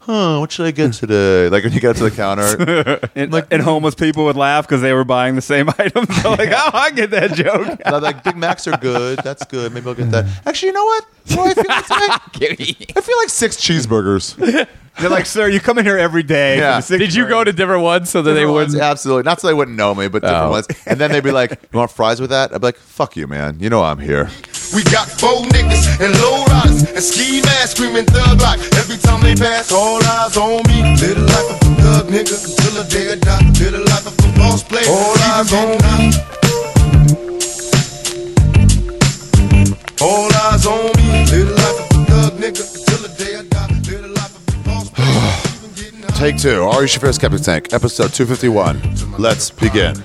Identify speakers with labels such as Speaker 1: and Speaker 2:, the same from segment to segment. Speaker 1: huh, what should I
Speaker 2: Hmm.
Speaker 1: get today? Like when you get to the counter,
Speaker 3: And, and homeless people would laugh because they were buying the same item. They're like, oh, I get that joke.
Speaker 1: and I'm like Big Macs are good. That's good. Maybe I'll get that. Actually, you know what? You know what I feel like today? I feel like six cheeseburgers.
Speaker 3: They're like, sir, you come in here every day.
Speaker 1: Yeah.
Speaker 2: Did you go to different ones so that they
Speaker 1: Different
Speaker 2: wouldn't?
Speaker 1: ones, absolutely not so they wouldn't know me, but different
Speaker 2: Oh.
Speaker 1: ones. And then they'd be like, "You want fries with that?" I'd be like, "Fuck you, man. You know I'm here."
Speaker 4: We got four niggas and low riders and ski masks screaming thug rock. Every time they pass, all eyes on me. Little life of a thug nigga until the day I die. Little life of a boss player. All eyes on me. All eyes on me. Little life of a thug nigga until the day I die. Little life of a boss player. Even getting high.
Speaker 1: Take two. Ari Shafir's Captain's Tank, episode 251. Let's begin.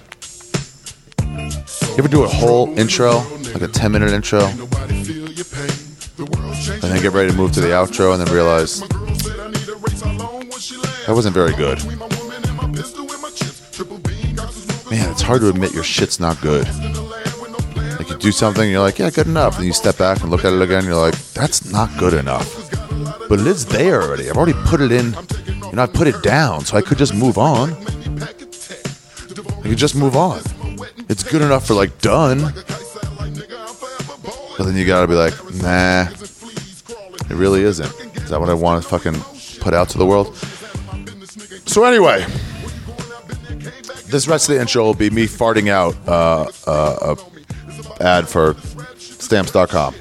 Speaker 1: You ever do a whole intro, like a 10 minute intro, and
Speaker 4: Nobody feel your pain. The world's changing.
Speaker 1: then get ready to move to the outro and then realize
Speaker 4: My girl said I need a raise. How long will she last?
Speaker 1: that wasn't very good?
Speaker 4: Between my woman and my pistol and my chips. Triple beam, got some smoke.
Speaker 1: Man, it's hard to admit your shit's not good.
Speaker 4: in the land with no plan.
Speaker 1: Like you do something, and you're like, yeah, good enough. Then you step back and look at it again, and you're like, that's not good enough. But it is there already. I've already put it in, you know, I put it down, so I could just move on. I could just move on. It's good enough for like done. But then you gotta be like, nah, it really isn't. Is that what I want to fucking put out to the world? So anyway, this rest of the intro will be me farting out uh, uh, a ad for stamps.com.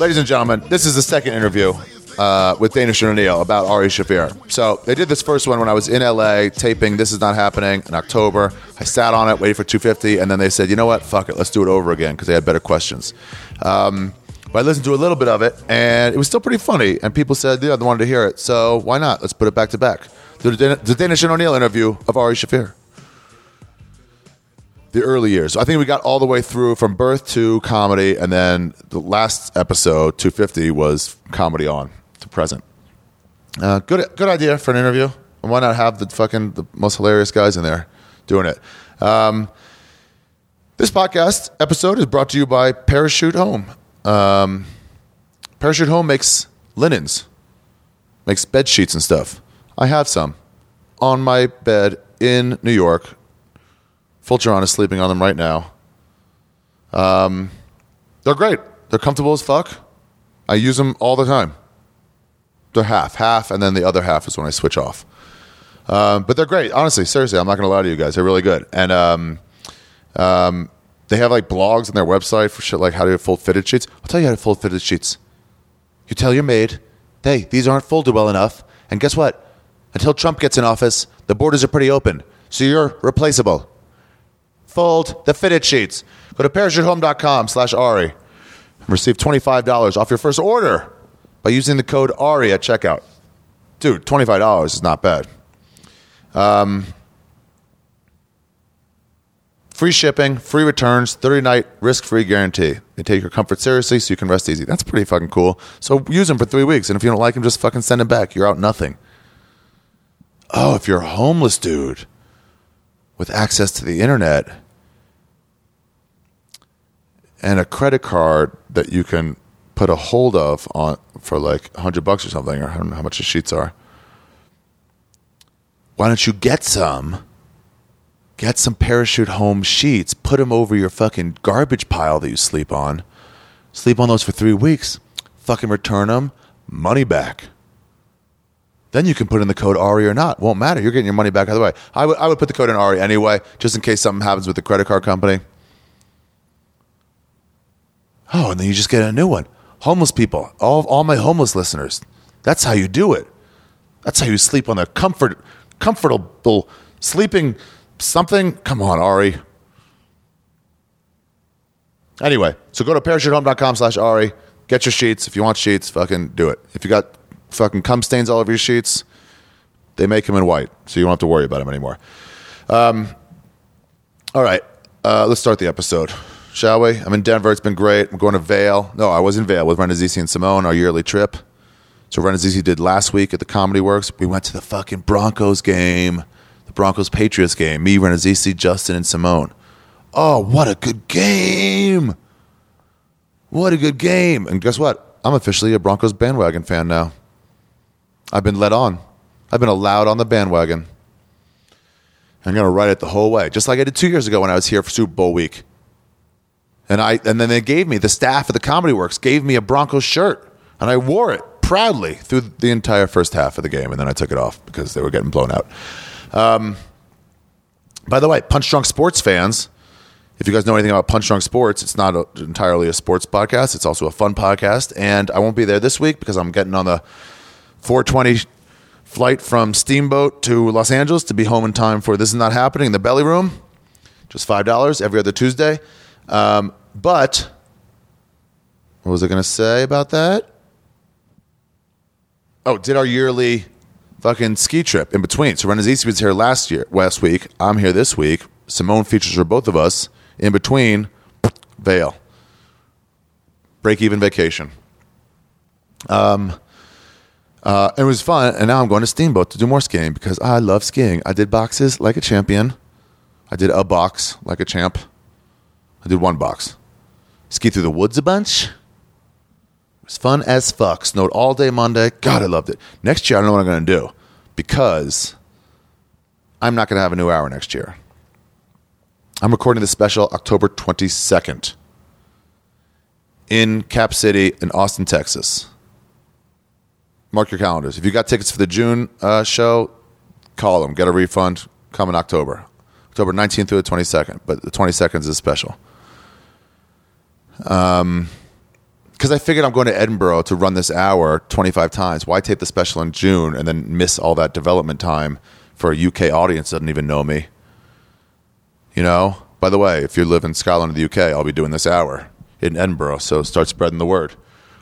Speaker 1: Ladies and gentlemen, this is the second interview uh, with Dana O'Neill about Ari Shafir. So they did this first one when I was in LA taping This Is Not Happening in October. I sat on it, waited for 250, and then they said, you know what? Fuck it. Let's do it over again because they had better questions. Um, but I listened to a little bit of it, and it was still pretty funny. And people said, yeah, they wanted to hear it. So why not? Let's put it back to back. The Dana, the Dana O'Neill interview of Ari Shafir the early years. So I think we got all the way through from birth to comedy, and then the last episode, 250, was comedy on to present. Uh, good, good idea for an interview. And why not have the fucking the most hilarious guys in there doing it? Um, this podcast episode is brought to you by Parachute Home. Um, Parachute Home makes linens, makes bed sheets and stuff. I have some on my bed in New York Fulcheron is sleeping on them right now. Um, they're great. They're comfortable as fuck. I use them all the time. They're half, half, and then the other half is when I switch off. Um, but they're great. Honestly, seriously, I'm not going to lie to you guys. They're really good. And um, um, they have like blogs on their website for shit like how to do full fitted sheets. I'll tell you how to fold fitted sheets. You tell your maid, hey, these aren't folded well enough. And guess what? Until Trump gets in office, the borders are pretty open. So you're replaceable fold the fitted sheets. Go to parachutehome.com slash Ari. Receive $25 off your first order by using the code Ari at checkout. Dude, $25 is not bad. Um, free shipping, free returns, 30 night risk free guarantee. They take your comfort seriously so you can rest easy. That's pretty fucking cool. So use them for three weeks. And if you don't like them, just fucking send them back. You're out nothing. Oh, if you're a homeless dude with access to the internet and a credit card that you can put a hold of on for like 100 bucks or something or I don't know how much the sheets are why don't you get some get some parachute home sheets put them over your fucking garbage pile that you sleep on sleep on those for 3 weeks fucking return them money back then you can put in the code RE or not. Won't matter. You're getting your money back either way. I would I would put the code in RE anyway, just in case something happens with the credit card company. Oh, and then you just get a new one. Homeless people, all all my homeless listeners. That's how you do it. That's how you sleep on the comfort comfortable sleeping something. Come on, Ari. Anyway, so go to parachutehome.com slash Ari. Get your sheets. If you want sheets, fucking do it. If you got fucking cum stains all over your sheets, they make them in white, so you don't have to worry about them anymore. Um, all right, uh, let's start the episode, shall we? I'm in Denver. It's been great. I'm going to Vale. No, I was in Vale with Renazizi and Simone, our yearly trip. So Renazizi did last week at the Comedy Works. We went to the fucking Broncos game, the Broncos Patriots game. Me, Renazizi, Justin, and Simone. Oh, what a good game! What a good game! And guess what? I'm officially a Broncos bandwagon fan now. I've been led on. I've been allowed on the bandwagon. I'm going to ride it the whole way, just like I did two years ago when I was here for Super Bowl week. And I and then they gave me the staff at the Comedy Works gave me a Broncos shirt, and I wore it proudly through the entire first half of the game, and then I took it off because they were getting blown out. Um, by the way, Punch Drunk Sports fans, if you guys know anything about Punch Drunk Sports, it's not a, entirely a sports podcast; it's also a fun podcast. And I won't be there this week because I'm getting on the 420 flight from Steamboat to Los Angeles to be home in time for This Is Not Happening, the Belly Room. Just $5 every other Tuesday. Um, but what was I going to say about that? Oh, did our yearly fucking ski trip in between. So Renaz East was here last year, last week. I'm here this week. Simone features for both of us in between Vale. Break even vacation. Um, Uh, it was fun, and now I'm going to Steamboat to do more skiing because I love skiing. I did boxes like a champion. I did a box like a champ. I did one box. Ski through the woods a bunch. It was fun as fuck. Snowed all day Monday. God, I loved it. Next year, I don't know what I'm going to do because I'm not going to have a new hour next year. I'm recording this special October 22nd in Cap City in Austin, Texas mark your calendars. If you got tickets for the June uh, show, call them, get a refund. Come in October, October 19th through the 22nd. But the 22nd is special. Um, because I figured I'm going to Edinburgh to run this hour 25 times. Why tape the special in June and then miss all that development time for a UK audience that doesn't even know me? You know. By the way, if you live in Scotland or the UK, I'll be doing this hour in Edinburgh. So start spreading the word.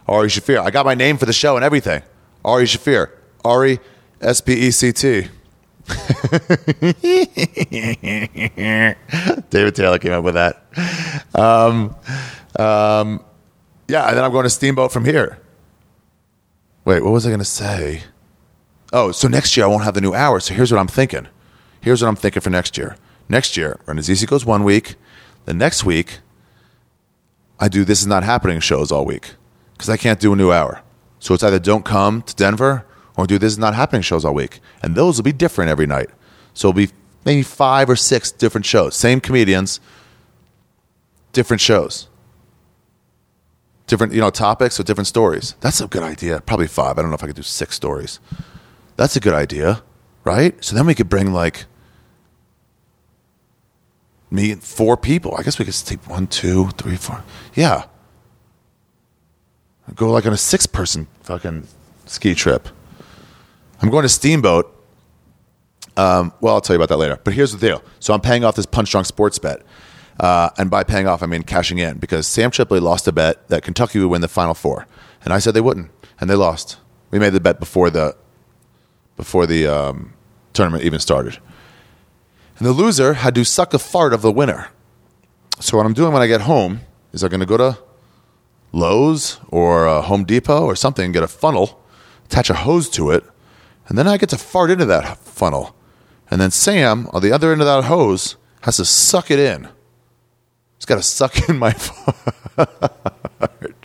Speaker 1: Ari Shafir. I got my name for the show and everything. Ari Shafir. Ari S P E C T. David Taylor came up with that. Um, um, yeah, and then I'm going to Steamboat from here. Wait, what was I going to say? Oh, so next year I won't have the new hour. So here's what I'm thinking. Here's what I'm thinking for next year. Next year, Renazisi goes one week. The next week, I do this is not happening shows all week because I can't do a new hour. So it's either don't come to Denver or do this is not happening shows all week. And those will be different every night. So it'll be maybe five or six different shows, same comedians, different shows, different you know topics with different stories. That's a good idea. Probably five. I don't know if I could do six stories. That's a good idea, right? So then we could bring like me and four people. I guess we could take one, two, three, four. Yeah. Go like on a six person fucking ski trip. I'm going to Steamboat. Um, well, I'll tell you about that later. But here's the deal. So I'm paying off this punch drunk sports bet. Uh, and by paying off, I mean cashing in because Sam Tripley lost a bet that Kentucky would win the Final Four. And I said they wouldn't. And they lost. We made the bet before the, before the um, tournament even started. And the loser had to suck a fart of the winner. So what I'm doing when I get home is I'm going to go to Lowe's or uh, Home Depot or something, get a funnel, attach a hose to it, and then I get to fart into that funnel. And then Sam, on the other end of that hose, has to suck it in. He's got to suck in my fart.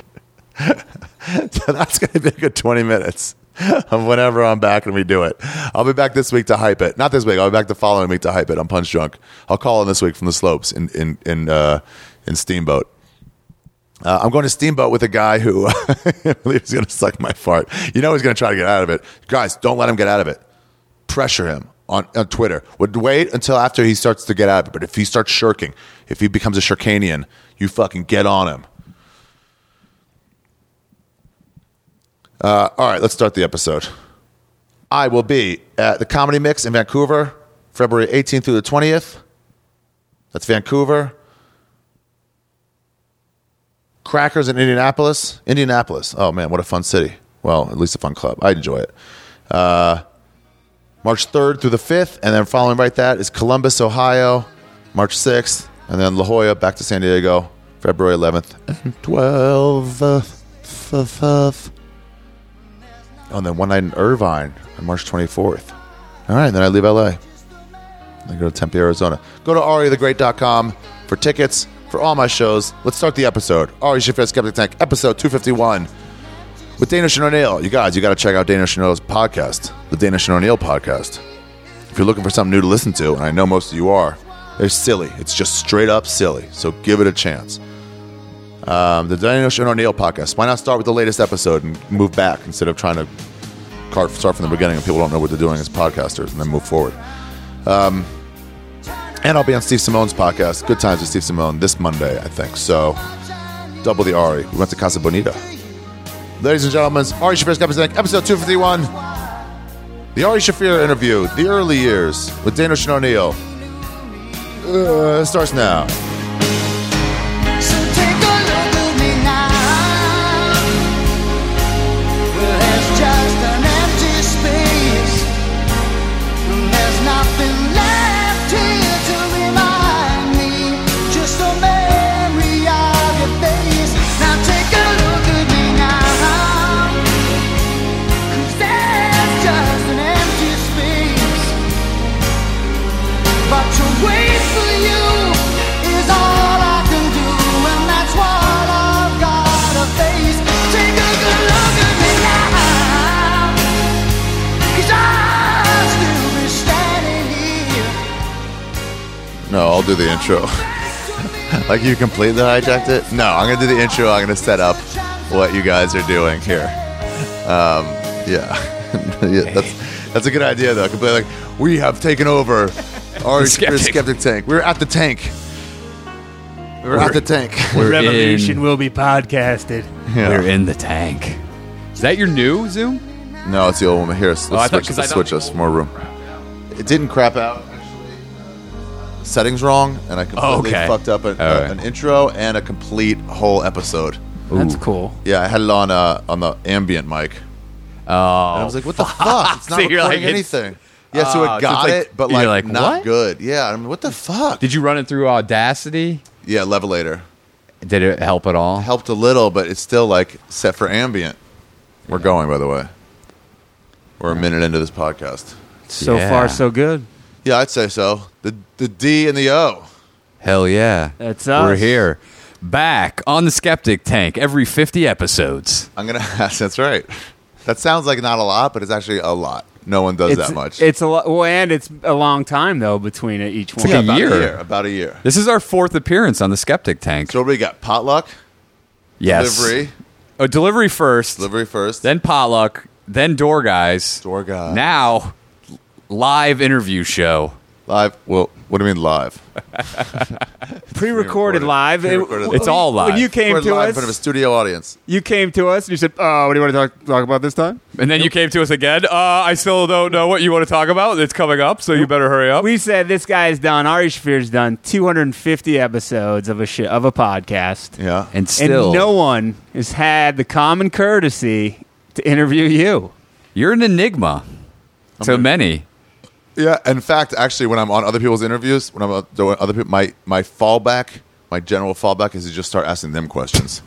Speaker 1: so that's going to be a good 20 minutes of whenever I'm back and we do it. I'll be back this week to hype it. Not this week. I'll be back the following week to hype it. I'm punch drunk. I'll call in this week from the slopes in, in, in, uh, in Steamboat. Uh, I'm going to Steamboat with a guy who I believe is going to suck my fart. You know he's going to try to get out of it. Guys, don't let him get out of it. Pressure him on, on Twitter. Would wait until after he starts to get out of it. But if he starts shirking, if he becomes a shirkanian, you fucking get on him. Uh, all right, let's start the episode. I will be at the Comedy Mix in Vancouver, February 18th through the 20th. That's Vancouver. Crackers in Indianapolis. Indianapolis. Oh man, what a fun city. Well, at least a fun club. I enjoy it. Uh, March 3rd through the 5th, and then following right that is Columbus, Ohio, March 6th, and then La Jolla back to San Diego, February 11th and 12th. Oh, and then one night in Irvine on March 24th. All right, then I leave LA. I go to Tempe, Arizona. Go to ariathegreat.com for tickets for all my shows. Let's start the episode. Ari Shafir Skeptic Tank, episode 251. with Danish and O'Neill. You guys, you got to check out Danish and O'Neill's podcast, the Danish and O'Neill podcast. If you're looking for something new to listen to, and I know most of you are, they're silly. It's just straight up silly. So give it a chance. Um, the Danish and O'Neill podcast. Why not start with the latest episode and move back instead of trying to cart- start from the beginning and people don't know what they're doing as podcasters and then move forward. Um, And I'll be on Steve Simone's podcast, Good Times with Steve Simone, this Monday, I think. So, double the Ari. We went to Casa Bonita. Ladies and gentlemen, it's Ari Shafir's Captain episode 251. The Ari Shafir interview, The Early Years, with Daniel Shin O'Neill. Uh, starts now.
Speaker 5: So take a look at me now. Well, there's just an empty space, and there's nothing left here to remind me. Just a memory of your face. Now take a look at me now, 'Cause there's just an empty space. But to wait for you is all I can do, and that's what I've gotta face. Take a good look at me now, 'cause I'll still be standing here.
Speaker 1: No, I'll do the intro. like, you completely hijacked it? No, I'm going to do the intro. I'm going to set up what you guys are doing here. Um, yeah. yeah that's, that's a good idea, though. Completely like, we have taken over our
Speaker 2: Skeptic.
Speaker 1: skeptic tank. We're at the tank. We're, at the tank.
Speaker 6: Revolution
Speaker 2: in-
Speaker 6: will be podcasted.
Speaker 1: Yeah.
Speaker 2: We're in the tank. Is that your new Zoom?
Speaker 1: No, it's the old woman. Here, let's
Speaker 2: Oh, I thought-
Speaker 1: switch,
Speaker 2: 'cause
Speaker 1: let's
Speaker 2: I thought-
Speaker 1: switch us. More room. It didn't crap out. Settings wrong, and I completely
Speaker 2: Oh, Okay.
Speaker 1: fucked up an, uh,
Speaker 2: All right.
Speaker 1: an intro and a complete whole episode.
Speaker 2: That's cool.
Speaker 1: Yeah, I had it on uh, on the ambient mic. Oh, and I was like, "What the fuck? It's not
Speaker 2: So you're
Speaker 1: recording
Speaker 2: like, it's-
Speaker 1: anything." Yeah, so
Speaker 2: Oh,
Speaker 1: it
Speaker 2: so
Speaker 1: got
Speaker 2: it's like-
Speaker 1: it, but
Speaker 2: you're
Speaker 1: like,
Speaker 2: like,
Speaker 1: not
Speaker 2: what?
Speaker 1: good. Yeah, I mean, what the fuck?
Speaker 2: Did you run it through Audacity?
Speaker 1: yeah, levelator
Speaker 2: Did it help at all?
Speaker 1: helped a little, but it's still like set for ambient. We're going, by the way. We're a minute into this podcast.
Speaker 3: So
Speaker 2: Yeah.
Speaker 3: far, so good.
Speaker 1: Yeah, I'd say so. The the D and the O.
Speaker 2: Hell yeah.
Speaker 3: That's
Speaker 2: We're
Speaker 3: us.
Speaker 2: here. Back on the Skeptic Tank every 50 episodes.
Speaker 1: I'm gonna ask. That's right. That sounds like not a lot, but it's actually a lot. No one does
Speaker 6: It's,
Speaker 1: that much.
Speaker 6: It's a lo- well, and it's a long time though between each one.
Speaker 2: like a
Speaker 1: about
Speaker 2: year.
Speaker 1: a year. About a year.
Speaker 2: This is our fourth appearance on the Skeptic Tank.
Speaker 1: So what do we got? Potluck,
Speaker 2: yes.
Speaker 1: delivery,
Speaker 2: Oh, delivery first,
Speaker 1: delivery first.
Speaker 2: then potluck, then door guys.
Speaker 1: Door guy.
Speaker 2: Now, l- live interview show.
Speaker 1: live. Well, what do you mean live?
Speaker 6: pre-recorded live.
Speaker 1: Pre-recorded live.
Speaker 2: It's all live.
Speaker 6: When you came
Speaker 1: We're
Speaker 6: to
Speaker 1: live in
Speaker 6: us,
Speaker 1: front of a studio audience.
Speaker 6: you came to us and you said, "Oh, what do you want to talk, talk about this time?"
Speaker 2: And then you came to us again. Uh, I still don't know what you want to talk about. It's coming up, so you better hurry up.
Speaker 6: We said this guy's done. Ari Shafir's done 250 episodes of a sh- of a podcast,
Speaker 1: Yeah.
Speaker 2: and
Speaker 6: and
Speaker 2: still,
Speaker 6: no one has had the common courtesy to interview you.
Speaker 2: you're an enigma to many.
Speaker 1: Yeah, in fact, actually, when I'm on other people's interviews, when I'm out doing other people, my my fallback, my general fallback is to just start asking them questions.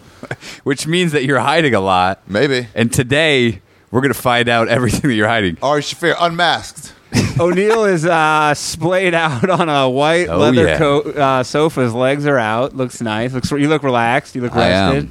Speaker 2: which means that you're hiding a lot.
Speaker 1: Maybe
Speaker 2: And today we're gonna find out everything that you're hiding.
Speaker 1: Ari Shafir unmasked.
Speaker 6: O'Neill is uh, splayed out on a white
Speaker 2: Oh,
Speaker 6: leather
Speaker 2: yeah.
Speaker 6: coat uh, sofa. His legs are out. Looks nice. Looks you look relaxed. You look
Speaker 2: I am.
Speaker 6: rested.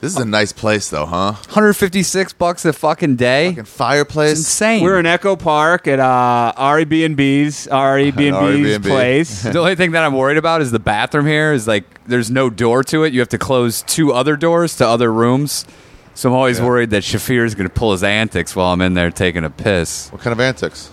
Speaker 1: This is a nice place, though, huh?
Speaker 2: 156 bucks a fucking day.
Speaker 1: Fucking fireplace.
Speaker 2: It's insane.
Speaker 6: We're in Echo Park at uh, Ari B and B's Ari B
Speaker 2: E
Speaker 6: and B's
Speaker 1: Airbnb.
Speaker 6: place.
Speaker 2: the only thing that I'm worried about is the bathroom here is like there's no door to it. You have to close two other doors to other rooms. So I'm always worried that Shafir is going to pull his antics while I'm in there taking a piss.
Speaker 1: What kind of antics?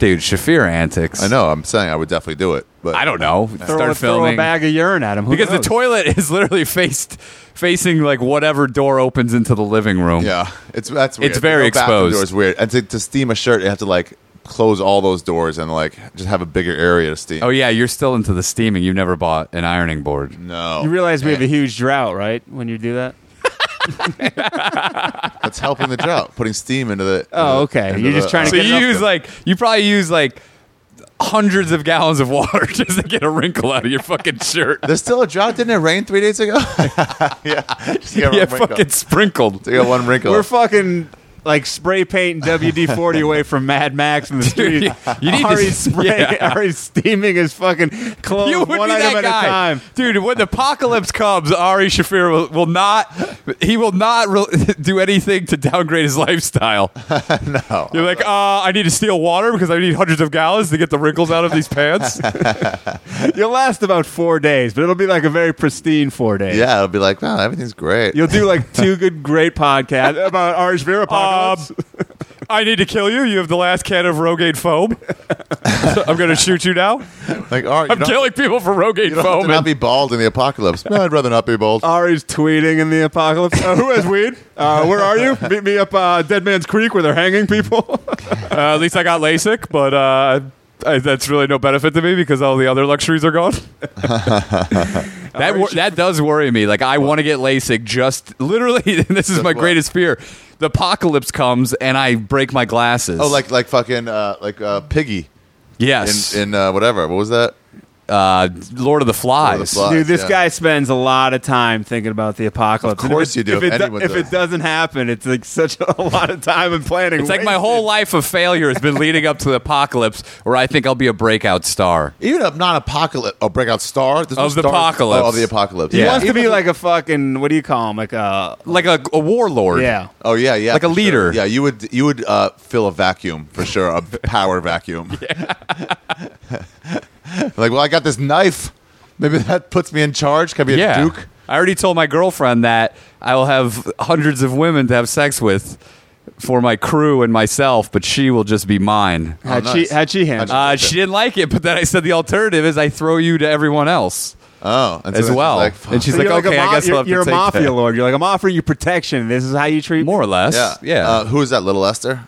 Speaker 2: Dude, Shafir antics.
Speaker 1: I know. I'm saying I would definitely do it, but
Speaker 2: I don't know.
Speaker 6: Throw,
Speaker 2: Start
Speaker 6: a, throw a
Speaker 2: filming.
Speaker 6: bag of urine at him Who
Speaker 2: because the
Speaker 6: knows?
Speaker 2: toilet is literally faced facing like whatever door opens into the living room.
Speaker 1: Yeah, it's that's weird.
Speaker 2: It's very
Speaker 1: The bathroom
Speaker 2: exposed.
Speaker 1: Door is weird, and to, to steam a shirt, you have to like close all those doors and like just have a bigger area to steam.
Speaker 2: Oh yeah, you're still into the steaming. You never bought an ironing board.
Speaker 1: no,
Speaker 6: You realize we have a huge drought, right? When you do that.
Speaker 1: that's helping the drought, putting steam into the. uh,
Speaker 6: Oh, okay.
Speaker 1: into
Speaker 6: You're just trying to
Speaker 2: So
Speaker 6: get
Speaker 2: you
Speaker 6: enough
Speaker 2: use
Speaker 6: to-
Speaker 2: like you probably use like hundreds of gallons of water just to get a wrinkle out of your fucking shirt.
Speaker 1: There's still a drought. Didn't it rain three days ago? yeah, just get
Speaker 2: yeah,
Speaker 1: one wrinkle.
Speaker 2: fucking sprinkled.
Speaker 1: Just get one wrinkle.
Speaker 6: We're fucking like spray paint and WD forty away from Mad Max in the street.
Speaker 2: you need to-
Speaker 6: already spray,
Speaker 2: yeah.
Speaker 6: already steaming his fucking clothes
Speaker 2: You would
Speaker 6: one
Speaker 2: be
Speaker 6: item at
Speaker 2: that guy,
Speaker 6: a time.
Speaker 2: dude. When the apocalypse comes, Ari Shafir will, will not. He will not re- do anything to downgrade his lifestyle.
Speaker 1: No.
Speaker 2: You're like, uh, I need to steal water because I need hundreds of gallons to get the wrinkles out of these pants.
Speaker 6: You'll last about four days, but it'll be like a very pristine four days.
Speaker 1: Yeah, it'll be like, wow, everything's great.
Speaker 6: You'll do like two good, great podcasts about Irish
Speaker 2: Um,
Speaker 6: beer apocalypse.
Speaker 2: I need to kill you. You have the last can of Rogaine foam. So I'm going to shoot you now.
Speaker 1: like, all right,
Speaker 2: I'm
Speaker 1: you don't,
Speaker 2: killing people for Rogaine
Speaker 1: you don't have
Speaker 2: foam.
Speaker 1: to not
Speaker 2: and-
Speaker 1: be bald in the apocalypse. No, I'd rather not be bald.
Speaker 6: Ari's tweeting in the apocalypse. Uh, who has weed? Uh, where are you? Meet me up uh, Dead Man's Creek where they're hanging people.
Speaker 2: uh, at least I got LASIK, but uh, I, that's really no benefit to me because all the other luxuries are gone. that wor- that does worry me. Like I want to get LASIK. Just literally, and this is my
Speaker 1: what?
Speaker 2: greatest fear. The apocalypse comes and I break my glasses.
Speaker 1: Oh, like like fucking uh, like uh, Piggy
Speaker 2: yes,
Speaker 1: in in uh, whatever. What was that?
Speaker 2: uh, Lord of the Flies.
Speaker 1: Flies.
Speaker 6: Dude, this
Speaker 1: yeah.
Speaker 6: guy spends a lot of time thinking about the apocalypse.
Speaker 1: Of course
Speaker 6: And
Speaker 1: you do.
Speaker 6: If, it, do-
Speaker 1: Anyone
Speaker 6: if
Speaker 1: does.
Speaker 6: it doesn't happen, it's like such a lot of time and planning.
Speaker 2: It's like my whole life of failure has been leading up to the apocalypse, where I think I'll be a breakout star.
Speaker 1: Even a non-apocalypse, oh, breakout star There's no
Speaker 2: Of the
Speaker 1: stars-
Speaker 2: apocalypse.
Speaker 1: Oh, of the apocalypse.
Speaker 6: He
Speaker 2: Yeah.
Speaker 6: wants to be like a fucking what do you call him? Like a
Speaker 2: Like a, a warlord.
Speaker 6: yeah.
Speaker 1: Oh yeah, yeah.
Speaker 2: Like a
Speaker 1: for sure.
Speaker 2: leader.
Speaker 1: Yeah, you would you would uh, fill a vacuum for sure, a power vacuum. like, well, I got this knife. Maybe that puts me in charge. Can I be a
Speaker 2: yeah.
Speaker 1: duke?
Speaker 2: I already told my girlfriend that I will have hundreds of women to have sex with for my crew and myself, but she will just be mine.
Speaker 6: How'd,
Speaker 1: Oh, nice.
Speaker 6: she, how'd she handle?
Speaker 2: Uh, she didn't like it, but then I said the alternative is I throw you to everyone else
Speaker 1: Oh, and so
Speaker 2: as
Speaker 1: then she's
Speaker 2: well.
Speaker 1: like,
Speaker 2: and she's
Speaker 6: So
Speaker 2: like,
Speaker 6: you're
Speaker 2: okay,
Speaker 6: a
Speaker 2: I
Speaker 6: ma-
Speaker 2: guess
Speaker 6: you're,
Speaker 2: I'll have to
Speaker 6: you're a
Speaker 2: take
Speaker 6: mafia
Speaker 2: that.
Speaker 6: lord. You're like, I'm offering you protection. This is how you treat me.
Speaker 2: More or less.
Speaker 1: yeah,
Speaker 2: Yeah.
Speaker 1: Uh, who is that? Little Esther.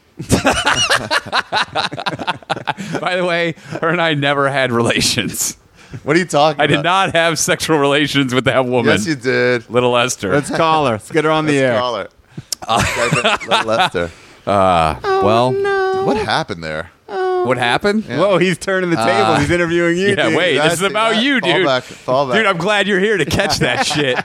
Speaker 2: By the way, her and I never had relations.
Speaker 1: What are you talking?
Speaker 2: I did
Speaker 1: about?
Speaker 2: not have sexual relations with that woman.
Speaker 1: Uh, Yes, you did.
Speaker 2: Little Esther.
Speaker 6: Let's call her. Let's get her on the air.
Speaker 1: Scholar. Little Esther.
Speaker 2: well,
Speaker 1: What happened there?
Speaker 2: what happened?
Speaker 6: Whoa, he's turning
Speaker 1: Uh,
Speaker 6: the table. he's interviewing you.
Speaker 2: Uh, Yeah,
Speaker 6: dude.
Speaker 2: wait. This
Speaker 1: That's
Speaker 2: is
Speaker 1: the-
Speaker 2: about
Speaker 1: that-
Speaker 2: you,
Speaker 1: fall
Speaker 2: dude.
Speaker 1: back, fall back.
Speaker 2: Dude, I'm glad you're here to catch that shit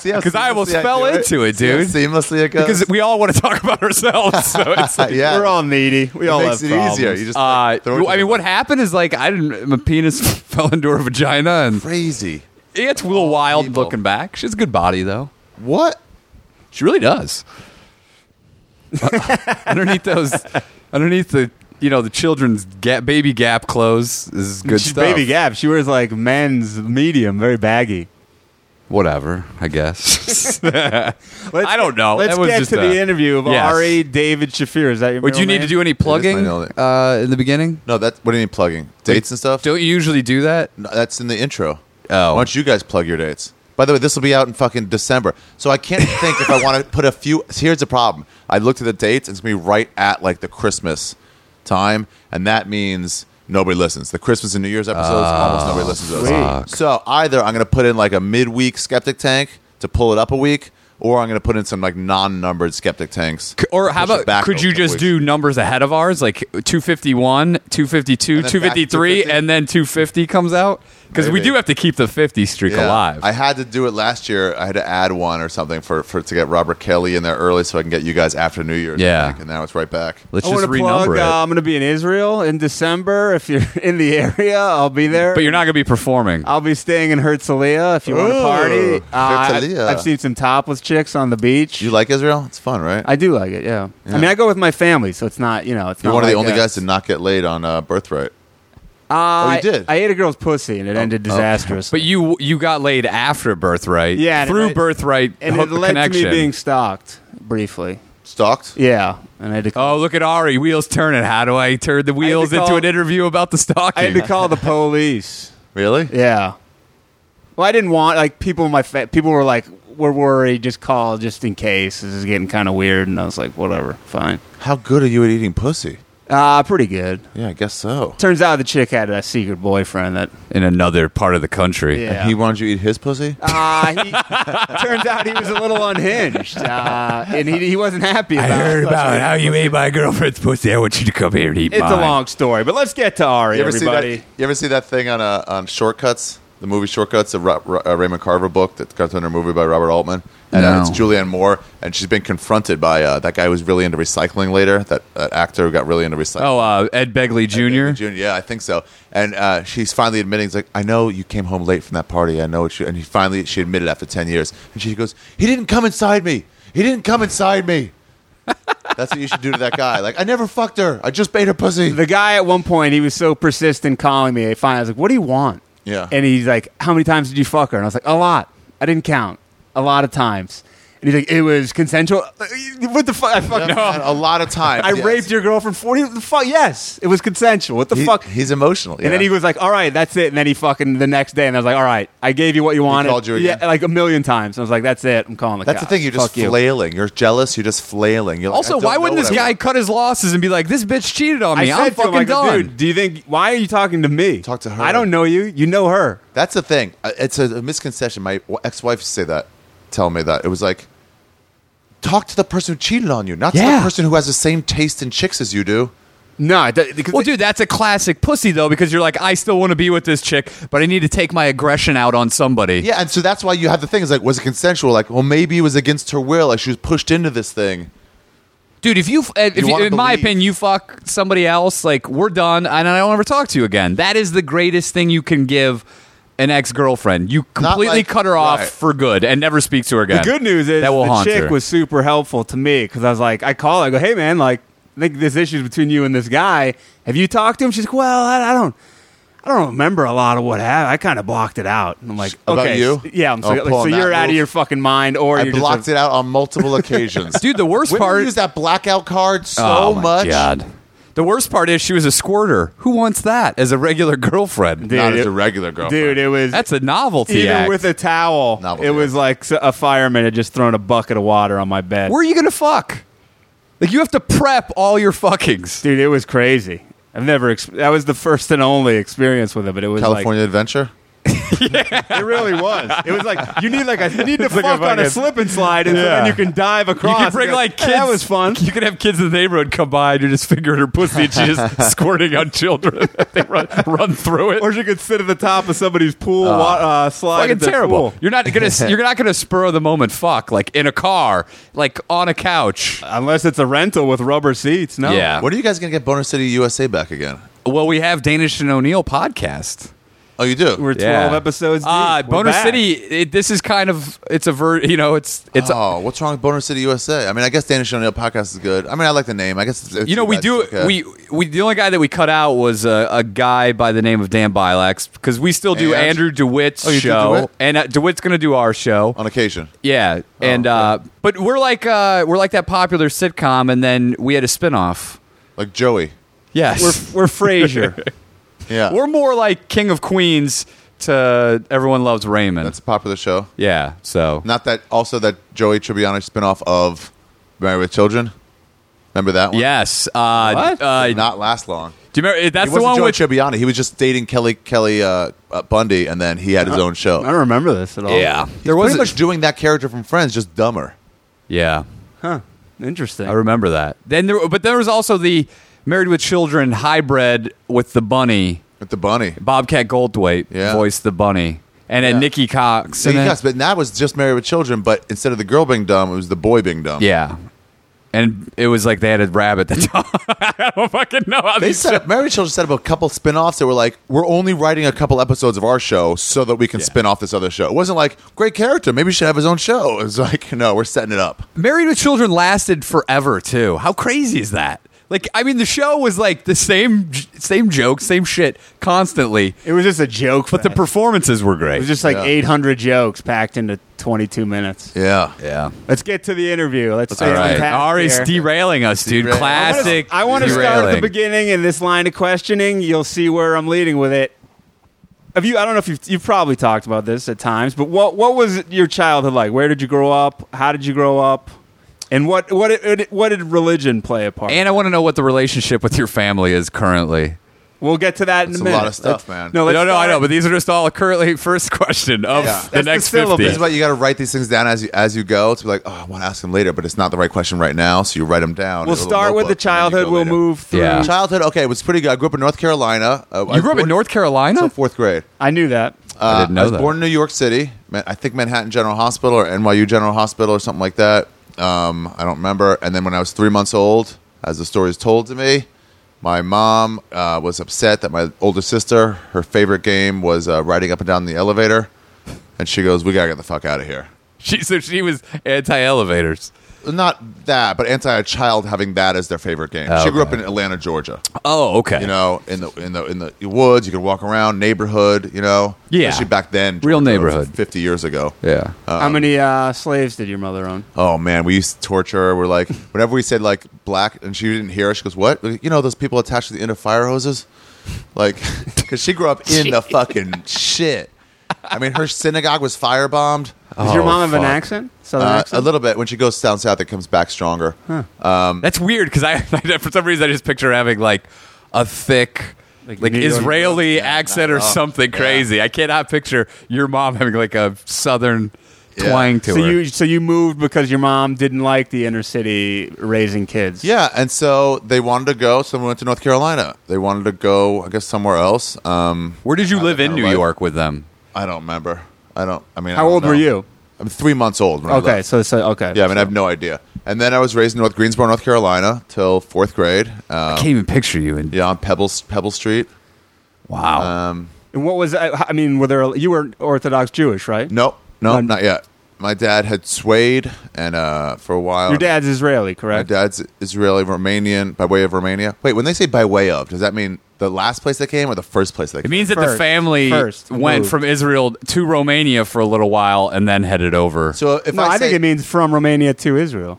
Speaker 1: See how
Speaker 2: because I almost
Speaker 1: seamlessly do
Speaker 2: fell into it,
Speaker 1: See how
Speaker 2: dude.
Speaker 1: Seamlessly it goes.
Speaker 2: Because we all want to talk about ourselves. So it's like,
Speaker 1: yeah,
Speaker 6: We're all needy. We
Speaker 1: it
Speaker 6: all
Speaker 1: makes
Speaker 6: have
Speaker 1: it
Speaker 6: problems.
Speaker 1: easier. You just
Speaker 2: uh,
Speaker 1: like, throw it to
Speaker 2: I
Speaker 1: the-
Speaker 2: mean, what happened is like I didn't. My penis fell into her vagina, and
Speaker 1: crazy?
Speaker 2: it's a little wild
Speaker 1: people.
Speaker 2: looking back. She has a good body though.
Speaker 1: What?
Speaker 2: She really does. Uh, underneath those, underneath the you know the children's gap, baby gap clothes is good
Speaker 6: She's
Speaker 2: stuff.
Speaker 6: baby Gab. She wears like men's medium, very baggy.
Speaker 2: Whatever, I guess.
Speaker 6: Let's
Speaker 2: I don't know.
Speaker 6: Let's
Speaker 2: That was
Speaker 6: get
Speaker 2: just
Speaker 6: to
Speaker 2: a-
Speaker 6: the interview of
Speaker 2: Yes.
Speaker 6: Ari David Shafir. Is that your
Speaker 2: Would you
Speaker 6: middle
Speaker 2: need to
Speaker 6: name?
Speaker 2: do any plugging
Speaker 1: nail it.
Speaker 2: uh, in the beginning?
Speaker 1: No, that. What do you mean plugging dates and stuff?
Speaker 2: Don't you usually do that?
Speaker 1: No, that's in the intro.
Speaker 2: Oh.
Speaker 1: Why don't you guys plug your dates? By the way, this will be out in fucking December. So I can't think if I want to put a few. Here's the problem. I looked at the dates, and it's going to be right at like the Christmas time, and that means nobody listens. The Christmas and New Year's episodes,
Speaker 2: Ah,
Speaker 1: almost nobody listens to those. So either I'm going to put in like a midweek skeptic tank to pull it up a week, or I'm going to put in some like non numbered skeptic tanks.
Speaker 2: C- Or how
Speaker 1: Push it
Speaker 2: about
Speaker 1: back
Speaker 2: could
Speaker 1: a
Speaker 2: you
Speaker 1: couple
Speaker 2: just
Speaker 1: weeks.
Speaker 2: do numbers ahead of ours, like 251, 252,
Speaker 1: And then back to
Speaker 2: 253,
Speaker 1: 250?
Speaker 2: and then 250 comes out? Because we
Speaker 1: Maybe.
Speaker 2: do have to keep the 50 streak
Speaker 1: Yeah.
Speaker 2: alive.
Speaker 1: I had to do it last year. I had to add one or something for, for to get Robert Kelly in there early so I can get you guys after New Year's. I
Speaker 2: Yeah.
Speaker 1: think, and now it's right back.
Speaker 2: Let's
Speaker 6: I
Speaker 2: just
Speaker 6: want to plug.
Speaker 2: renumber it.
Speaker 6: Uh, I'm going to be in Israel in December. If you're in the area, I'll be there.
Speaker 2: but you're not going to be performing.
Speaker 6: I'll be staying in Herzliya if you want to
Speaker 1: Ooh,
Speaker 6: party. Uh,
Speaker 1: Herzliya.
Speaker 6: I, have seen some topless chicks on the beach.
Speaker 1: You like Israel? It's fun, right?
Speaker 6: I do like it. Yeah. I mean, I go with my family, so it's not you know it's
Speaker 1: You're
Speaker 6: not
Speaker 1: one of the
Speaker 6: like
Speaker 1: only
Speaker 6: a-
Speaker 1: guys to not get laid on uh, Birthright.
Speaker 6: Uh,
Speaker 1: Oh, you did? Oh,
Speaker 6: I, I ate a girl's pussy and it ended disastrous.
Speaker 2: but you you got laid after birthright,
Speaker 6: Yeah, and it
Speaker 2: through
Speaker 6: led-
Speaker 2: birthright
Speaker 6: and
Speaker 2: hook
Speaker 6: it led
Speaker 2: connection.
Speaker 6: to me being stalked briefly.
Speaker 1: Stalked?
Speaker 6: Yeah, and I had to call,
Speaker 2: oh, look at Ari, wheels turning. How do I turn the wheels into
Speaker 6: call-
Speaker 2: an interview about
Speaker 6: I
Speaker 2: the
Speaker 6: had
Speaker 2: stalking?
Speaker 6: to call the police.
Speaker 1: Really?
Speaker 6: Yeah. Well, I didn't want like people. in My fa- people were like, "We're worried. Just call, just in case. This is getting kind of weird." And I was like, "Whatever, fine."
Speaker 1: How good are you at eating pussy?
Speaker 6: Uh, pretty good.
Speaker 1: Yeah, I guess so.
Speaker 6: Turns out the chick had a secret boyfriend that.
Speaker 2: In another part of the country.
Speaker 6: Yeah.
Speaker 1: He wanted you to eat his pussy?
Speaker 6: Uh, he, turns out he was a little unhinged, uh, and he, he wasn't happy about it.
Speaker 2: about how you ate my girlfriend's pussy. I want you to come here and eat
Speaker 6: It's a long story, but let's get to Ari,
Speaker 1: you ever see
Speaker 6: everybody.
Speaker 1: that? You ever see that thing on uh, on shortcuts? the movie Shortcuts, a Ra- Ra- uh, Raymond Carver book that got turned into a movie by Robert Altman, and uh,
Speaker 2: No.
Speaker 1: it's Julianne Moore, and she's been confronted by uh, that guy who was really into recycling later, that, that actor who got really into recycling.
Speaker 2: Oh, uh, Ed Begley Jr.
Speaker 1: Junior, yeah, I think so. And uh, she's finally admitting, it's like, I know you came home late from that party. I know it. And he finally, she admitted after ten years, and she goes, he didn't come inside me. He didn't come inside me. That's what you should do to that guy. Like, I never fucked her. I just bait her pussy.
Speaker 6: The guy at one point, he was so persistent calling me. I finally I was like, "What do you want?"
Speaker 1: Yeah.
Speaker 6: And he's like, "How many times did you fuck her?" And I was like, "A lot. I didn't count. A lot of times." And he's like, "It was consensual." Like, What the fuck? I fuck
Speaker 1: Man,
Speaker 6: no.
Speaker 1: a lot of times.
Speaker 6: I raped your girlfriend forty. The fuck? Yes, it was consensual. What the fuck?
Speaker 1: He's emotional.
Speaker 6: And then he was like, "All right, that's it." And then he fucking the next day, and I was like, "All right, I gave you what you wanted."
Speaker 1: called you again?
Speaker 6: Yeah, like a million times. I was like, "That's it. I'm calling the
Speaker 1: That's the
Speaker 6: cops.
Speaker 1: thing. You're just
Speaker 6: Fuck you.
Speaker 1: flailing. You. are jealous. You're just flailing. You're like, I
Speaker 2: Also,
Speaker 1: don't
Speaker 2: why
Speaker 1: know
Speaker 2: wouldn't
Speaker 1: what
Speaker 2: this
Speaker 1: I
Speaker 2: guy
Speaker 1: want.
Speaker 2: cut his losses and be like, "This bitch cheated on me.
Speaker 6: I
Speaker 2: I'm
Speaker 6: said to him,
Speaker 2: fucking
Speaker 6: I go,
Speaker 2: done."
Speaker 6: dude, do you think why are you talking to me?
Speaker 1: Talk to her.
Speaker 6: I don't know you. You know her.
Speaker 1: That's the thing. Uh, It's a, a misconception. My w- ex-wife used to say that, tell me that it was like, talk to the person who cheated on you, not to the
Speaker 6: Yeah.
Speaker 1: person who has the same taste in chicks as you do.
Speaker 6: No, it does- because
Speaker 2: Well, dude, that's a classic pussy though, because you're like, I still want to be with this chick, but I need to take my aggression out on somebody.
Speaker 1: Yeah, and so that's why you have the thing. Is like, was it consensual? Like, well, maybe it was against her will. Like, she was pushed into this thing.
Speaker 2: Dude, if you, f- if
Speaker 1: You
Speaker 2: you,
Speaker 1: wanna
Speaker 2: in my
Speaker 1: believe.
Speaker 2: opinion, you fuck somebody else, like we're done, and I don't ever talk to you again. That is the greatest thing you can give an ex girlfriend. You completely
Speaker 1: like-
Speaker 2: cut her off
Speaker 1: right.
Speaker 2: for good and never speak to her again.
Speaker 6: the good news is
Speaker 2: that will
Speaker 6: the
Speaker 2: haunt
Speaker 6: chick
Speaker 2: her.
Speaker 6: was super helpful to me because I was like, I call, her, I go, hey man, like, I think this issue's between you and this guy. Have you talked to him? She's like, well, I, I don't. I don't remember a lot of what happened. I kind of blocked it out. And I'm like,
Speaker 1: About
Speaker 6: okay,
Speaker 1: you?
Speaker 6: Yeah, I'm
Speaker 1: Oh,
Speaker 6: so, like,
Speaker 1: pulling
Speaker 6: so
Speaker 1: that
Speaker 6: you're out
Speaker 1: move.
Speaker 6: of your fucking mind, or
Speaker 1: I
Speaker 6: you're
Speaker 1: blocked
Speaker 6: just a,
Speaker 1: it out on multiple occasions.
Speaker 2: dude. The worst
Speaker 1: Women
Speaker 2: part
Speaker 1: use that blackout card so
Speaker 2: oh my
Speaker 1: much.
Speaker 2: God. The worst part is she was a squirter. Who wants that as a regular girlfriend?
Speaker 1: Not
Speaker 6: Dude,
Speaker 1: as
Speaker 6: it-
Speaker 1: a regular girl.
Speaker 6: dude. It was
Speaker 2: That's a novelty
Speaker 6: even
Speaker 2: act.
Speaker 6: with a towel.
Speaker 1: Novelty
Speaker 6: it was
Speaker 1: act.
Speaker 6: like s- a fireman had just thrown a bucket of water on my bed.
Speaker 2: Where are you gonna fuck? Like you have to prep all your fuckings.
Speaker 6: Dude, it was crazy. I've never. Exp- that was the first and only experience with it. But it was
Speaker 1: California Adventure.
Speaker 6: Like, it really was. It was like you need like a you need to fuck
Speaker 2: a
Speaker 6: on a
Speaker 2: fucking-
Speaker 6: slip and slide, and so
Speaker 2: Yeah.
Speaker 6: then you can dive
Speaker 2: You
Speaker 6: across.
Speaker 2: could bring
Speaker 6: You're
Speaker 2: like
Speaker 6: "Hey,
Speaker 2: kids.
Speaker 6: That was fun.
Speaker 2: You could have kids in the neighborhood come by and you're just fingering her pussy and she's just squirting on children. they run, run through it.
Speaker 6: Or you could sit at the top of somebody's pool wa- uh, slide.
Speaker 2: fucking
Speaker 6: at their
Speaker 2: terrible.
Speaker 6: pool.
Speaker 2: You're not gonna you're not gonna spur of the moment fuck like in a car, like on a couch.
Speaker 6: Unless it's a rental with rubber seats. No.
Speaker 2: Yeah.
Speaker 1: When are you guys gonna get Boner City USA back again?
Speaker 2: Well, we have Danish and O'Neill podcast.
Speaker 1: Oh, you do.
Speaker 6: We're twelve episodes. Deep.
Speaker 2: Uh,
Speaker 6: We're
Speaker 2: Boner
Speaker 6: back.
Speaker 2: City. It, this is kind of it's a ver. You know, it's it's.
Speaker 1: oh, what's wrong with Boner City USA? I mean, I guess Danish O'Neill podcast is good. I mean, I like the name. I guess it's, it's-
Speaker 2: you know, we
Speaker 1: it's
Speaker 2: do
Speaker 1: okay.
Speaker 2: we we the only guy that we cut out was a, a guy by the name of Dan Bilax because we still do
Speaker 1: And-
Speaker 2: Andrew DeWitt's
Speaker 1: Oh, you do
Speaker 2: show,
Speaker 1: DeWitt? Um, oh,
Speaker 2: and uh, DeWitt's going to do our show.
Speaker 1: on occasion.
Speaker 2: Yeah, and uh, but we're like uh, we're like that popular sitcom, and then we had a spinoff.
Speaker 1: Like Joey.
Speaker 6: We're
Speaker 2: Yes,
Speaker 6: we're Frasier.
Speaker 1: Yeah.
Speaker 2: we're, more like King of Queens to Everyone Loves Raymond.
Speaker 1: That's a popular show.
Speaker 2: yeah, so
Speaker 1: Not that also that Joey Tribbiani spinoff of Married with Children. Remember that one?
Speaker 2: yes, uh,
Speaker 6: What?
Speaker 2: Uh,
Speaker 1: Did not last long.
Speaker 2: do you remember? eh, That's
Speaker 1: He
Speaker 2: the
Speaker 1: wasn't
Speaker 2: one
Speaker 1: Joey
Speaker 2: with
Speaker 1: Tribbiani. He was just dating Kelly Kelly uh, uh, Bundy, and then he had his own show.
Speaker 6: I don't remember this at all.
Speaker 2: yeah.
Speaker 1: There
Speaker 2: Uh, There
Speaker 1: was
Speaker 2: was
Speaker 1: pretty much doing that character from Friends, just dumber.
Speaker 2: yeah.
Speaker 6: Huh. Interesting.
Speaker 2: I remember that. Then there, but there was also the Married with Children hybrid with the bunny.
Speaker 1: With the bunny.
Speaker 2: Bobcat Goldthwait
Speaker 1: Yeah.
Speaker 2: voiced the bunny, and then Nikki Cox.
Speaker 1: So
Speaker 2: in it.
Speaker 1: yes, but that was just Married with Children, but instead of the girl being dumb, it was the boy being dumb.
Speaker 2: Yeah. And it was like they had a rabbit that I don't fucking know how
Speaker 1: They
Speaker 2: these
Speaker 1: set up, Married with Children set up a couple spin-offs that were like, we're only writing a couple episodes of our show so that we can spin off this other show. It wasn't like, great character, maybe he should have his own show. It was like, no, we're setting it up.
Speaker 2: Married with Children lasted forever too. How crazy is that? Like I mean the show was like the same same joke, same shit constantly,
Speaker 6: It was just a joke.
Speaker 2: but the
Speaker 6: fest.
Speaker 2: performances were great.
Speaker 6: it was just like
Speaker 1: Yeah.
Speaker 6: 800 jokes packed into 22 minutes.
Speaker 1: Yeah.
Speaker 2: yeah.
Speaker 6: Let's get to the interview. Let's
Speaker 2: All right.
Speaker 6: unpack
Speaker 2: Ari's
Speaker 6: here.
Speaker 2: derailing us, dude.
Speaker 1: Derailing. I wanna-
Speaker 2: Classic.
Speaker 6: I want to start at the
Speaker 2: derailing.
Speaker 6: beginning in this line of questioning. You'll see where I'm leading with it. Have you? I don't know if you've, you've probably talked about this at times, but what what was your childhood like? Where did you grow up? How did you grow up? And what what did, what did religion play a part?
Speaker 2: And I want to know what the relationship with your family is currently.
Speaker 6: we'll get to that in
Speaker 1: That's a
Speaker 6: a minute.
Speaker 1: lot of stuff, man.
Speaker 6: No,
Speaker 2: No,
Speaker 6: let's
Speaker 2: no, I
Speaker 6: start-
Speaker 2: know, but these are just all currently first question of
Speaker 1: Yeah.
Speaker 2: the
Speaker 6: That's the
Speaker 2: next
Speaker 6: syllabus.
Speaker 1: This is
Speaker 2: 50.
Speaker 1: why you got to write these things down as you as you go to be like, oh, I want to ask him later, but it's not the right question right now, so you write them down.
Speaker 6: we'll
Speaker 1: in a little
Speaker 6: start with the
Speaker 1: notebook, and then you
Speaker 6: childhood.
Speaker 1: go
Speaker 6: We'll
Speaker 1: later.
Speaker 6: move through.
Speaker 2: Yeah.
Speaker 1: Childhood, okay, it was pretty good. I grew up in North Carolina. Uh, I
Speaker 2: You grew up in North Carolina?
Speaker 1: until fourth grade.
Speaker 6: I knew that.
Speaker 2: I didn't
Speaker 1: Uh,
Speaker 2: know
Speaker 1: I was
Speaker 2: that.
Speaker 1: born in New York City. Ma- I think Manhattan General Hospital or NYU General Hospital or something like that. Um, I don't remember. And then when I was three months old, as the story is told to me, my mom uh, was upset that my older sister, her favorite game was uh, riding up and down the elevator, and she goes, "We gotta get the fuck out of here."
Speaker 2: She, so she was anti elevators.
Speaker 1: Not that, but anti a child having that as their favorite game.
Speaker 2: Oh,
Speaker 1: she grew
Speaker 2: okay.
Speaker 1: up in Atlanta, Georgia.
Speaker 2: Oh, okay.
Speaker 1: You know, in the in the in the woods, you could walk around neighborhood. You know,
Speaker 2: Yeah.
Speaker 1: especially back then,
Speaker 2: Real
Speaker 1: Georgia,
Speaker 2: neighborhood.
Speaker 1: fifty years ago.
Speaker 2: yeah.
Speaker 1: Um,
Speaker 6: How many uh, slaves did your mother own?
Speaker 1: Oh man, we used to torture her. We're like, whenever we said like black, and she didn't hear, us, she goes, "What? You know those people attached to the end of fire hoses?" Like, because she grew up in the fucking shit. I mean, her synagogue was firebombed.
Speaker 6: Does your
Speaker 2: Oh,
Speaker 6: mom have an
Speaker 2: fuck.
Speaker 6: accent? Southern
Speaker 1: Uh, a
Speaker 6: accent?
Speaker 1: little bit when she goes down south, it comes back stronger.
Speaker 2: That's weird because I, for some reason I just picture her having like a thick like,
Speaker 6: New York-
Speaker 2: Israeli accent or
Speaker 1: not at all.
Speaker 2: something crazy. I cannot picture your mom having like a southern
Speaker 1: Yeah.
Speaker 2: twang to
Speaker 6: So
Speaker 2: her.
Speaker 6: you so you moved because your mom didn't like the inner city raising kids.
Speaker 1: Yeah, and so they wanted to go, so we went to North Carolina. They wanted to go, I guess, somewhere else. Um,
Speaker 2: Where did you live in
Speaker 1: her
Speaker 2: New
Speaker 1: life.
Speaker 2: York with them?
Speaker 1: I don't remember. I don't. I mean, I
Speaker 6: How
Speaker 1: don't
Speaker 6: old were
Speaker 1: know.
Speaker 6: you?
Speaker 1: I'm three months old. When I
Speaker 6: Okay,
Speaker 1: left.
Speaker 6: so so okay.
Speaker 1: Yeah, I mean, I have no idea. And then I was raised in North Greensboro, North Carolina, till fourth grade.
Speaker 2: I
Speaker 1: Um,
Speaker 2: can't even picture you. And
Speaker 1: yeah, on Pebble Pebble Street.
Speaker 2: wow,
Speaker 6: Uh,
Speaker 1: Um,
Speaker 6: And what was uh, I, I mean? Were there you were Orthodox Jewish, right?
Speaker 1: no, no,
Speaker 6: None.
Speaker 1: not yet. My dad had swayed, and uh, for a while,
Speaker 6: Your dad's Israeli,
Speaker 1: My
Speaker 6: correct?
Speaker 1: dad's Israeli Romanian by way of Romania. Wait, when they say by way of, does that mean the last place they came or the first place they
Speaker 2: it
Speaker 1: came?
Speaker 2: means that the
Speaker 6: first-
Speaker 2: family
Speaker 6: first
Speaker 2: went
Speaker 6: moved.
Speaker 2: from Israel to Romania for a little while and then headed over.
Speaker 1: so if
Speaker 6: no, I,
Speaker 1: I,
Speaker 6: think
Speaker 1: say-
Speaker 6: it means from Romania to Israel.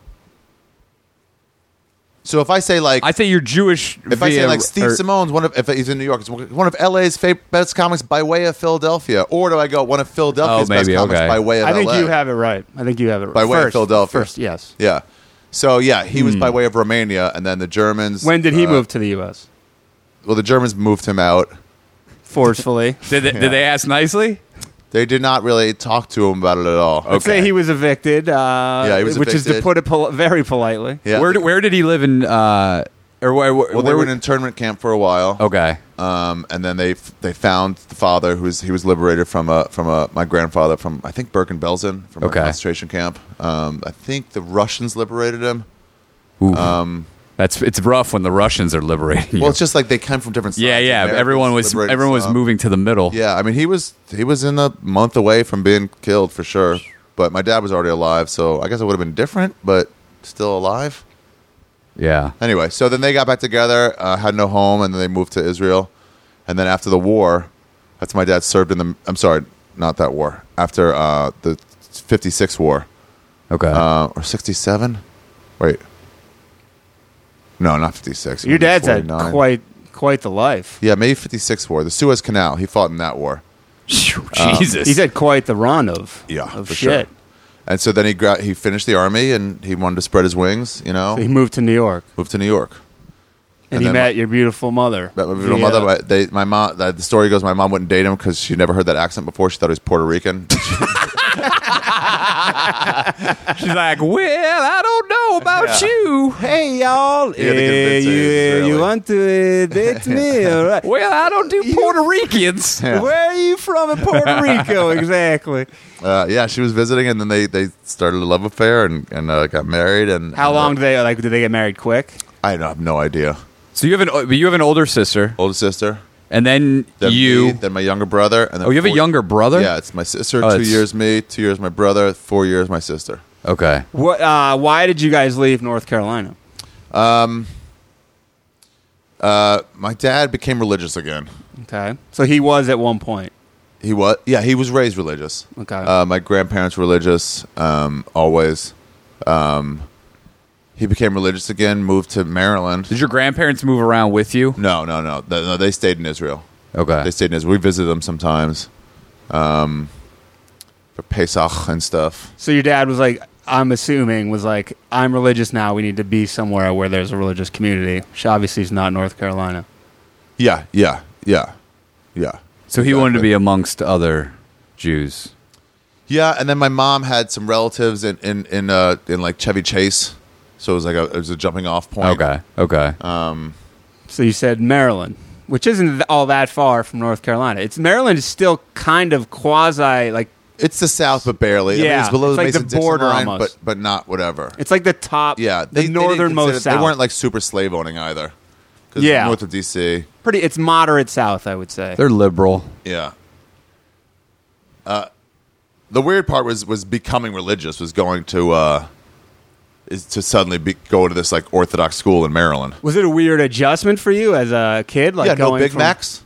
Speaker 1: so if I say like
Speaker 2: I say you're Jewish.
Speaker 1: If I say
Speaker 2: via-
Speaker 1: like Steve
Speaker 2: or-
Speaker 1: Simone's one of if he's in New York, it's one of LA's fa- best comics by way of Philadelphia, or do I go one of Philadelphia's
Speaker 2: Oh,
Speaker 1: best
Speaker 2: maybe,
Speaker 1: comics
Speaker 2: okay.
Speaker 1: by way of
Speaker 6: I think
Speaker 1: LA?
Speaker 6: you have it right. I think you have it right.
Speaker 1: by way of
Speaker 6: First-
Speaker 1: Philadelphia.
Speaker 6: First, yes.
Speaker 1: Yeah. So yeah, he was by
Speaker 2: Hmm.
Speaker 1: way of Romania, and then the Germans.
Speaker 6: When did he
Speaker 1: uh,
Speaker 6: move to the U.S.?
Speaker 1: Well, the Germans moved him out.
Speaker 6: Forcefully.
Speaker 2: Did they, did they ask nicely?
Speaker 1: They did not really talk to him about it at all.
Speaker 6: Let's say he was evicted. Uh,
Speaker 1: Yeah, he was
Speaker 6: which is to
Speaker 1: evicted.
Speaker 6: put it pol- very politely.
Speaker 1: Yeah.
Speaker 2: Where did, where did he live in? Uh, or where? where,
Speaker 1: Well, they
Speaker 2: where
Speaker 1: were in
Speaker 2: would-
Speaker 1: an internment camp for a while.
Speaker 2: okay.
Speaker 1: Um, and then they f- they found the father who's he was liberated from a from a my grandfather from I think Bergen Belsen from
Speaker 2: Okay.
Speaker 1: a concentration camp. Um, I think the Russians liberated him.
Speaker 2: Ooh.
Speaker 1: Um,
Speaker 2: That's it's rough when the Russians are liberating you.
Speaker 1: Well, it's just like they came from different. Sides.
Speaker 2: yeah, yeah.
Speaker 1: Americans
Speaker 2: Everyone was
Speaker 1: liberated
Speaker 2: everyone was
Speaker 1: some.
Speaker 2: moving to the middle.
Speaker 1: Yeah, I mean he was he was in a month away from being killed for sure. But my dad was already alive, so I guess it would have been different, but still alive.
Speaker 2: yeah.
Speaker 1: Anyway, so then they got back together, uh, had no home, and then they moved to Israel. And then after the war, that's my dad served in the. I'm sorry, not that war. After uh, the '56 war
Speaker 2: Okay.
Speaker 1: uh, or '67, wait, no, not '56.
Speaker 6: Your dad's had
Speaker 1: 49.
Speaker 6: quite quite the life.
Speaker 1: Yeah, maybe 56 war, the Suez Canal. He fought in that war.
Speaker 2: Phew,
Speaker 1: uh,
Speaker 2: Jesus.
Speaker 6: He's had quite the run of
Speaker 1: Yeah,
Speaker 6: of
Speaker 1: for
Speaker 6: shit.
Speaker 1: sure. And so then he gra- he finished the army and he wanted to spread his wings, you know.
Speaker 6: So he moved to New York
Speaker 1: moved to New York.
Speaker 6: and,
Speaker 1: And
Speaker 6: he
Speaker 1: then-
Speaker 6: met your beautiful mother. uh,
Speaker 1: But my little
Speaker 6: via-
Speaker 1: mother, my, they, my mom. The the story goes, my mom wouldn't date him because she never heard that accent before. She thought he was Puerto Rican.
Speaker 2: She's like, well, I don't know about you.
Speaker 6: Hey y'all,
Speaker 1: You gotta convince her
Speaker 6: Eh,
Speaker 1: he's
Speaker 6: you,
Speaker 1: Israeli.
Speaker 6: you want to uh, date me? All right.
Speaker 2: Well, I don't do Puerto Ricans.
Speaker 1: Yeah.
Speaker 6: Where are you from in Puerto Rico exactly?
Speaker 1: uh, yeah, she was visiting, and then they, they started a love affair and and uh, got married. And
Speaker 6: How
Speaker 1: and,
Speaker 6: long
Speaker 1: uh,
Speaker 6: did they like? Did they get married quick?
Speaker 1: I don't- I have no idea.
Speaker 2: So you have an o- but you have an older sister,
Speaker 1: Older sister,
Speaker 2: and then,
Speaker 1: then
Speaker 2: you.
Speaker 1: me, then my younger brother, and then
Speaker 2: oh, you have a
Speaker 1: four-
Speaker 2: younger brother.
Speaker 1: Yeah, it's my sister.
Speaker 2: Oh,
Speaker 1: Two
Speaker 2: it's-
Speaker 1: years me, two years my brother, four years my sister.
Speaker 2: Okay.
Speaker 6: What? Uh, why did you guys leave North Carolina?
Speaker 1: My dad became religious again.
Speaker 6: Okay, so he was at one point.
Speaker 1: He was yeah, he was raised religious.
Speaker 6: Okay.
Speaker 1: Uh, my grandparents were religious, um, always. Um, he became religious again, moved to Maryland.
Speaker 2: Did your grandparents move around with you?
Speaker 1: No, no, no. Th- no they stayed in Israel.
Speaker 2: Okay.
Speaker 1: They stayed in Israel. We visited them sometimes. Um for Pesach and stuff.
Speaker 6: So your dad was like, I'm assuming, was like, I'm religious now. We need to be somewhere where there's a religious community, which obviously is not North Carolina.
Speaker 1: Yeah, yeah, yeah. Yeah.
Speaker 2: so he wanted to
Speaker 1: Exactly.
Speaker 2: be amongst other Jews.
Speaker 1: Yeah, and then my mom had some relatives in in in, uh, in like Chevy Chase. So it was like a it was a jumping off point.
Speaker 2: Okay. Okay.
Speaker 6: So you said Maryland. which isn't th- all that far from North Carolina. It's Maryland is still kind of quasi like
Speaker 1: It's the South, but barely. I mean,
Speaker 6: Yeah,
Speaker 1: it's below
Speaker 6: it's
Speaker 1: the
Speaker 6: like the
Speaker 1: Mason Dixon
Speaker 6: border
Speaker 1: line,
Speaker 6: almost.
Speaker 1: but but not whatever.
Speaker 6: it's like the top,
Speaker 1: yeah,
Speaker 6: the
Speaker 1: didn't
Speaker 6: northernmost
Speaker 1: consider-
Speaker 6: south.
Speaker 1: They weren't like super slave owning either. 'Cause
Speaker 6: Yeah.
Speaker 1: north of DC.
Speaker 6: pretty. It's moderate south, I would say.
Speaker 2: They're liberal.
Speaker 1: Yeah. Uh, the weird part was was becoming religious was going to uh, is to suddenly be, go to this like Orthodox school in Maryland.
Speaker 6: Was it a weird adjustment for you as a kid? Like
Speaker 1: yeah, no
Speaker 6: going
Speaker 1: Big
Speaker 6: from-
Speaker 1: Macs.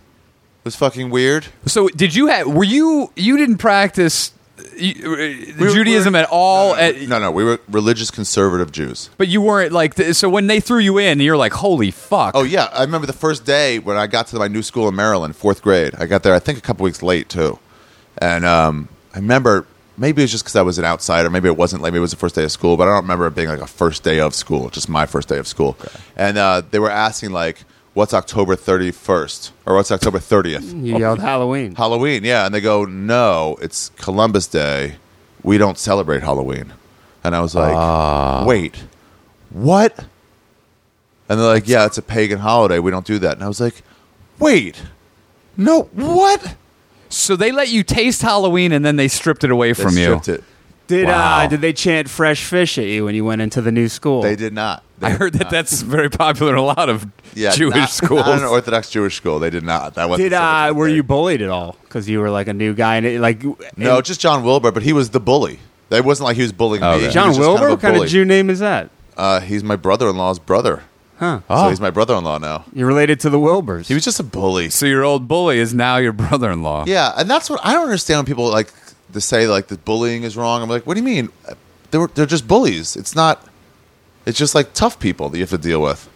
Speaker 1: It was fucking weird.
Speaker 2: So did you have? Were you? You didn't practice you, uh,
Speaker 1: were-
Speaker 2: Judaism
Speaker 1: we were-
Speaker 2: at all? at,
Speaker 1: No, no, we were religious conservative Jews.
Speaker 2: But you weren't like. th- So when they threw you in, you're like, holy fuck.
Speaker 1: Oh yeah, I remember the first day when I got to my new school in Maryland, fourth grade. I got there, I think, a couple weeks late too, and um, I remember maybe it was just because I was an outsider. Maybe it wasn't like maybe it was the first day of school, but I don't remember it being like a first day of school, just my first day of school. And uh, they were asking like, "What's October thirty first or what's October thirtieth?
Speaker 6: You yelled Halloween.
Speaker 1: Halloween?" Yeah, and they go, "No, it's Columbus Day. We don't celebrate Halloween." And I was like,
Speaker 6: Ah.
Speaker 1: "Wait, what?" And they're like, yeah, it's a pagan holiday. We don't do that. And I was like, wait, no, what?
Speaker 2: So they let you taste Halloween and then they stripped it away
Speaker 1: They
Speaker 2: from you.
Speaker 1: stripped it.
Speaker 6: Did
Speaker 2: Wow.
Speaker 6: uh, did they chant "fresh fish" at you when you went into the new school?
Speaker 1: They did not. They
Speaker 2: I
Speaker 1: did
Speaker 2: heard that
Speaker 1: not.
Speaker 2: that's very popular in a lot of
Speaker 1: yeah,
Speaker 2: Jewish
Speaker 1: not,
Speaker 2: schools.
Speaker 1: Not an Orthodox Jewish school. They did not. That wasn't
Speaker 6: Did
Speaker 1: something
Speaker 6: uh,
Speaker 1: that
Speaker 6: were
Speaker 1: they-
Speaker 6: you bullied at all? Because you were like a new guy, and it, like
Speaker 1: No,
Speaker 6: and-
Speaker 1: just John Wilbur, but he was the bully. It wasn't like he was bullying me.
Speaker 2: okay.
Speaker 1: He
Speaker 6: Oh, John
Speaker 1: was just
Speaker 6: Wilbur.
Speaker 1: Kind of
Speaker 6: what
Speaker 1: a
Speaker 6: kind of
Speaker 1: bully.
Speaker 6: Jew name is that?
Speaker 1: Uh, he's my brother-in-law's brother.
Speaker 6: Huh? Ah.
Speaker 1: So he's my brother-in-law now.
Speaker 6: You're related to the Wilburs.
Speaker 1: He was just a bully.
Speaker 2: so your old bully is now your brother-in-law.
Speaker 1: Yeah, and that's what I don't understand when people like to say like the bullying is wrong. I'm like, what do you mean? They were, they're just bullies. It's not. It's just like tough people that you have to deal with.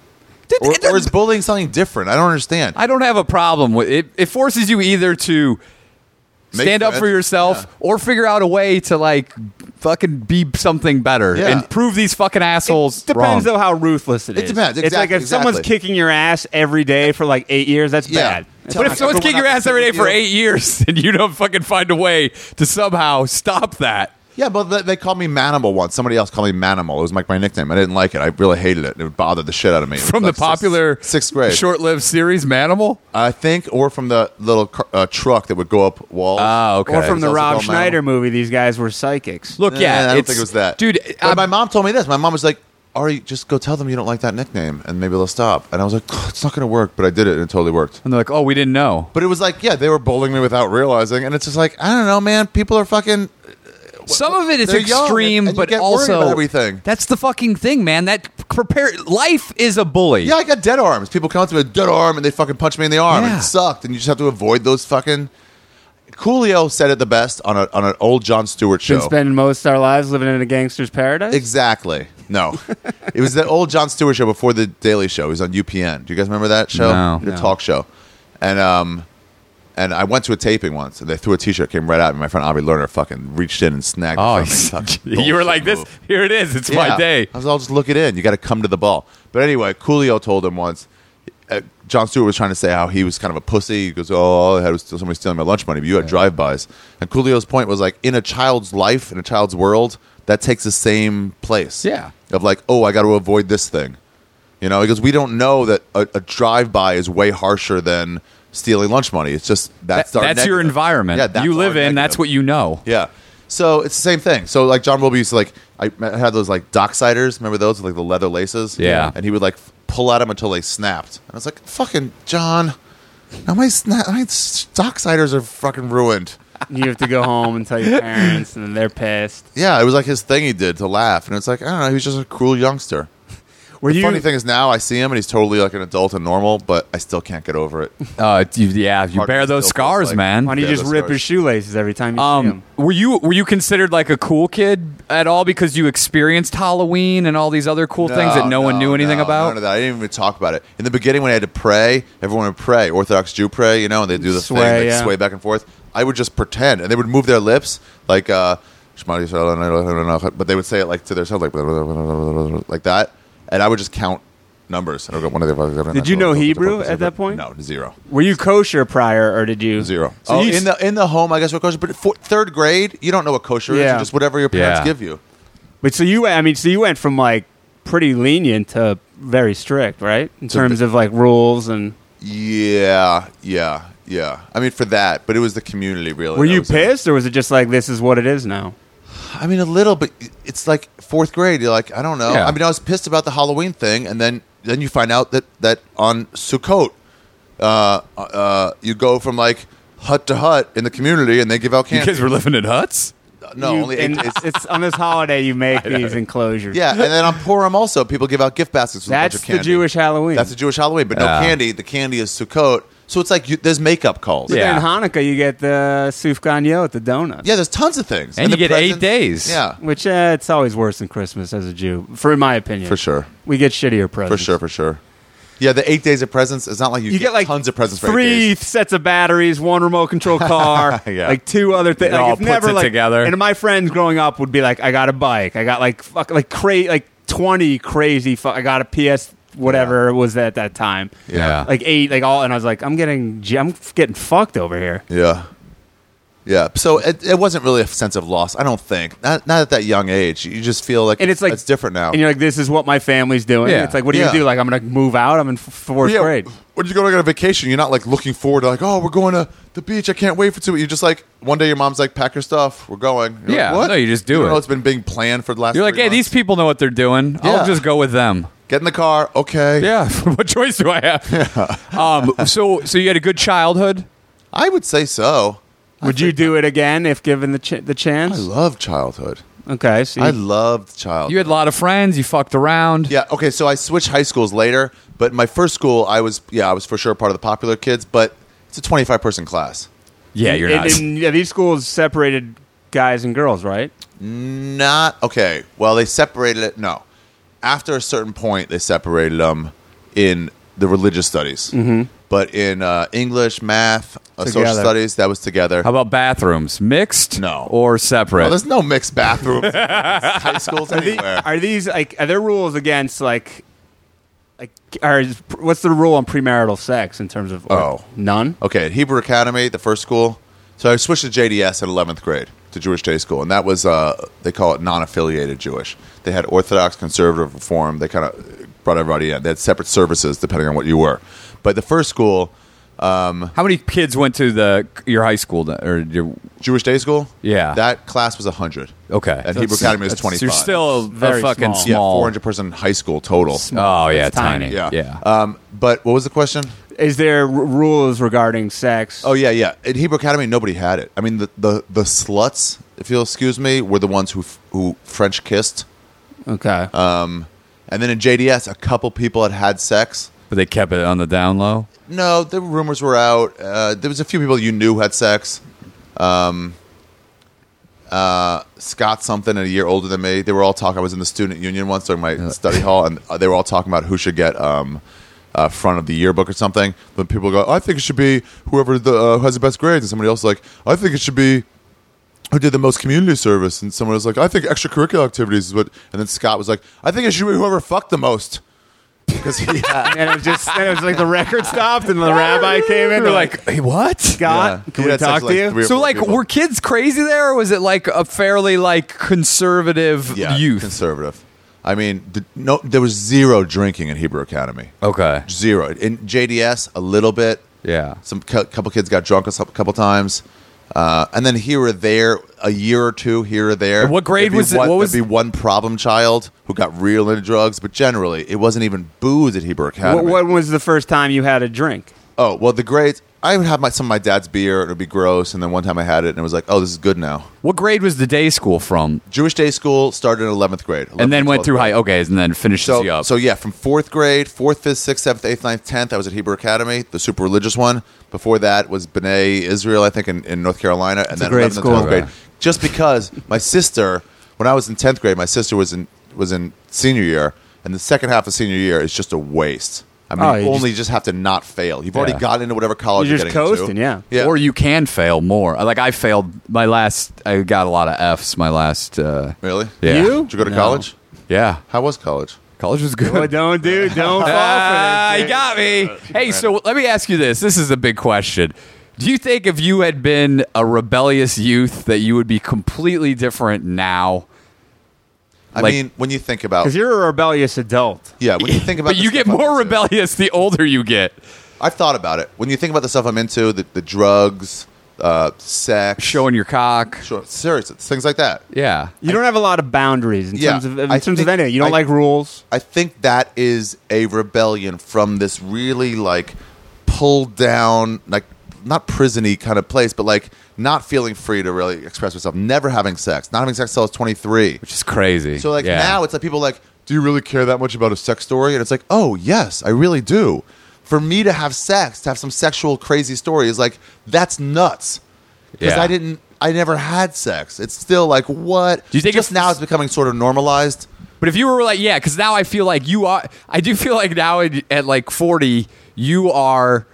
Speaker 1: Or, or is bullying something different? I don't understand.
Speaker 2: I don't have a problem with it. It forces you either to
Speaker 1: Make
Speaker 2: stand up
Speaker 1: friends,
Speaker 2: for yourself
Speaker 1: yeah.
Speaker 2: or figure out a way to like fucking be something better
Speaker 1: Yeah.
Speaker 2: and prove these fucking assholes
Speaker 6: depends
Speaker 2: wrong.
Speaker 6: though how ruthless it
Speaker 1: It
Speaker 6: is.
Speaker 1: depends,
Speaker 6: It's like
Speaker 1: exact-
Speaker 6: if someone's
Speaker 1: exactly.
Speaker 6: kicking your ass every day for like eight years, that's
Speaker 1: Yeah.
Speaker 6: bad.
Speaker 1: But
Speaker 2: But if someone's kicking your ass every day for eight years and you don't fucking find a way to somehow stop that,
Speaker 1: Yeah, but they- they called me Manimal once. Somebody else called me Manimal. It was like my nickname. I didn't like it. I really hated it. It bothered the shit out of me. It was
Speaker 2: from
Speaker 1: like
Speaker 2: the popular
Speaker 1: sixth, sixth grade,
Speaker 2: short-lived series Manimal.
Speaker 1: I think, or from the little car, uh, truck that would go up walls.
Speaker 2: Oh, okay.
Speaker 6: or from
Speaker 1: It's
Speaker 6: the
Speaker 1: also
Speaker 6: Rob
Speaker 1: called Manimal.
Speaker 6: Schneider movie, these guys were psychics.
Speaker 2: Look,
Speaker 1: Eh,
Speaker 2: yeah,
Speaker 1: I don't
Speaker 2: it's-
Speaker 1: think it was that,
Speaker 2: dude.
Speaker 1: But
Speaker 2: I'm-
Speaker 1: my mom told me this. My mom was like, "Ari, just go tell them you don't like that nickname, and maybe they'll stop." And I was like, "It's not going to work," but I did it, and it totally worked.
Speaker 2: and they're like, "Oh, we didn't know."
Speaker 1: But it was like, yeah, they were bullying me without realizing, and it's just like, I don't know, man. People are fucking.
Speaker 2: Some of it is
Speaker 1: They're young,
Speaker 2: extreme,
Speaker 1: and- and you
Speaker 2: but
Speaker 1: get worried
Speaker 2: also
Speaker 1: about everything.
Speaker 2: That's the fucking thing, man. That prepare life is a bully.
Speaker 1: Yeah, I got dead arms. People come up to me with a dead arm, and they fucking punch me in the arm. and
Speaker 2: Yeah.
Speaker 1: It sucked, and you just have to avoid those fucking. Coolio said it the best on a on an old John Stewart show.
Speaker 6: Been spending most of our lives living in a gangster's paradise.
Speaker 1: Exactly. No. it was the old John Stewart show before the Daily Show. It was on UPN. Do you guys remember that show?
Speaker 2: No.
Speaker 1: The talk show. And um and I went to a taping once and they threw a t shirt, came right out, and my friend Avi Lerner fucking reached in and snagged it
Speaker 2: Oh,
Speaker 1: from me. Fucking
Speaker 2: you were
Speaker 1: bullshit
Speaker 2: like this.
Speaker 1: move.
Speaker 2: Here it is. It's my
Speaker 1: Yeah.
Speaker 2: day.
Speaker 1: I was all just look it in. You got to come to the ball. But anyway, Coolio told him once. Uh, John Stewart was trying to say how he was kind of a pussy. He goes, "Oh, all I had was somebody stealing my lunch money." But you had drive-bys, and Coolio's point was like, in a child's life, in a child's world, that takes the same place.
Speaker 2: Yeah.
Speaker 1: Of like, oh, I got to avoid this thing. You know, because we don't know that a, a drive-by is way harsher than stealing lunch money. It's just that's
Speaker 2: That-
Speaker 1: our
Speaker 2: that's your
Speaker 1: negative.
Speaker 2: environment.
Speaker 1: Yeah, that's
Speaker 2: you
Speaker 1: our
Speaker 2: live in. That's
Speaker 1: negative.
Speaker 2: what you know.
Speaker 1: Yeah. So it's the same thing. So like John Wilby used to like I I had those like docksiders. Remember those with like the leather laces?
Speaker 2: Yeah.
Speaker 1: And he would like f- pull at them until they snapped. And I was like, fucking John, now my sna- my s- docksiders are fucking ruined.
Speaker 6: You have to go home and tell your parents, and then they're pissed.
Speaker 1: Yeah, it was like his thing he did to laugh, and it's like I don't know, he was just a cruel youngster.
Speaker 6: Were
Speaker 1: The
Speaker 6: you
Speaker 1: funny thing is now I see him and he's totally like an adult and normal, but I still can't get over it.
Speaker 2: Uh, you, yeah, you
Speaker 1: Hard
Speaker 2: bear
Speaker 1: to
Speaker 2: those
Speaker 1: still
Speaker 2: scars,
Speaker 1: like-
Speaker 2: man.
Speaker 6: Why don't you
Speaker 1: Yeah,
Speaker 6: just
Speaker 1: those
Speaker 6: rip
Speaker 1: guys.
Speaker 6: his shoelaces every time you see him?
Speaker 2: Um, were you were you considered like a cool kid at all because you experienced Halloween and all these other cool things that no, one knew anything
Speaker 1: no,
Speaker 2: about?
Speaker 1: None of that. I didn't even talk about it. In the beginning, when I had to pray, everyone would pray, Orthodox Jew pray, you know, and they do the thing,
Speaker 6: Sway,
Speaker 1: they
Speaker 6: yeah.
Speaker 1: sway back and forth. I would just pretend, and they would move their lips like, uh, "Shema Yisrael," but they would say it like to themselves, like like that, and I would just count numbers. And I would go, one of the-
Speaker 6: Did you know Hebrew at that point?
Speaker 1: No, zero.
Speaker 6: Were you kosher prior, or did you
Speaker 1: Zero.
Speaker 6: So
Speaker 1: oh,
Speaker 6: you
Speaker 1: in the in the home, I guess we're kosher. But for, third grade, you don't know what kosher is.
Speaker 6: Yeah.
Speaker 1: It's just whatever your parents
Speaker 2: Yeah.
Speaker 1: give you.
Speaker 6: But so you, I mean, so you went from like pretty lenient to very strict, right? In terms of like rules and
Speaker 1: Yeah, yeah, yeah. I mean, for that, but it was the community really.
Speaker 6: Were
Speaker 1: that
Speaker 6: you
Speaker 1: was it.
Speaker 6: pissed, or was it just like this is what it is now?
Speaker 1: I mean, a little, but it's like fourth grade. You're like, I don't know.
Speaker 2: Yeah.
Speaker 1: I mean, I was pissed about the Halloween thing, and then then you find out that that on Sukkot, uh, uh, you go from like hut to hut in the community, and they give out
Speaker 2: You
Speaker 1: candy.
Speaker 2: kids were living in huts?
Speaker 1: no,
Speaker 6: You-
Speaker 1: only eight,
Speaker 6: and
Speaker 1: days.
Speaker 6: it's, it's on this holiday you make these enclosures.
Speaker 1: yeah, and then on Purim also, people give out gift baskets. With a
Speaker 6: that's
Speaker 1: bunch of
Speaker 6: the
Speaker 1: candy.
Speaker 6: Jewish Halloween.
Speaker 1: That's the Jewish Halloween, but
Speaker 2: Yeah.
Speaker 1: no candy. The candy is Sukkot, so it's like you, there's makeup calls.
Speaker 6: But
Speaker 2: Yeah.
Speaker 6: then in Hanukkah you get the sufganiyot, the donuts.
Speaker 1: Yeah, there's tons of things,
Speaker 2: And you
Speaker 1: the
Speaker 2: get eight
Speaker 1: presents-
Speaker 2: days.
Speaker 1: Yeah,
Speaker 6: Which uh, it's always worse than Christmas as a Jew, for my opinion.
Speaker 1: for sure.
Speaker 6: we get shittier
Speaker 1: For
Speaker 6: presents.
Speaker 1: sure, for sure. Yeah, the eight days of presents. It's not like you,
Speaker 6: You get like
Speaker 1: tons of presents for eight
Speaker 6: three
Speaker 1: days.
Speaker 6: sets of batteries, one remote control car,
Speaker 1: Yeah.
Speaker 6: like two other things.
Speaker 2: It all puts it
Speaker 6: like,
Speaker 2: together.
Speaker 6: And my friends growing up would be like, I got a bike, I got like fuck, like cra- like twenty crazy, fu- I got a PS whatever it was at that time,
Speaker 1: Yeah.
Speaker 6: like eight, like all, and I was like, I'm getting, j- I'm getting fucked over here.
Speaker 1: Yeah. Yeah. So it, it wasn't really a sense of loss, I don't think. Not, not at that young age. You just feel like
Speaker 6: And it's like
Speaker 1: it's different now.
Speaker 6: And you're like, this is what my family's doing.
Speaker 2: Yeah.
Speaker 6: It's like, what do you
Speaker 1: Yeah.
Speaker 6: do? Like, I'm gonna move out. I'm in f- fourth
Speaker 1: yeah,
Speaker 6: grade.
Speaker 1: When you go on a vacation, you're not like looking forward to like, oh, we're going to the beach. I can't wait for two. You're just like, one day your mom's like, pack your stuff. We're going. You're like,
Speaker 2: Yeah,
Speaker 1: what?
Speaker 2: no, you just do
Speaker 1: don't
Speaker 2: it.
Speaker 1: know it's been being planned for the last
Speaker 2: You're like,
Speaker 1: three
Speaker 2: hey, these
Speaker 1: months.
Speaker 2: people know what they're doing.
Speaker 1: Yeah.
Speaker 2: I'll just go with them.
Speaker 1: Get in the car. Okay.
Speaker 2: Yeah. what choice do I have? Um, so, so you had a good childhood.
Speaker 1: I would say so.
Speaker 6: Would you do it again if given the ch- the
Speaker 1: I
Speaker 6: chance?
Speaker 1: love childhood.
Speaker 6: Okay, see,
Speaker 1: I loved childhood.
Speaker 2: Mm. You had a lot of friends. You fucked around.
Speaker 1: Yeah. Okay. So I switched high schools later, but my first school, I was yeah, I was for sure part of the popular kids, but it's a twenty-five person class.
Speaker 2: Yeah, you're
Speaker 6: and,
Speaker 2: not.
Speaker 6: and, yeah, these schools separated guys and girls, right?
Speaker 1: Not okay. Well, they separated it. No, after a certain point, they separated them in the religious studies, mm-hmm. but in uh, English, math, uh, social
Speaker 6: Together.
Speaker 1: studies, that was together.
Speaker 2: How about bathrooms? Mixed?
Speaker 1: No.
Speaker 2: Or
Speaker 1: Well,
Speaker 2: separate?
Speaker 1: there's no mixed bathrooms, in high schools anywhere.
Speaker 6: Are these like are there rules against like like are what's the rule on premarital sex in terms of or
Speaker 1: Oh.
Speaker 6: none?
Speaker 1: Okay, at Hebrew Academy, the first school. So I switched to JDS in 11th grade, to Jewish Day School, and that was uh, they call it non-affiliated Jewish. They had Orthodox, Conservative, Reform. They kind of brought everybody in. They had separate services depending on what you were. But the first school,
Speaker 2: How many kids went to the your high school th- or your
Speaker 1: Jewish Day School,
Speaker 2: Yeah.
Speaker 1: that class was 100.
Speaker 2: okay?
Speaker 1: At Hebrew
Speaker 2: That's-
Speaker 1: Academy, it was
Speaker 2: that's-
Speaker 1: 25.
Speaker 2: You're still
Speaker 6: Very
Speaker 2: a fucking
Speaker 6: small.
Speaker 1: yeah,
Speaker 2: small.
Speaker 1: 400 person high school total.
Speaker 2: Oh yeah,
Speaker 6: It's tiny.
Speaker 2: tiny.
Speaker 1: Yeah,
Speaker 2: yeah.
Speaker 1: Um, but what was the question?
Speaker 6: Is there r- rules regarding sex?
Speaker 1: Oh yeah, yeah. At Hebrew Academy, nobody had it. I mean, the the, the sluts, if you'll excuse me, were the ones who f- who French kissed.
Speaker 6: okay.
Speaker 1: Uh. And then in JDS, a couple people had had sex.
Speaker 2: but they kept it on the down low.
Speaker 1: No, the rumors were out. Uh, there was a few people you knew who had sex. Um, uh, Scott something, a year older than me. They were all talking. I was in the student union once during my study hall, and uh, they were all talking about who should get um, uh, front of the yearbook or something. Then people go, "I think it should be whoever the, uh, who has the best grades," and somebody else is like, "I think it should be." Who did the most community service? And someone was like, "I think extracurricular activities is what." And then Scott was like, "I think it should be whoever fucked the most," because he had
Speaker 6: and it was just and it was like the record stopped and the rabbi came in.
Speaker 2: They're
Speaker 6: They're
Speaker 2: like, hey, what?
Speaker 6: Scott,
Speaker 1: Uh, Yeah.
Speaker 6: can
Speaker 1: He
Speaker 6: we
Speaker 1: had sex
Speaker 6: talk
Speaker 1: with,
Speaker 6: to
Speaker 1: like,
Speaker 6: you?
Speaker 1: three or
Speaker 2: So
Speaker 1: four
Speaker 2: like,
Speaker 1: people.
Speaker 2: were kids crazy there, or was it like a fairly like conservative
Speaker 1: yeah,
Speaker 2: youth?
Speaker 1: conservative. I mean, the, no, there was zero drinking in Hebrew Academy.
Speaker 2: okay.
Speaker 1: Zero in JDS, a little bit.
Speaker 2: Yeah.
Speaker 1: some cou- couple kids got drunk a s- couple times, uh, and then here or there, a year or two here or there.
Speaker 2: And what grade
Speaker 1: there'd be
Speaker 2: was it?
Speaker 1: One,
Speaker 2: What was-
Speaker 1: there'd be one problem child who got real into drugs, but generally, it wasn't even booze at Hebrew
Speaker 6: Wh-
Speaker 1: Academy.
Speaker 6: when was the first time you had a drink?
Speaker 1: Oh well, the grades. I would have my, some of my dad's beer, and it would be gross. And then one time I had it, and it was like, oh, this is good now.
Speaker 2: What grade was the day school from?
Speaker 1: Jewish day school started in eleventh grade, 11th,
Speaker 2: And then went
Speaker 1: 12th
Speaker 2: through
Speaker 1: grade.
Speaker 2: high. Okay, and then finishes
Speaker 1: So,
Speaker 2: you up.
Speaker 1: so yeah, from fourth grade, fourth, fifth, sixth, seventh, eighth, ninth, tenth, I was at Hebrew Academy, the super religious one. Before that was B'nai Israel, I think, in, in North Carolina, and then
Speaker 6: great
Speaker 1: eleventh and
Speaker 6: school.
Speaker 1: twelfth grade.
Speaker 2: Okay.
Speaker 1: Just because my sister, when I was in tenth grade, my sister was in was in senior year, and the second half of senior year is just a waste. I mean,
Speaker 6: Oh,
Speaker 1: you
Speaker 6: you
Speaker 1: only just, have to not fail. You've already
Speaker 2: Yeah.
Speaker 1: got into whatever college
Speaker 6: You're
Speaker 1: you're,
Speaker 6: just
Speaker 1: getting into.
Speaker 6: coasting, yeah.
Speaker 1: yeah.
Speaker 2: Or you can fail more. Like I failed my last. I got a lot of Fs. My last. Uh,
Speaker 1: really?
Speaker 2: Yeah.
Speaker 6: You?
Speaker 1: Did you go to
Speaker 6: No.
Speaker 1: college?
Speaker 2: yeah.
Speaker 1: How was college?
Speaker 2: College was good.
Speaker 6: Well, don't do, don't fall for
Speaker 2: Ah,
Speaker 6: this.
Speaker 2: you got me.
Speaker 1: Oh,
Speaker 2: Hey, so let me ask you this. This is a big question. Do you think if you had been a rebellious youth that you would be completely different now?
Speaker 1: I
Speaker 2: Like-
Speaker 1: mean, when you think about
Speaker 6: Because you're a rebellious adult.
Speaker 1: yeah, when you think about
Speaker 2: But
Speaker 1: the
Speaker 2: you get
Speaker 1: stuff I
Speaker 2: more
Speaker 1: did-
Speaker 2: rebellious the older you get.
Speaker 1: I've thought about it. When you think about the stuff I'm into, the, the drugs, uh, sex,
Speaker 2: Showing your cock.
Speaker 1: sure, seriously, things like that.
Speaker 2: Yeah.
Speaker 6: You don't have a lot of boundaries in
Speaker 1: Yeah,
Speaker 6: terms of in
Speaker 1: I
Speaker 6: terms of
Speaker 1: think-
Speaker 6: anything. You don't
Speaker 1: I-
Speaker 6: like rules.
Speaker 1: I think that is a rebellion from this really like pulled down, like not prisony kind of place, but like not feeling free to really express myself, never having sex, not having sex till I was 23.
Speaker 2: Which is crazy.
Speaker 1: So like
Speaker 2: Yeah.
Speaker 1: now it's like people like, do you really care that much about a sex story? And it's like, oh yes, I really do. For me to have sex, to have some sexual crazy story is like that's nuts. Because
Speaker 2: Yeah.
Speaker 1: I didn't, I never had sex. It's still like what?
Speaker 2: Do you think
Speaker 1: just
Speaker 2: if-
Speaker 1: now it's becoming sort of normalized?
Speaker 2: But if you were like, yeah, because now I feel like you are. I do feel like now at, at like forty, you are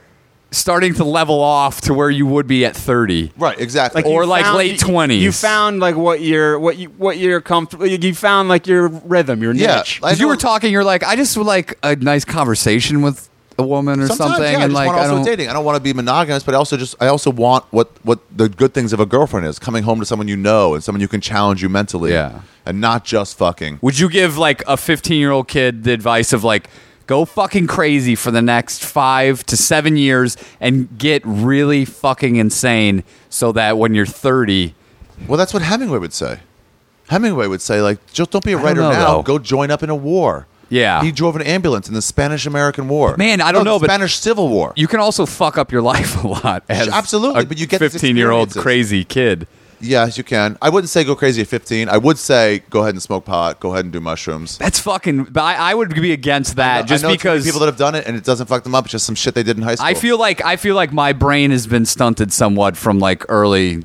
Speaker 2: starting to level off to where you would be at thirty.
Speaker 1: Right, exactly.
Speaker 2: Or
Speaker 6: you
Speaker 2: like late
Speaker 6: you-
Speaker 2: 20s.
Speaker 6: You found like what you're what you what you're comfortable. You you found like your rhythm, your
Speaker 1: Yeah,
Speaker 6: niche.
Speaker 1: I
Speaker 2: Because you were
Speaker 1: don't-
Speaker 2: talking, you're like, I just would like a nice conversation with a woman or
Speaker 1: Sometimes,
Speaker 2: something,
Speaker 1: yeah, I
Speaker 2: and
Speaker 1: just
Speaker 2: like
Speaker 1: want
Speaker 2: I
Speaker 1: also
Speaker 2: don't.
Speaker 1: dating. I don't want to be monogamous, but I also just I also want what what the good things of a girlfriend is coming home to someone you know and someone who can challenge you mentally,
Speaker 2: Yeah.
Speaker 1: and not just fucking.
Speaker 2: Would you give like a 15 year old kid the advice of like, go fucking crazy for the next five to seven years and get really fucking insane so that when you're 30,
Speaker 1: Well, that's what Hemingway would say. Hemingway would say like, just don't be a
Speaker 2: don't
Speaker 1: writer
Speaker 2: know,
Speaker 1: now.
Speaker 2: though.
Speaker 1: Go join up in a war.
Speaker 2: Yeah.
Speaker 1: he drove an ambulance in the Spanish-American War.
Speaker 2: Man, I don't
Speaker 1: No,
Speaker 2: know,
Speaker 1: the
Speaker 2: but-
Speaker 1: Spanish Civil War.
Speaker 2: you can also fuck up your life a lot. As
Speaker 1: Absolutely,
Speaker 2: a
Speaker 1: but you get these
Speaker 2: 15 year old
Speaker 1: experiences.
Speaker 2: crazy kid.
Speaker 1: yes, you can. I wouldn't say go crazy at fifteen. I would say go ahead and smoke pot. Go ahead and do mushrooms.
Speaker 2: That's fucking. But I, I would be against
Speaker 1: I
Speaker 2: that
Speaker 1: know
Speaker 2: just
Speaker 1: too many
Speaker 2: because
Speaker 1: people that have done it and it doesn't fuck them up. It's just some shit they did in high school.
Speaker 2: I feel like I feel like my brain has been stunted somewhat from like early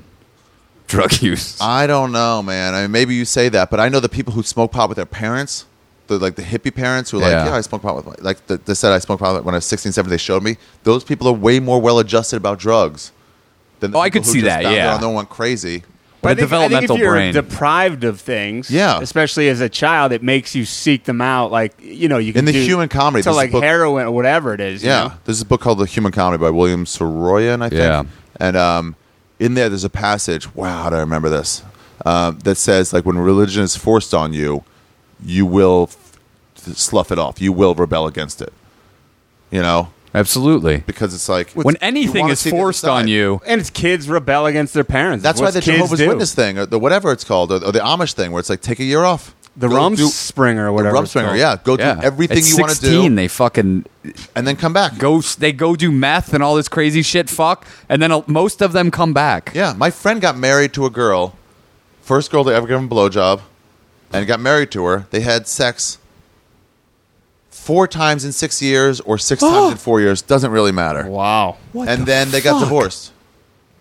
Speaker 2: drug use.
Speaker 1: I don't know, man. I mean, maybe you say that, but I know the people who smoke pot with their parents, the like the hippie parents who are like,
Speaker 2: Yeah.
Speaker 1: yeah, I smoke pot with my, like the, they said I smoked pot when I was 16, 17, they showed me. Those people are way more well adjusted about drugs than the
Speaker 2: Oh, I
Speaker 1: people
Speaker 2: could
Speaker 1: who
Speaker 2: see
Speaker 1: just
Speaker 2: that,
Speaker 1: found
Speaker 2: yeah.
Speaker 1: out and then went crazy.
Speaker 2: But a
Speaker 6: I think- I think
Speaker 2: developmental
Speaker 6: if you're
Speaker 2: brain.
Speaker 6: deprived of things,
Speaker 1: Yeah.
Speaker 6: especially as a child, it makes you seek them out. Like you know, you can
Speaker 1: In the
Speaker 6: do-
Speaker 1: human comedy,
Speaker 6: to
Speaker 1: there's a
Speaker 6: like
Speaker 1: book-
Speaker 6: heroin or whatever it is. you
Speaker 1: Yeah,
Speaker 6: know?
Speaker 1: there's a book called The Human Comedy by William Soroyan, I think.
Speaker 2: Yeah.
Speaker 1: and um, in there there's a passage. Wow, how do I remember this? Um, that says like when religion is forced on you, you will f- slough it off. You will rebel against it. You know,
Speaker 2: Absolutely.
Speaker 1: because it's like
Speaker 2: When
Speaker 1: you
Speaker 2: anything
Speaker 1: wanna
Speaker 2: is
Speaker 1: see the other
Speaker 2: forced on
Speaker 1: side.
Speaker 2: you,
Speaker 6: and it's kids rebel against their parents.
Speaker 1: That's
Speaker 6: It's what
Speaker 1: why the
Speaker 6: kids
Speaker 1: Jehovah's
Speaker 6: do.
Speaker 1: Witness thing, or the whatever it's called, or, or the Amish thing, where it's like take a year off.
Speaker 6: the
Speaker 1: Go
Speaker 6: rum
Speaker 1: do-
Speaker 6: springer or whatever. it's
Speaker 1: Rumspringer,
Speaker 6: called.
Speaker 1: yeah. Go
Speaker 2: yeah,
Speaker 1: do everything
Speaker 2: At
Speaker 1: you want to
Speaker 2: 16,
Speaker 1: do,
Speaker 2: They fucking
Speaker 1: and then come back.
Speaker 2: go. They go do meth and all this crazy shit. Fuck, and then uh, most of them come back.
Speaker 1: Yeah, my friend got married to a girl, first girl to ever give him a blowjob, and got married to her. They had sex four times in six years or six times in four years. Doesn't really matter.
Speaker 6: Wow.
Speaker 1: and then they got divorced.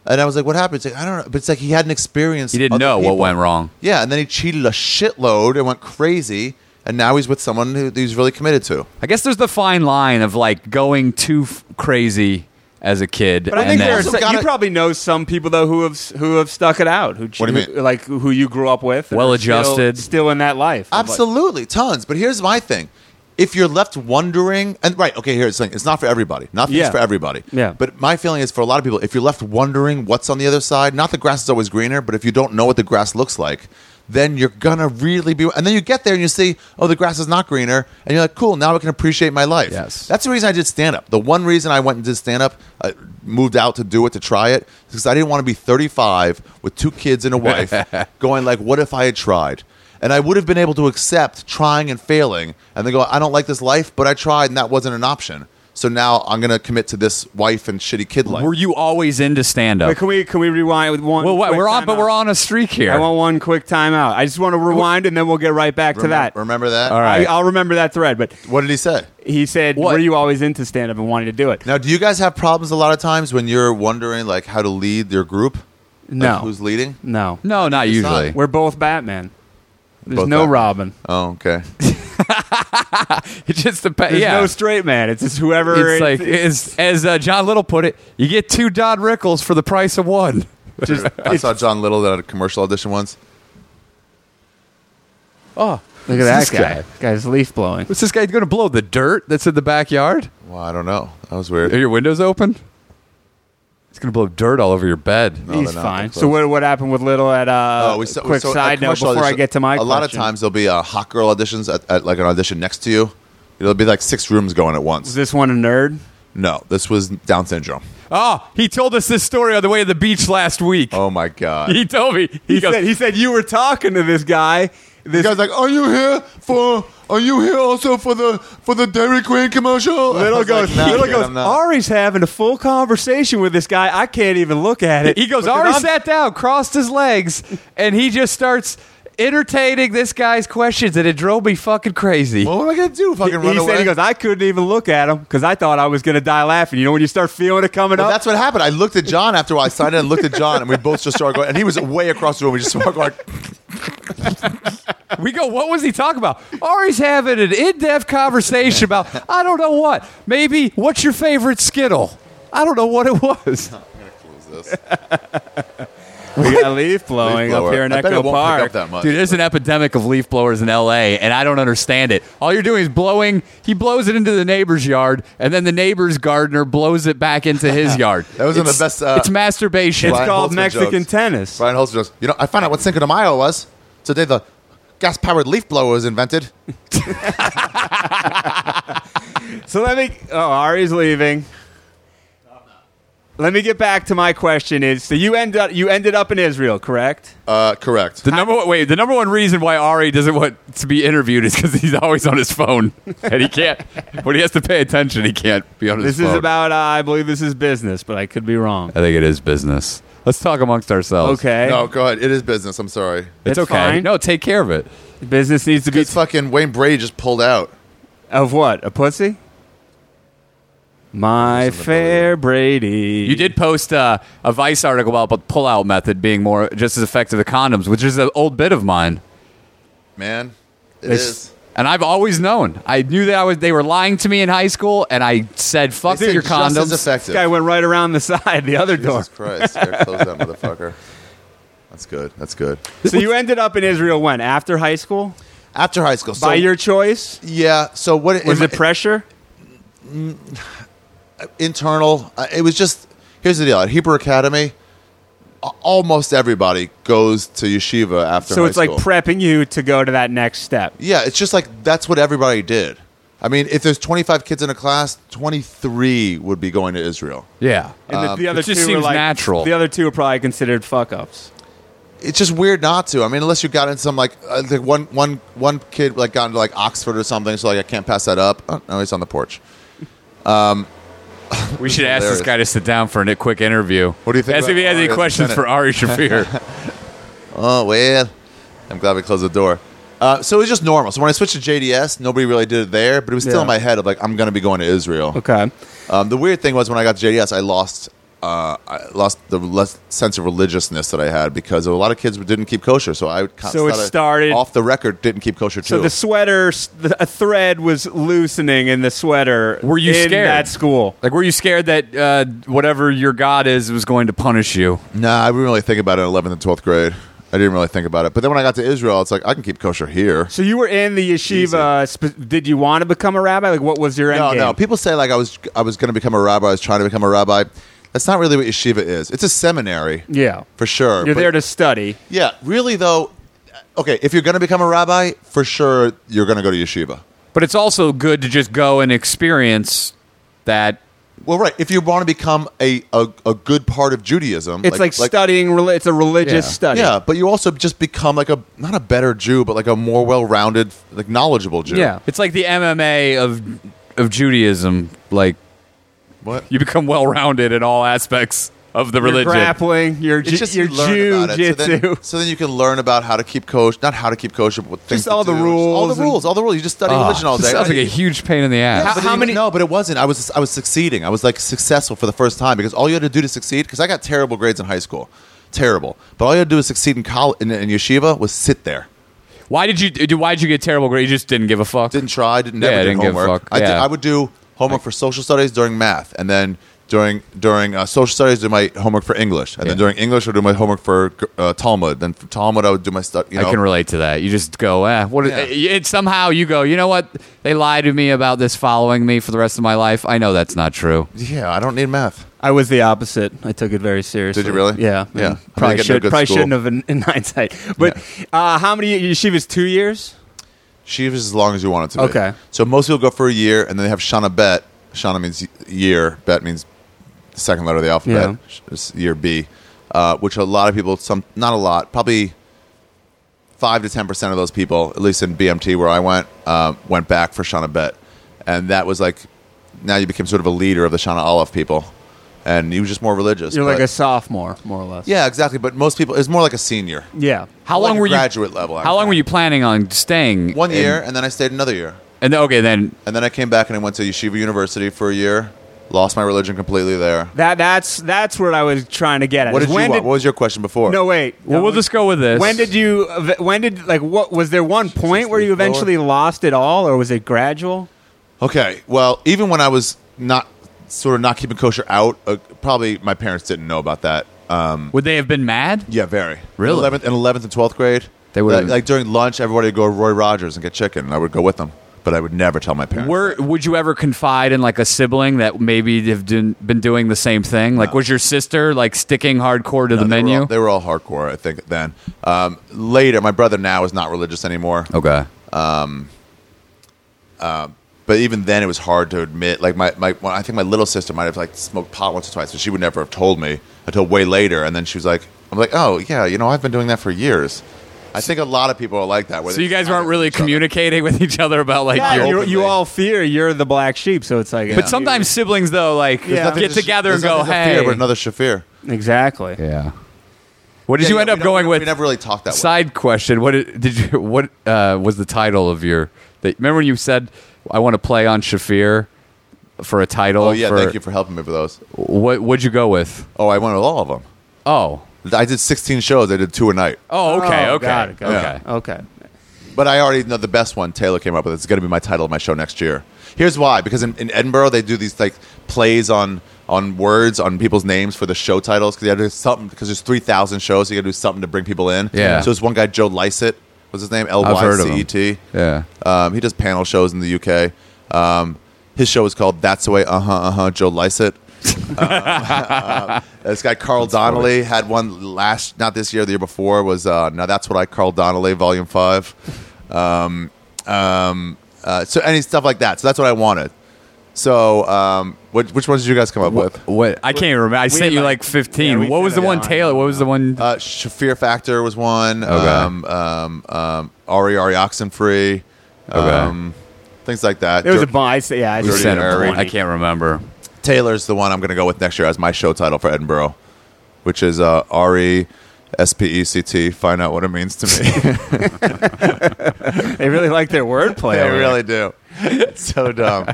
Speaker 1: And I was like, "What happened?" It's like, I don't know, but it's like he hadn't experienced.
Speaker 2: He didn't
Speaker 1: other
Speaker 2: know
Speaker 1: people.
Speaker 2: what went wrong.
Speaker 1: Yeah, and then he cheated a shitload and went crazy, and now he's with someone who he's really committed to.
Speaker 2: I guess there's the fine line of like going too f- crazy as a kid.
Speaker 6: But I think
Speaker 2: and
Speaker 6: there
Speaker 2: then,
Speaker 6: are
Speaker 1: Also
Speaker 6: some,
Speaker 1: gotta-
Speaker 6: you probably know some people though who have s- who have stuck it out. Who
Speaker 1: What do you mean?
Speaker 6: like who you grew up with, and
Speaker 2: Well
Speaker 6: are still-
Speaker 2: adjusted.
Speaker 6: still, in that life. I'm like-
Speaker 1: Absolutely, tons. But here's my thing: if you're left wondering, and right, okay, here's the thing: it's not for everybody. Nothing's
Speaker 6: Yeah.
Speaker 1: for everybody.
Speaker 6: Yeah.
Speaker 1: But my feeling is for a lot of people, if you're left wondering what's on the other side, not the grass is always greener, but if you don't know what the grass looks like, then you're gonna really be. And then you get there and you see, oh, the grass is not greener, and you're like, cool, now I can appreciate my life.
Speaker 2: Yes.
Speaker 1: That's the reason I did stand up. The one reason I went and did stand up, I moved out to do it to try it, because I didn't want to be 35 with two kids and a wife, going like, what if I had tried? And I would have been able to accept trying and failing, and then go, I don't like this life, but I tried, and that wasn't an option. So now I'm gonna commit to this wife and shitty kid life.
Speaker 2: were you always into stand
Speaker 6: Wait,
Speaker 2: up?
Speaker 6: can we can we rewind with one?
Speaker 2: Well, what,
Speaker 6: quick
Speaker 2: we're on, but
Speaker 6: timeout?
Speaker 2: we're on a streak here.
Speaker 6: I want one quick timeout. I just want to rewind and then we'll get right back
Speaker 1: remember,
Speaker 6: to that.
Speaker 1: Remember that?
Speaker 2: All right.
Speaker 6: I, I'll remember that thread. But
Speaker 1: What did he say?
Speaker 6: he said,
Speaker 2: What?
Speaker 6: "Were you always into stand up and wanting to do it?"
Speaker 1: Now, do you guys have problems a lot of times when you're wondering like how to lead your group? Like,
Speaker 6: No.
Speaker 1: who's leading?
Speaker 6: No,
Speaker 2: no, not
Speaker 1: It's not.
Speaker 2: usually.
Speaker 6: we're both Batman. There's
Speaker 1: Both
Speaker 6: no
Speaker 1: Batman.
Speaker 6: Robin.
Speaker 1: Oh, okay.
Speaker 2: It just depends.
Speaker 6: There's
Speaker 2: Yeah.
Speaker 6: no straight man. It's just whoever.
Speaker 2: it's like it's, as uh, John Little put it, you get two Don Rickles for the price of one.
Speaker 1: I saw John Little at a commercial audition once.
Speaker 6: look at that
Speaker 2: this
Speaker 6: guy.
Speaker 2: guy?
Speaker 6: Guy's leaf blowing.
Speaker 2: What's this guy going to blow? The dirt that's in the backyard?
Speaker 1: Well, I don't know. That was
Speaker 2: Are
Speaker 1: weird.
Speaker 2: your windows open? It's going to blow dirt all over your bed.
Speaker 1: No,
Speaker 6: He's
Speaker 1: they're not
Speaker 6: fine.
Speaker 1: that close.
Speaker 6: So what what happened with Little at uh?
Speaker 1: Oh, we saw- we
Speaker 6: quick
Speaker 1: saw a
Speaker 6: side note
Speaker 1: commercial
Speaker 6: before I
Speaker 1: audition.
Speaker 6: get to my
Speaker 1: A lot of
Speaker 6: question.
Speaker 1: times there'll be uh, hot girl auditions at, at like an audition next to you. There'll be like six rooms going at
Speaker 6: Is
Speaker 1: once.
Speaker 6: this one a nerd?
Speaker 1: No, this was Down syndrome.
Speaker 2: Oh, he told us this story on the way to the beach last week.
Speaker 1: Oh my god.
Speaker 2: He told me. He,
Speaker 6: He
Speaker 2: goes,
Speaker 6: said, he said you were talking to this guy.
Speaker 1: The
Speaker 6: This
Speaker 1: guy's like, "Are you here for? Are you here also for the for the Dairy Queen commercial?"
Speaker 6: little goes, little
Speaker 1: dude,
Speaker 6: goes.
Speaker 1: I'm not."
Speaker 6: Ari's having a full conversation with this guy. I can't even look at it.
Speaker 2: he goes,
Speaker 6: Because
Speaker 2: Ari
Speaker 6: I'm-
Speaker 2: sat down, crossed his legs, and he just starts entertaining this guy's questions, and it drove me fucking crazy.
Speaker 1: Well, what am I gonna do? Fucking run
Speaker 6: He
Speaker 1: away?
Speaker 6: said, he goes, I couldn't even look at him because I thought I was going to die laughing. You know, when you start feeling it coming
Speaker 1: Well,
Speaker 6: up.
Speaker 1: that's what happened. I looked at John after a while. I signed in and looked at John, and we both just started going. And he was way across the room. We just started going.
Speaker 2: We go, what was he talking about? Ari's having an in depth conversation about, I don't know what. Maybe, what's your favorite Skittle? I don't know what it was.
Speaker 6: we got a leaf blowing
Speaker 1: Leaf
Speaker 6: up
Speaker 1: blower.
Speaker 6: here in
Speaker 1: I bet it
Speaker 6: Echo
Speaker 1: won't pick
Speaker 6: Park.
Speaker 1: up that much.
Speaker 2: Dude, there's an epidemic of leaf blowers in LA, and I don't understand it. All you're doing is blowing, he blows it into the neighbor's yard, and then the neighbor's gardener blows it back into his yard.
Speaker 1: That was one of the
Speaker 2: It's-
Speaker 1: best, uh,
Speaker 2: it's masturbation.
Speaker 6: It's
Speaker 1: Brian
Speaker 6: called
Speaker 1: Holtzman
Speaker 6: Mexican
Speaker 1: jokes.
Speaker 6: tennis.
Speaker 1: Brian Holzer goes, you know, I found out what Cinco de Mayo was today. The gas-powered leaf blower was invented.
Speaker 6: So let me. Oh, Ari's leaving. Let me get back to my question. Is so you end up you ended up in Israel, correct?
Speaker 1: Uh, correct.
Speaker 2: The number one wait, the number one reason why Ari doesn't want to be interviewed is because he's always on his phone and he can't. when he has to pay attention, he can't be on his
Speaker 6: This
Speaker 2: phone.
Speaker 6: is about uh, I believe this is business, but I could be wrong.
Speaker 2: I think it is business. Let's talk amongst ourselves.
Speaker 6: Okay,
Speaker 1: No, Oh, go ahead. It is business. I'm sorry.
Speaker 2: it's
Speaker 6: That's
Speaker 2: okay.
Speaker 6: fine.
Speaker 2: No, take care of it.
Speaker 6: business needs to be
Speaker 1: Because fucking Wayne Brady just pulled out.
Speaker 6: of what a pussy. My fair Brady.
Speaker 2: You did post uh, a Vice article about the pull-out method being more just as effective as condoms, which is an old bit of mine,
Speaker 1: Man, it
Speaker 6: It's-
Speaker 1: is.
Speaker 2: and I've always known. I knew that I was they were lying to me in high school, and I said, "Fuck
Speaker 1: It's
Speaker 2: your
Speaker 1: just as
Speaker 2: condoms."
Speaker 1: effective.
Speaker 6: This guy went right around the side, the other door.
Speaker 1: Jesus Christ! Yeah, close that motherfucker. That's good. That's good.
Speaker 6: So you ended up in Israel when after high school,
Speaker 1: After high school, so,
Speaker 6: by your choice.
Speaker 1: yeah. So what
Speaker 6: Was
Speaker 1: in-
Speaker 6: it pressure?
Speaker 1: internal? Uh, it was just. Here's the deal. At Hebrew Academy, a- almost everybody goes to yeshiva after.
Speaker 6: So
Speaker 1: high
Speaker 6: it's like
Speaker 1: school.
Speaker 6: prepping you to go to that next step.
Speaker 1: Yeah, it's just like that's what everybody did. I mean, if there's 25 kids in a class, 23 would be going to Israel.
Speaker 2: Yeah,
Speaker 6: And the, the other
Speaker 2: Uh, it just
Speaker 6: two
Speaker 2: seems
Speaker 6: were like,
Speaker 2: natural.
Speaker 6: The other two are probably considered fuck ups.
Speaker 1: it's just weird not to. I mean, unless you got into some like uh, like one one one kid like got into like Oxford or something, so like I can't pass that up. Oh, no, he's on the porch.
Speaker 2: we should ask
Speaker 1: hilarious.
Speaker 2: this guy to sit down for a quick interview.
Speaker 1: What do you think
Speaker 2: Ask if
Speaker 1: about
Speaker 2: he has
Speaker 1: Ari as
Speaker 2: any
Speaker 1: a
Speaker 2: questions for
Speaker 1: tenant?
Speaker 2: Ari Shafir.
Speaker 1: Oh well, I'm glad we closed the door. Uh, so it was just normal. So when I switched to JDS, nobody really did it there, but it was still
Speaker 6: Yeah.
Speaker 1: in my head of like I'm going to be going to Israel.
Speaker 6: Okay.
Speaker 1: Um, the weird thing was when I got to JDS, I lost uh, I lost the less sense of religiousness that I had because a lot of kids didn't keep kosher. So I kind
Speaker 6: So it started-
Speaker 1: off the record didn't keep kosher too.
Speaker 6: So the sweater, s- the, a thread was loosening in the sweater.
Speaker 2: Were you
Speaker 6: in
Speaker 2: scared?
Speaker 6: that school?
Speaker 2: Like, were you scared that uh, whatever your God is was going to punish you?
Speaker 1: Nah, I didn't really think about it in 11th and 12th grade. I didn't really think about it. But then when I got to Israel, it's like, I can keep kosher here.
Speaker 6: So you were in the yeshiva. Sp- did you want to become a rabbi? Like, what was your end
Speaker 1: No,
Speaker 6: game?
Speaker 1: no. People say, like, I was, I was going to become a rabbi. I was trying to become a rabbi. That's not really what yeshiva is. It's a seminary,
Speaker 6: Yeah,
Speaker 1: for sure.
Speaker 6: you're
Speaker 1: But-
Speaker 6: there to study.
Speaker 1: Yeah, really, though. Okay, if you're going to become a rabbi, for sure, you're going to go to yeshiva.
Speaker 2: But it's also good to just go and experience that.
Speaker 1: Well, right. If you want to become a, a, a good part of Judaism,
Speaker 6: It's like, studying. reli- It's a religious
Speaker 2: Yeah.
Speaker 6: study.
Speaker 1: Yeah, but you also just become like a not a better Jew, but like a more well-rounded, like knowledgeable Jew.
Speaker 2: It's like the MMA of of Judaism. Like,
Speaker 1: What?
Speaker 2: you become well rounded in all aspects of the
Speaker 6: You're
Speaker 2: religion.
Speaker 6: grappling. You're
Speaker 1: It's just
Speaker 6: your
Speaker 1: you learn about it. So
Speaker 6: jujitsu.
Speaker 1: then, so then you can learn about how to keep kosher, not how to keep kosher, but what things
Speaker 6: all
Speaker 1: to
Speaker 6: the
Speaker 1: do. all
Speaker 6: rules
Speaker 1: the
Speaker 6: and-
Speaker 1: rules, all the rules. You just study
Speaker 2: Ah,
Speaker 1: religion all
Speaker 2: this
Speaker 1: day.
Speaker 2: sounds like a huge pain in the ass.
Speaker 1: But
Speaker 6: how
Speaker 1: you-
Speaker 6: many-
Speaker 1: No, but it wasn't. I was I was succeeding. I was like successful for the first time because all you had to do to succeed. Because I got terrible grades in high school, terrible. But all you had to do was succeed in college in, in yeshiva was sit there.
Speaker 2: Why did you? do- Why did you get terrible grades? You just didn't give a fuck.
Speaker 1: Didn't try. Didn't
Speaker 2: Yeah,
Speaker 1: never
Speaker 2: I
Speaker 1: did
Speaker 2: didn't give a
Speaker 1: homework.
Speaker 2: fuck.
Speaker 1: I did,
Speaker 2: Yeah.
Speaker 1: I would do homework for social studies during math, and then during during uh, social studies, do my homework for English, and then
Speaker 2: Yeah.
Speaker 1: during English, I would do my homework for uh, Talmud. Then for Talmud, I would do my stuff. You know,
Speaker 2: I can relate to that. You just go, eh, what? is-
Speaker 1: Yeah.
Speaker 2: eh, It somehow you go. You know what? They lied to me about this following me for the rest of my life. I know that's not true.
Speaker 1: yeah, I don't need math.
Speaker 6: I was the opposite. I took it very seriously.
Speaker 1: Did you really?
Speaker 6: Yeah.
Speaker 1: Yeah. I mean,
Speaker 6: Probably,
Speaker 1: getting a
Speaker 6: should,
Speaker 1: good
Speaker 6: probably
Speaker 1: school.
Speaker 6: shouldn't have in, in hindsight. But uh, how many yeshivas? Two years?
Speaker 1: She was as long as you want it to be.
Speaker 6: Okay.
Speaker 1: So most people go for a year, and then they have Shana Bet, Shauna means year. Bet means second letter of the alphabet. It's year B, uh, which a lot of people, some not a lot, probably five to ten percent of those people, at least in BMT where I went, um, went back for Shauna Bet, and that was like now you became sort of a leader of the Shauna Olaf people, and you were just more religious.
Speaker 6: You're like
Speaker 1: but-
Speaker 6: a sophomore, more or less.
Speaker 1: yeah, exactly. But most people, it's more like a senior.
Speaker 6: Yeah.
Speaker 2: How
Speaker 1: Like
Speaker 2: long were you
Speaker 1: graduate level?
Speaker 2: How long were you planning on staying?
Speaker 1: One
Speaker 2: in-
Speaker 1: year, and then I stayed another year.
Speaker 2: And then- okay, then
Speaker 1: And then I came back and I went to Yeshiva University for a year. Lost my religion completely there.
Speaker 6: That that's that's what I was trying to get at.
Speaker 1: What
Speaker 6: is
Speaker 1: did you
Speaker 6: when
Speaker 1: want? what was your question before?
Speaker 6: no wait.
Speaker 2: well,
Speaker 6: No,
Speaker 2: we'll just go with this.
Speaker 6: When did you? ev- When did like what? Was there one point where you
Speaker 1: Lord.
Speaker 6: eventually lost it all, or was it gradual?
Speaker 1: Okay. Well, even when I was not sort of not keeping kosher out, uh, probably my parents didn't know about that. Um,
Speaker 2: would they have been mad?
Speaker 1: yeah, very.
Speaker 2: Really?
Speaker 1: Eleventh and eleventh and twelfth grade.
Speaker 2: They would've-
Speaker 1: like, like during lunch, everybody would go to Roy Rogers and get chicken, and I would go with them. But I would never tell my parents.
Speaker 2: Were would you ever confide in like a sibling that maybe have done- been doing the same thing? Like, was your sister like sticking hardcore to the
Speaker 1: No, they were
Speaker 2: menu?
Speaker 1: all- They were, all, hardcore, I think. Then um, later, my brother now is not religious anymore.
Speaker 2: okay.
Speaker 1: But even then, it was hard to admit. Like my, my well, I think my little sister might have like smoked pot once or twice, but she would never have told me until way later. And then she was like, "I'm like, oh yeah, you know, I've been doing that for years." I think a lot of people are like that. where
Speaker 2: So
Speaker 1: they
Speaker 2: you guys
Speaker 1: hide
Speaker 2: weren't
Speaker 1: it
Speaker 2: really
Speaker 1: from each other.
Speaker 2: communicating with each other about like
Speaker 6: Yeah,
Speaker 2: your.
Speaker 1: you're-
Speaker 6: you,
Speaker 1: openly.
Speaker 6: you all fear you're the black sheep, so it's like.
Speaker 2: but sometimes siblings though like
Speaker 6: There's nothing
Speaker 2: get
Speaker 1: There's-
Speaker 2: together and
Speaker 1: there's
Speaker 2: go,
Speaker 1: nothing to fear
Speaker 2: hey.
Speaker 1: but another Shafir.
Speaker 6: exactly.
Speaker 2: yeah. What did
Speaker 1: Yeah,
Speaker 2: you
Speaker 1: yeah,
Speaker 2: end
Speaker 1: we
Speaker 2: up
Speaker 1: don't-
Speaker 2: going
Speaker 1: we-
Speaker 2: with?
Speaker 1: We never really talked that way.
Speaker 2: Side question: What did, did you? What uh, was the title of your? That, remember when you said, "I want to play on Shafir for a title"?
Speaker 1: Oh yeah,
Speaker 2: for-
Speaker 1: thank you for helping me with those.
Speaker 2: What would you go with?
Speaker 1: Oh, I went with all of them.
Speaker 2: Oh,
Speaker 1: I did 16 shows. I did two a night.
Speaker 2: oh, okay,
Speaker 6: Oh,
Speaker 2: okay,
Speaker 6: got it, got it.
Speaker 2: okay.
Speaker 6: Okay.
Speaker 1: But I already know the best one Taylor came up with. It's going to be my title of my show next year. Here's why: because in, in Edinburgh they do these like plays on on words on people's names for the show titles because you got to do something because there's three thousand shows. So you got to do something to bring people in.
Speaker 2: Yeah.
Speaker 1: So this one guy Joe Lycett was his name L
Speaker 2: I've
Speaker 1: Y
Speaker 2: heard of
Speaker 1: C E T.
Speaker 2: Yeah.
Speaker 1: Um, he does panel shows in the UK. Um, his show is called That's the Way. Uh huh. Uh huh. Joe Lycett. This guy Carl Donnelly had one last, not this year, the year before was uh, now that's what I Carl Donnelly Volume Five. Um, um, uh, so any stuff like that. So that's what I wanted. So um, which, which ones did you guys come up with?
Speaker 2: What I can't even remember. I sent you like fifteen.
Speaker 6: yeah, we
Speaker 2: what was the
Speaker 6: sent it
Speaker 2: one,
Speaker 6: on.
Speaker 2: Taylor? What was the one?
Speaker 1: Uh, Shafir Factor was one.
Speaker 2: Okay.
Speaker 1: Um, um, um, Ari Ari Oxenfree.
Speaker 2: Okay.
Speaker 1: Um, things like that.
Speaker 6: There was a
Speaker 1: Jer-
Speaker 6: bond. I say, yeah, I
Speaker 2: you
Speaker 1: Dirty
Speaker 2: sent
Speaker 1: Harry.
Speaker 2: him. I can't remember.
Speaker 1: Taylor's the one I'm going to go with next year as my show title for Edinburgh, which is uh, R E S P E C T. Find out what it means to me.
Speaker 6: they really like their wordplay.
Speaker 1: They
Speaker 6: over there.
Speaker 1: really do. It's so dumb.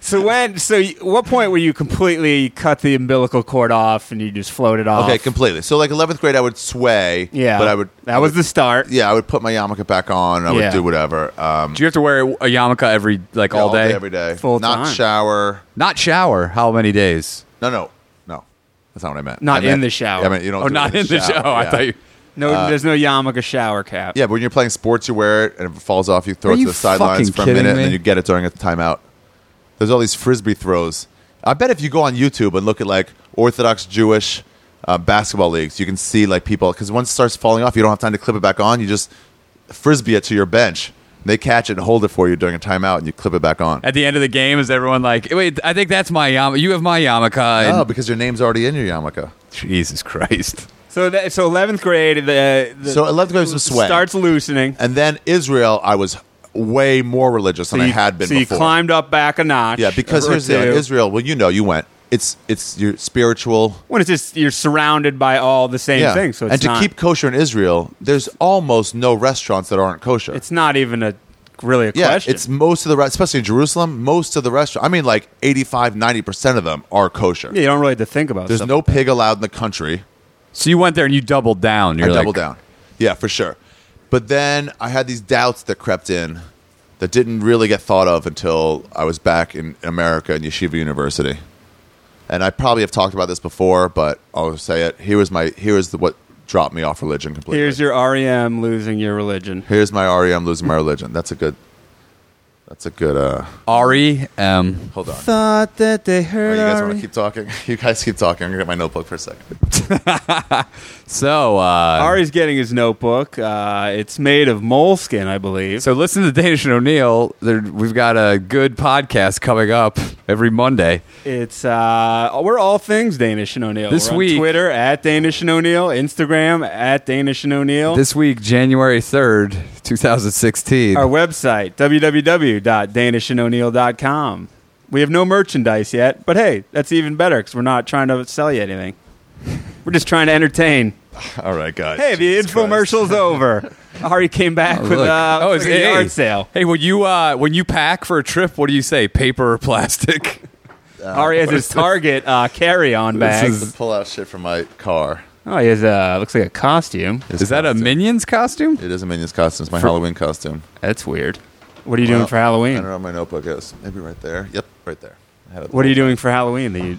Speaker 6: So when? So y- what point were you completely cut the umbilical cord off and you just floated off?
Speaker 1: Okay, completely. So like eleventh grade, I would sway.
Speaker 6: yeah.
Speaker 1: but I would.
Speaker 6: That was the start.
Speaker 1: Yeah, I would put my yarmulke back on. I
Speaker 6: Yeah.
Speaker 1: would do whatever. Um,
Speaker 2: Do you have to wear a yarmulke every like all, day?
Speaker 1: every day.
Speaker 6: Full
Speaker 1: Not
Speaker 6: time.
Speaker 1: shower.
Speaker 2: Not shower. How many days?
Speaker 1: No, no, no. That's not what I meant.
Speaker 6: Not
Speaker 1: I meant-
Speaker 6: in the shower.
Speaker 1: I mean, you don't.
Speaker 2: Oh,
Speaker 1: do it
Speaker 2: not in the shower. I
Speaker 1: yeah.
Speaker 2: thought you.
Speaker 6: No, there's no yarmulke shower cap.
Speaker 1: Uh, Yeah, but when you're playing sports, you wear it, and if it falls off, you throw
Speaker 2: Are
Speaker 1: it to
Speaker 2: you
Speaker 1: the sidelines
Speaker 2: fucking
Speaker 1: for a
Speaker 2: kidding
Speaker 1: minute, and
Speaker 2: me?
Speaker 1: then you get it during a timeout. There's all these frisbee throws. I bet if you go on YouTube and look at like Orthodox Jewish uh, basketball leagues, you can see like people because once it starts falling off, you don't have time to clip it back on. You just frisbee it to your bench. They catch it and hold it for you during a timeout, and you clip it back on.
Speaker 2: At the end of the game, is everyone like, "Wait, I think that's my yarmulke. You have my yarmulke." and-
Speaker 1: Oh, because your name's already in your yarmulke.
Speaker 2: Jesus Christ.
Speaker 6: So that, so 11th grade, the, the
Speaker 1: So 11th grade was some sway.
Speaker 6: starts loosening.
Speaker 1: And then Israel, I was way more religious than
Speaker 6: you,
Speaker 1: I had been
Speaker 6: so
Speaker 1: before.
Speaker 6: you climbed up back a notch.
Speaker 1: Yeah, because
Speaker 6: or
Speaker 1: here's the
Speaker 6: two.
Speaker 1: thing. Israel. Well, you know, you went. It's it's your spiritual
Speaker 6: when it's just you're surrounded by all the same
Speaker 1: yeah.
Speaker 6: things. So it's
Speaker 1: and to
Speaker 6: not,
Speaker 1: keep kosher in Israel, there's almost no restaurants that aren't kosher.
Speaker 6: it's not even a really a
Speaker 1: yeah,
Speaker 6: question.
Speaker 1: it's most of the re- especially in Jerusalem, most of the restaurant. I mean, like 85, 90 percent of them are kosher.
Speaker 6: Yeah, you don't really have to think about.
Speaker 1: there's
Speaker 6: stuff.
Speaker 1: no pig allowed in the country.
Speaker 2: So you went there and you doubled down. You're
Speaker 1: I
Speaker 2: like,
Speaker 1: doubled down. Yeah, for sure. But then I had these doubts that crept in that didn't really get thought of until I was back in America in Yeshiva University. And I probably have talked about this before, but I'll say it. Here was my here is the, what dropped me off religion completely.
Speaker 6: Here's your REM losing your religion.
Speaker 1: Here's my REM losing my religion. That's a good that's a good uh
Speaker 2: Ari, um,
Speaker 1: hold on. Oh,
Speaker 6: Thought that they
Speaker 1: All
Speaker 6: heard.
Speaker 1: right, you guys want to keep talking? You guys keep talking. I'm gonna get my notebook for a second.
Speaker 2: So, uh,
Speaker 6: Ari's getting his notebook. Uh, it's made of moleskin, I believe.
Speaker 2: so listen to Danish and O'Neill. There, we've got a good podcast coming up every Monday.
Speaker 6: It's uh, we're all things Danish and O'Neill.
Speaker 2: This
Speaker 6: We're on
Speaker 2: week-
Speaker 6: Twitter at Danish and O'Neill, Instagram at Danish and O'Neill.
Speaker 2: This week, January 3rd, 2016.
Speaker 6: Our website, www.danishandoneal.com. We have no merchandise yet, but hey, that's even better because we're not trying to sell you anything. We're just trying to entertain.
Speaker 1: All right, guys.
Speaker 6: Hey, the
Speaker 1: Jesus Christ.
Speaker 6: infomercial's over. Ari came back with
Speaker 2: Look.
Speaker 6: uh,
Speaker 2: Oh,
Speaker 6: like
Speaker 2: it's-
Speaker 6: a
Speaker 2: hey.
Speaker 6: yard sale.
Speaker 2: Hey, when you uh, when you pack for a trip, what do you say? Paper or plastic?
Speaker 6: Ari has his Target uh, carry-on bag.
Speaker 1: I have to pull out shit from my car.
Speaker 6: oh, he has uh, looks like a costume.
Speaker 2: Is that a Minions costume?
Speaker 1: It is a Minions costume. It's my Halloween costume.
Speaker 2: That's weird.
Speaker 6: What are you doing
Speaker 1: Well,
Speaker 6: for
Speaker 1: I
Speaker 6: Halloween?
Speaker 1: don't know where my notebook is. Maybe right there. Yep, right there. I had it.
Speaker 6: What are you doing for Halloween? That you,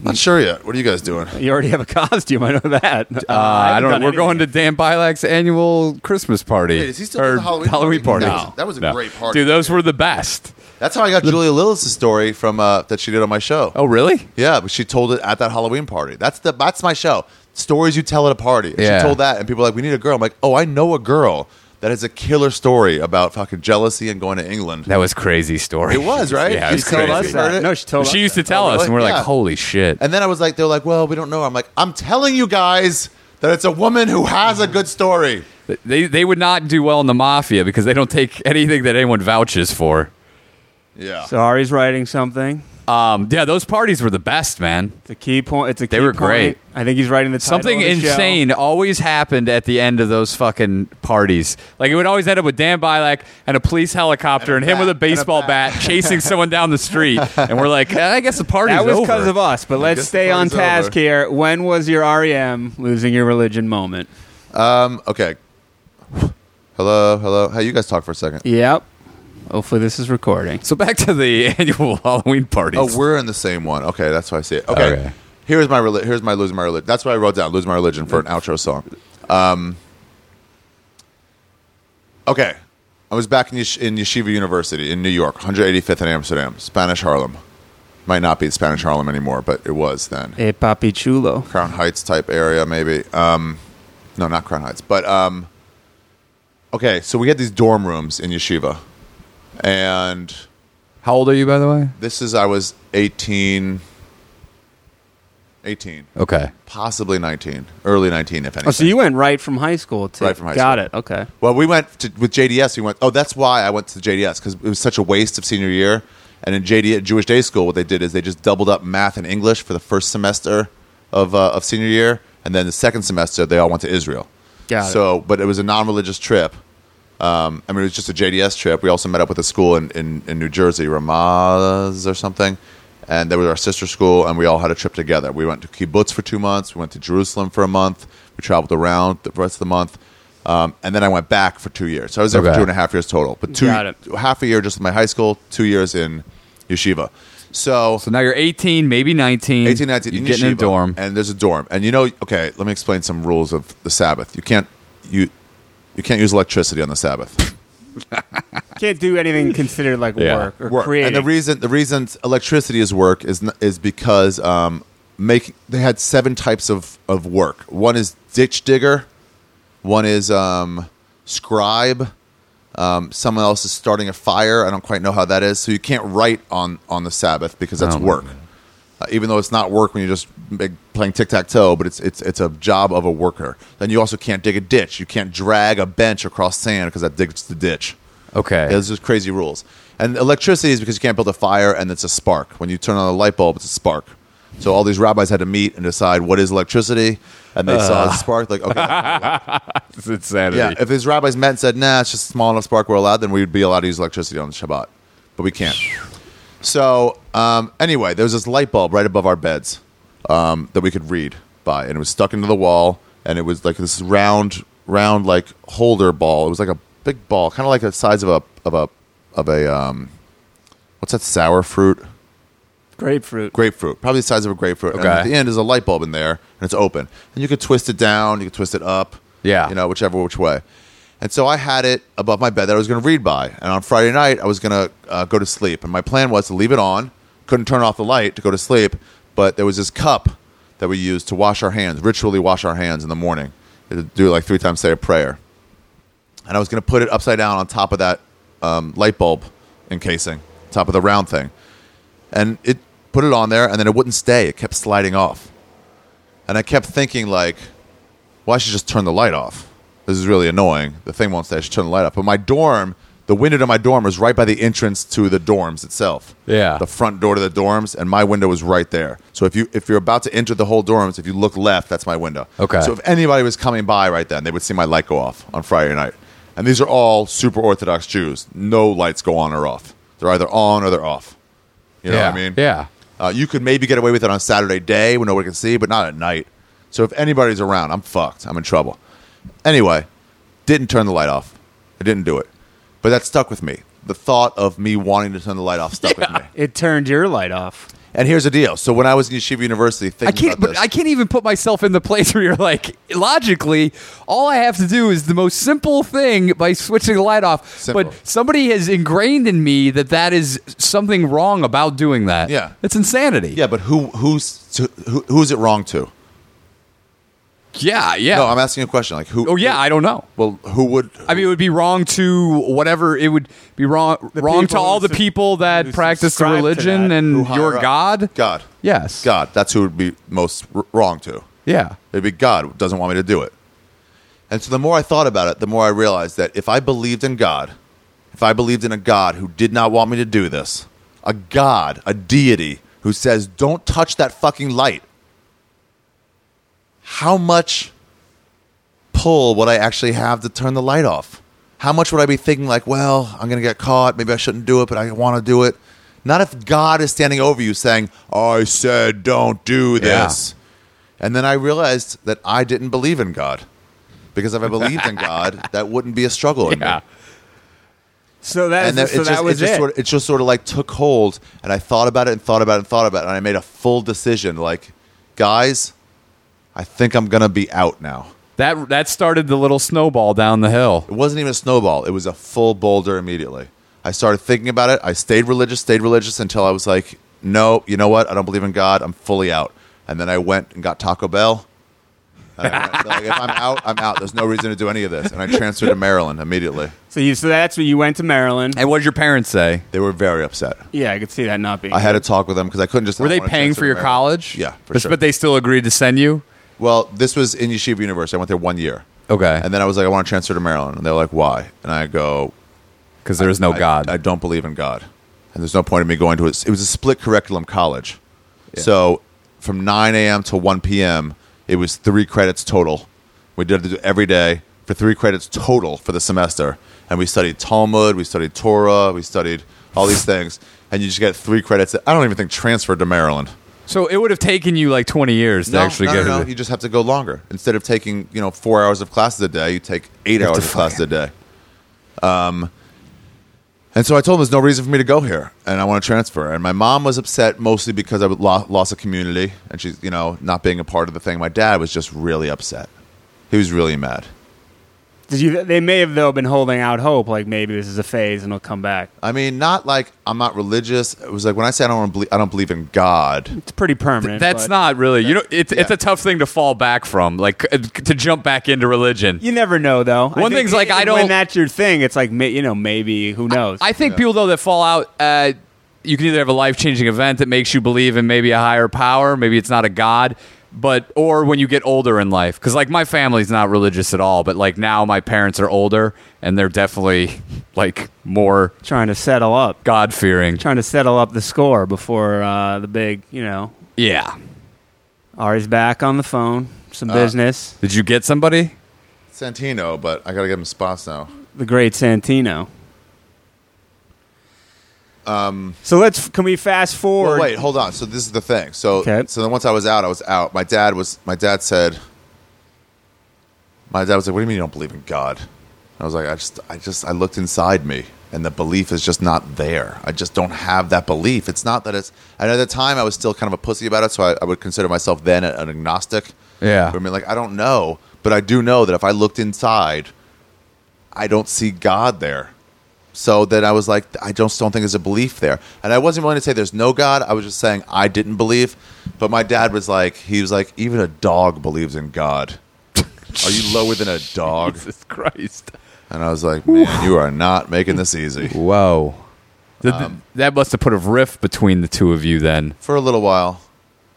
Speaker 1: Not sure yet. What are you guys doing?
Speaker 6: you already have a costume. I know that. Uh,
Speaker 2: Uh, I, don't know. We're going
Speaker 6: to.
Speaker 2: to Dan Bilak's annual Christmas party.
Speaker 1: Wait, is he still
Speaker 2: or
Speaker 1: doing the Halloween
Speaker 2: party?
Speaker 1: party? No. That was a great party.
Speaker 2: Dude, those were the best.
Speaker 1: That's how I got Julia Lillis' story from uh, that she did on my show.
Speaker 2: Oh, really?
Speaker 1: Yeah, but she told it at that Halloween party. That's the that's my show. Stories you tell at a party. And
Speaker 2: Yeah.
Speaker 1: She told that, and people were like, "We need a girl." I'm like, "Oh, I know a girl that has a killer story about fucking jealousy and going to England."
Speaker 2: That was crazy story.
Speaker 1: It was, right?
Speaker 2: yeah,
Speaker 1: She
Speaker 2: it's
Speaker 1: told
Speaker 2: crazy.
Speaker 1: us that.
Speaker 6: No, she told
Speaker 2: she
Speaker 6: us
Speaker 2: used to tell
Speaker 1: Oh,
Speaker 2: us,
Speaker 1: really?
Speaker 2: and we're
Speaker 1: Yeah.
Speaker 2: like, "Holy shit!"
Speaker 1: And then I was like, "They're like, well, we don't know." I'm like, "I'm telling you guys that it's a woman who has a good story."
Speaker 2: They they would not do well in the mafia because they don't take anything that anyone vouches for.
Speaker 1: Yeah.
Speaker 6: So Ari's writing something.
Speaker 2: Um, yeah, those parties were the best, man.
Speaker 6: It's a key point. It's a
Speaker 2: They
Speaker 6: key
Speaker 2: were
Speaker 6: point.
Speaker 2: great.
Speaker 6: I think he's writing the title
Speaker 2: Something
Speaker 6: of the show.
Speaker 2: insane always happened at the end of those fucking parties. Like it would always end up with Dan Bilak and a police helicopter and,
Speaker 1: And a
Speaker 2: him with
Speaker 1: bat,
Speaker 2: a
Speaker 1: and a
Speaker 2: baseball bat.
Speaker 1: bat.
Speaker 2: chasing someone down the street. And we're like, I guess the party's
Speaker 6: That was
Speaker 2: over.
Speaker 6: because of us, but let's
Speaker 1: guess
Speaker 6: stay
Speaker 1: the
Speaker 6: on
Speaker 1: party's
Speaker 6: task
Speaker 1: over.
Speaker 6: here. When was your REM losing your religion moment?
Speaker 1: Um, okay. Hello, hello. Hey, you guys talk for a second.
Speaker 6: Yep. Hopefully this is recording.
Speaker 2: so back to the annual Halloween parties.
Speaker 1: Oh, we're in the same one. Okay, that's why I see it. Okay.
Speaker 2: Okay.
Speaker 1: Here's my reli- here's my losing my religion. That's why I wrote down losing my religion for an outro song. Um, okay, I was back in, yesh- in Yeshiva University in New York, 185th in Amsterdam, Spanish Harlem. Might not be in Spanish Harlem anymore, but it was then.
Speaker 6: Hey, Papi Chulo.
Speaker 1: Crown Heights type area, maybe. Um, no, not Crown Heights, but um, okay. So we had these dorm rooms in Yeshiva, and
Speaker 2: How old are you, by the way?
Speaker 1: this is I was 18, 18,
Speaker 2: Okay.
Speaker 1: possibly 19, early 19, if anything.
Speaker 6: Oh, so you went right from high school to
Speaker 1: Right from high
Speaker 6: Got
Speaker 1: school.
Speaker 6: it. Okay.
Speaker 1: well, we went to, with JDS. We went. Oh, that's why I went to JDS because it was such a waste of senior year. And in JD Jewish Day School, what they did is they just doubled up math and English for the first semester of uh, of senior year, and then the second semester they all went to Israel.
Speaker 6: Got it.
Speaker 1: so, but it was a non-religious trip. Um, I mean, it was just a JDS trip. We also met up with a school in, in, in New Jersey, Ramaz or something, and that was our sister school. And we all had a trip together. We went to kibbutz for two months. We went to Jerusalem for a month. We traveled around the rest of the month, um, and then I went back for two years. So I was there
Speaker 2: Okay.
Speaker 1: for two and a half years total, but two
Speaker 6: Got it.
Speaker 1: half a year just in my high school, two years in yeshiva. So,
Speaker 2: So now you're 18, maybe 19.
Speaker 1: 18, 19,
Speaker 2: You're
Speaker 1: in
Speaker 2: getting in a
Speaker 1: yeshiva,
Speaker 2: dorm.
Speaker 1: and there's a dorm, and you know, okay, let me explain some rules of the Sabbath. You can't you you can't use electricity on the Sabbath.
Speaker 6: Can't do anything considered like
Speaker 2: Yeah.
Speaker 6: work or
Speaker 1: work.
Speaker 6: creating.
Speaker 1: And the reason the reason electricity is work is n- is because um, make they had seven types of of work. One is ditch digger, one is um, scribe. Um, someone else is starting a fire. I don't quite know how that is. So you can't write on on the Sabbath because that's
Speaker 2: Oh, my
Speaker 1: work. Uh, even though it's not work when you're just make, playing tic tac toe, but it's it's it's a job of a worker. Then you also can't dig a ditch. You can't drag a bench across sand because that digs the ditch.
Speaker 2: okay.
Speaker 1: Yeah, There's just crazy rules. And electricity is because you can't build a fire and it's a spark. When you turn on a light bulb, it's a spark. So all these rabbis had to meet and decide what is electricity, and they saw a spark. Like, okay,
Speaker 2: It's insanity.
Speaker 1: yeah. If these rabbis met and said, "Nah, it's just a small enough spark we're allowed," then we'd be allowed to use electricity on Shabbat, but we can't. So um, anyway, there was this light bulb right above our beds um, that we could read by, and it was stuck into the wall, and it was like this round, round like holder ball. It was like a big ball, kind of like the size of a of a of a um, what's that sour fruit?
Speaker 6: grapefruit.
Speaker 1: grapefruit, probably the size of a grapefruit. And
Speaker 2: Okay.
Speaker 1: at the end is a light bulb in there, and it's open. And you could twist it down, you could twist it up.
Speaker 2: Yeah.
Speaker 1: You know, whichever which way. And so I had it above my bed that I was going to read by. And on Friday night, I was going to uh, go to sleep. And my plan was to leave it on, couldn't turn off the light to go to sleep, but there was this cup that we use to wash our hands, ritually wash our hands in the morning. To do like three times, say a prayer. And I was going to put it upside down on top of that um, light bulb encasing, top of the round thing. And it put it on there, and then it wouldn't stay. It kept sliding off. And I kept thinking, like, well, I should just turn the light off. This is really annoying. The thing won't stay. I should turn the light off. But my dorm, the window to my dorm was right by the entrance to the dorms itself.
Speaker 2: Yeah.
Speaker 1: The front door to the dorms, and my window was right there. So if you if you're about to enter the whole dorms, if you look left, that's my window.
Speaker 2: Okay.
Speaker 1: So if anybody was coming by right then, they would see my light go off on Friday night. And these are all super Orthodox Jews. No lights go on or off. They're either on or they're off. You know
Speaker 2: yeah.
Speaker 1: what I mean?
Speaker 2: Yeah.
Speaker 1: Uh, you could maybe get away with it on Saturday day when nobody can see, but not at night. So if anybody's around, I'm fucked. I'm in trouble. Anyway, didn't turn the light off. I didn't do it. But that stuck with me. The thought of me wanting to turn the light off stuck with me.
Speaker 6: It turned your light off.
Speaker 1: And here's the deal. So when I was in Yeshiva University, thinking
Speaker 2: I can't.
Speaker 1: about
Speaker 2: But
Speaker 1: this,
Speaker 2: I can't even put myself in the place where you're like, logically, all I have to do is the most simple thing by switching the light off.
Speaker 1: Simple.
Speaker 2: But somebody has ingrained in me that that is something wrong about doing that.
Speaker 1: Yeah.
Speaker 2: it's insanity.
Speaker 1: yeah, but who who's to, who, who's it wrong to?
Speaker 2: yeah, yeah.
Speaker 1: No, I'm asking you a question. Like who?
Speaker 2: oh yeah, I don't know.
Speaker 1: well, who would?
Speaker 2: I mean, it would be wrong to whatever. It would be wrong wrong to
Speaker 6: people
Speaker 2: all
Speaker 6: who
Speaker 2: the
Speaker 6: sub-
Speaker 2: people that
Speaker 6: who
Speaker 2: practice the
Speaker 6: subscribe to
Speaker 2: religion
Speaker 6: that,
Speaker 1: who
Speaker 2: and
Speaker 1: higher
Speaker 2: your
Speaker 1: up?
Speaker 2: God.
Speaker 1: God.
Speaker 2: Yes.
Speaker 1: God. That's who would be most r- wrong to.
Speaker 2: Yeah.
Speaker 1: It'd be God doesn't want me to do it. And so the more I thought about it, the more I realized that if I believed in God, if I believed in a God who did not want me to do this, a God, a deity who says, don't touch that fucking light, how much pull would I actually have to turn the light off? How much would I be thinking, like, well, I'm going to get caught. Maybe I shouldn't do it, but I want to do it? Not if God is standing over you saying, I said, don't do
Speaker 2: Yeah.
Speaker 1: this. And then I realized that I didn't believe in God. Because if I believed in God, that wouldn't be a struggle in
Speaker 2: Yeah.
Speaker 1: me.
Speaker 6: So that,
Speaker 1: And
Speaker 6: is,
Speaker 1: then
Speaker 6: so
Speaker 1: it,
Speaker 6: that
Speaker 1: just, it,
Speaker 6: was it.
Speaker 1: just Sort of, it just sort of like took hold. And I thought about it and thought about it and thought about it. And I made a full decision like, guys, I think I'm going to be out now.
Speaker 2: That that started the little snowball down the hill.
Speaker 1: It wasn't even a snowball. It was a full boulder immediately. I started thinking about it. I stayed religious, stayed religious until I was like, no, you know what? I don't believe in God. I'm fully out. And then I went and got Taco Bell. And I went, like, if I'm out, I'm out. There's no reason to do any of this. And I transferred to Maryland immediately.
Speaker 6: so you, so that's when you went to Maryland.
Speaker 2: And what did your parents say?
Speaker 1: They were very upset.
Speaker 6: Yeah, I could see that not being.
Speaker 1: I had a talk with them because I couldn't just.
Speaker 2: Were they paying for your college?
Speaker 1: Yeah, for
Speaker 2: but,
Speaker 1: sure.
Speaker 2: but they still agreed to send you.
Speaker 1: Well, this was in Yeshiva University. I went there one year.
Speaker 2: Okay,
Speaker 1: And then I was like, I want to transfer to Maryland. And they're like, why? And I go,
Speaker 2: because there is no
Speaker 1: I-
Speaker 2: God.
Speaker 1: I, don't believe in God, and there's no point in me going to it. It was a split curriculum college, so from 9 a.m. to 1 p.m. it was three credits total. We did it every day for three credits total for the semester, and we studied Talmud, we studied Torah, we studied all these things, and you just get three credits. That I don't even think transferred to Maryland.
Speaker 2: so it would have taken you like twenty years to actually
Speaker 1: no,
Speaker 2: get
Speaker 1: no,
Speaker 2: it.
Speaker 1: no. You just have to go longer. Instead of taking you know four hours of classes a day, you take eight hours of classes a day. Um, and so I told him there's no reason for me to go here, and I want to transfer. And my mom was upset mostly because I lo- lost a community, and she's you know not being a part of the thing. My dad was just really upset. He was really mad.
Speaker 6: Did you, they may have though been holding out hope, like maybe this is a phase and it'll come back.
Speaker 1: I mean, not like I'm not religious. It was like when I say I don't wanna belie- I don't believe in God.
Speaker 6: It's pretty permanent.
Speaker 2: That's
Speaker 6: but
Speaker 2: not really you know. It's it's
Speaker 1: yeah.
Speaker 2: a tough thing to fall back from, like c- to jump back into religion.
Speaker 6: You never know though.
Speaker 2: One thing's like, I
Speaker 6: When
Speaker 2: don't-
Speaker 6: that's your thing, it's like may- you know maybe who knows.
Speaker 2: I think people though that fall out, uh, you can either have a life changing event that makes you believe in maybe a higher power, maybe it's not a god, but or when you get older in life, because like my family's not religious at all, but like now my parents are older and they're definitely like more
Speaker 6: trying to settle up.
Speaker 2: god fearing.
Speaker 6: trying to settle up the score before uh, the big, you know,
Speaker 2: Yeah.
Speaker 6: Ari's back on the phone,
Speaker 1: Uh,
Speaker 6: some business.
Speaker 2: Did you get somebody?
Speaker 1: Santino, but I gotta give him spots now.
Speaker 6: The great Santino. Um, so let's can we fast
Speaker 1: Well,
Speaker 6: forward?
Speaker 1: wait, hold on. So this is the thing. So
Speaker 6: Okay.
Speaker 1: so then once I was out, I was out. My dad was. My dad said. My dad was like, "What do you mean you don't believe in God?" I was like, "I just, I just, I looked inside me, and the belief is just not there. I just don't have that belief. It's not that it's." And at the time, I was still kind of a pussy about it, so I, I would consider myself then an agnostic.
Speaker 2: Yeah.
Speaker 1: I mean, like, I don't know, but I do know that if I looked inside, I don't see God there. So then I was like, I just don't think there's a belief there. And I wasn't willing to say there's no God. I was just saying I didn't believe. But my dad was like, he was like, even a dog believes in God. Are you lower than a dog?
Speaker 2: Jesus Christ.
Speaker 1: And I was like, man, you are not making this easy.
Speaker 2: Whoa. Um, that must have put a rift between the two of you then.
Speaker 1: For a little while.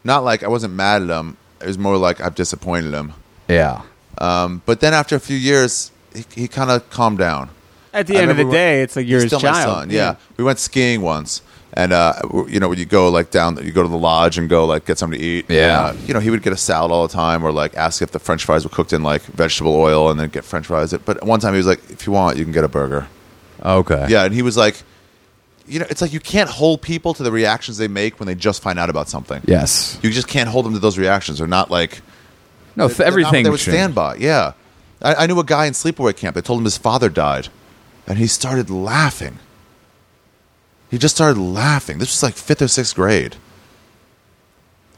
Speaker 1: Not like I wasn't mad at him. It was more like I've disappointed him.
Speaker 2: Yeah.
Speaker 1: Um, but then after a few years, he, he kind of calmed down.
Speaker 6: At the
Speaker 1: I
Speaker 6: end of the
Speaker 1: remember-
Speaker 6: day, it's like you're
Speaker 1: He's
Speaker 6: his
Speaker 1: still
Speaker 6: child.
Speaker 1: my son. Yeah. we went skiing once, and uh, w- you know when you go like down, you go to the lodge and go like get something to eat.
Speaker 2: Yeah.
Speaker 1: And, uh, you know he would get a salad all the time, or like ask if the French fries were cooked in like vegetable oil, and then get French fries. But one time he was like, "If you want, you can get a burger."
Speaker 2: Okay.
Speaker 1: Yeah, and he was like, "You know, it's like you can't hold people to the reactions they make when they just find out about something.
Speaker 2: Yes.
Speaker 1: You just can't hold them to those reactions. They're not like
Speaker 2: No, th- everything.
Speaker 1: they would
Speaker 2: changed.
Speaker 1: stand by. Yeah, I, I knew a guy in sleepaway camp. They told him his father died, and he started laughing. He just started laughing. This was like fifth or sixth grade.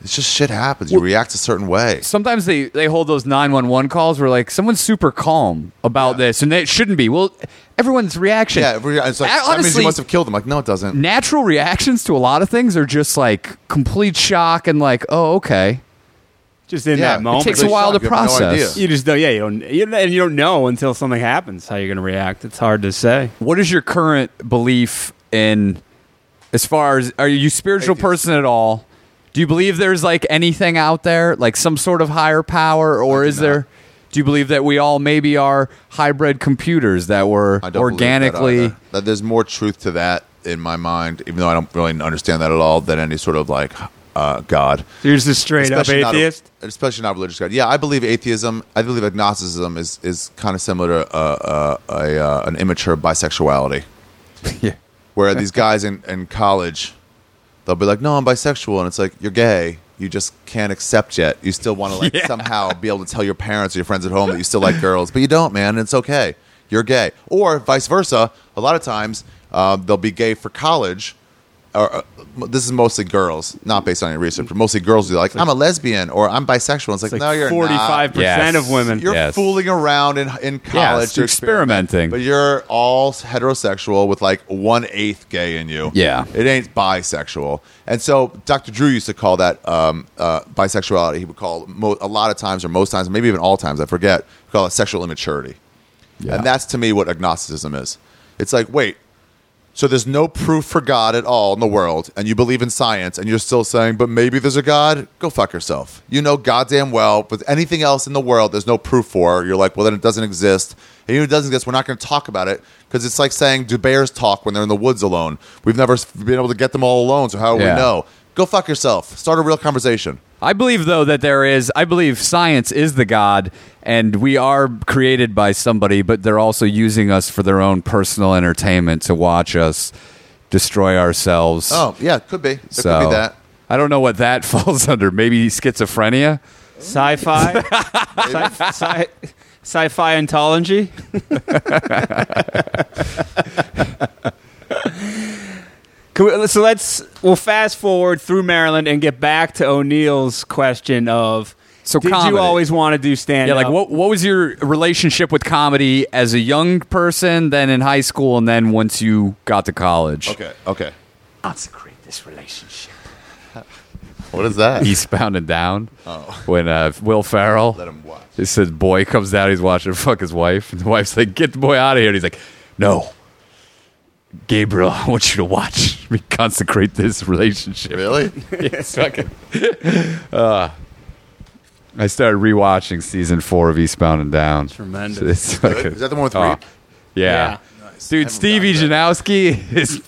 Speaker 1: It's just shit happens. You react a certain way.
Speaker 2: Sometimes they, they hold those 911 calls where, like, someone's super calm about this, and it shouldn't be. Well, everyone's reaction.
Speaker 1: Yeah, every- it's like
Speaker 2: I-
Speaker 1: that means
Speaker 2: honestly,
Speaker 1: he must have killed him. Like, no, it doesn't.
Speaker 2: natural reactions to a lot of things are just like complete shock and, like, oh, okay.
Speaker 6: Just in
Speaker 1: yeah,
Speaker 6: that moment.
Speaker 2: It takes a
Speaker 1: Complete
Speaker 2: while to
Speaker 1: shock. You have no idea.
Speaker 2: process.
Speaker 6: You just don't. Yeah, you don't. You don't, and you don't know until something happens how you're going to react. It's hard to say.
Speaker 2: What is your current belief in, as far as, are you a spiritual
Speaker 1: Atheist.
Speaker 2: person at all? Do you believe there's like anything out there, like some sort of higher power, or is there? Do you believe that we all maybe are hybrid computers that were
Speaker 1: I don't believe that
Speaker 2: organically?
Speaker 1: either. that there's more truth to that in my mind, even though I don't really understand that at all, than any sort of like uh, God.
Speaker 6: So you're just a straight up
Speaker 1: Especially not a-
Speaker 6: atheist.
Speaker 1: especially not religious God. Yeah, I believe atheism. I believe agnosticism is is kind of similar to uh, uh, a, uh, an immature bisexuality.
Speaker 2: Yeah.
Speaker 1: Where these guys in, in college, they'll be like, "No, I'm bisexual," and it's like you're gay. You just can't accept yet. You still want to like somehow be able to tell your parents or your friends at home that you still like girls, but you don't, man. And it's okay. You're gay, or vice versa. A lot of times, uh, they'll be gay for college, or uh, this is mostly girls, not based on any research, but mostly girls who are like, I'm a lesbian or I'm bisexual. It's like,
Speaker 6: It's like
Speaker 1: no, you're
Speaker 6: 45%
Speaker 1: not.
Speaker 2: Yes.
Speaker 6: of women.
Speaker 1: You're
Speaker 2: Yes.
Speaker 1: fooling around in in college,
Speaker 2: you're
Speaker 1: to experiment,
Speaker 2: experimenting.
Speaker 1: but you're all heterosexual with like one eighth gay in you.
Speaker 2: Yeah.
Speaker 1: it ain't bisexual. And so Dr. Drew used to call that um, uh, bisexuality. He would call mo- a lot of times, or most times, maybe even all times, I forget, he call it sexual immaturity. And that's to me what agnosticism is. It's like, wait, so there's no proof for God at all in the world, and you believe in science, and you're still saying, but maybe there's a God? Go fuck yourself. You know goddamn well, with anything else in the world, there's no proof for. You're like, well, then it doesn't exist. And even if it doesn't exist, we're not going to talk about it because it's like saying, do bears talk when they're in the woods alone? We've never s- been able to get them all alone, so how do
Speaker 2: Yeah.
Speaker 1: we know? Go fuck yourself. Start a real conversation.
Speaker 2: I believe though that there is I believe science is the god and we are created by somebody but they're also using us for their own personal entertainment to watch us destroy ourselves.
Speaker 1: Oh, yeah, could be. There could be that.
Speaker 2: I don't know what that falls under. Maybe schizophrenia?
Speaker 6: Sci-fi. sci- sci- sci-fi ontology. Can we- so let's we'll fast forward through Maryland and get back to O'Neill's question of
Speaker 2: So
Speaker 6: did
Speaker 2: comedy.
Speaker 6: you always want to do stand
Speaker 2: Yeah, like what what was your relationship with comedy as a young person, then in high school and then once you got to college?
Speaker 1: Okay, okay.
Speaker 6: consecrate this relationship.
Speaker 1: What is that?
Speaker 2: Eastbound and down. Oh. When uh, Will Farrell
Speaker 1: Let him watch.
Speaker 2: He says, boy comes down, he's watching him fuck his wife. And the wife's like, get the boy out of here. And he's like, no. Gabriel, I want you to watch me consecrate this relationship.
Speaker 1: Really?
Speaker 2: Yes, fucking. Uh, I started rewatching season four of Eastbound and Down.
Speaker 6: Tremendous.
Speaker 2: It's fucking-
Speaker 1: Is that the one with
Speaker 2: oh,
Speaker 1: Reap?
Speaker 2: Yeah.
Speaker 1: Yeah. Nice.
Speaker 2: Dude,
Speaker 1: Haven't
Speaker 2: Stevie
Speaker 1: gotten
Speaker 2: Janowski is.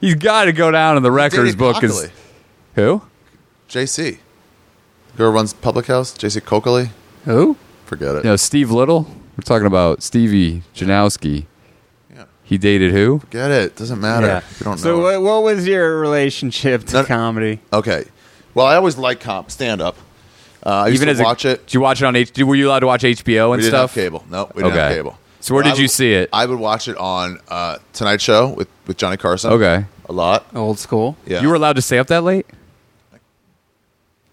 Speaker 2: He's got to go down in the records
Speaker 1: Dated
Speaker 2: book.
Speaker 1: Cockley.
Speaker 2: Is, who?
Speaker 1: JC. Girl runs public house. JC Coakley.
Speaker 2: Who?
Speaker 1: Forget it.
Speaker 2: No, Steve Little. We're talking about Stevie Janowski.
Speaker 1: Yeah.
Speaker 2: He dated who?
Speaker 1: Get it. Doesn't matter. You don't
Speaker 6: so
Speaker 1: know.
Speaker 6: what, what was your relationship to
Speaker 1: No, no.
Speaker 6: comedy?
Speaker 1: okay. Well, I always like comp stand up. Uh, I used
Speaker 2: Even
Speaker 1: to
Speaker 2: as a-
Speaker 1: watch it.
Speaker 2: Did you watch it on H? Were you allowed to watch HBO and
Speaker 1: We didn't
Speaker 2: stuff?
Speaker 1: have cable. No, we didn't have
Speaker 2: Okay.
Speaker 1: cable.
Speaker 2: So where
Speaker 1: But I
Speaker 2: did you
Speaker 1: would-
Speaker 2: see it?
Speaker 1: I would watch it on uh, Tonight Show with, with Johnny Carson.
Speaker 2: Okay.
Speaker 1: A lot.
Speaker 6: Old school.
Speaker 1: Yeah.
Speaker 2: You were allowed to stay up that late.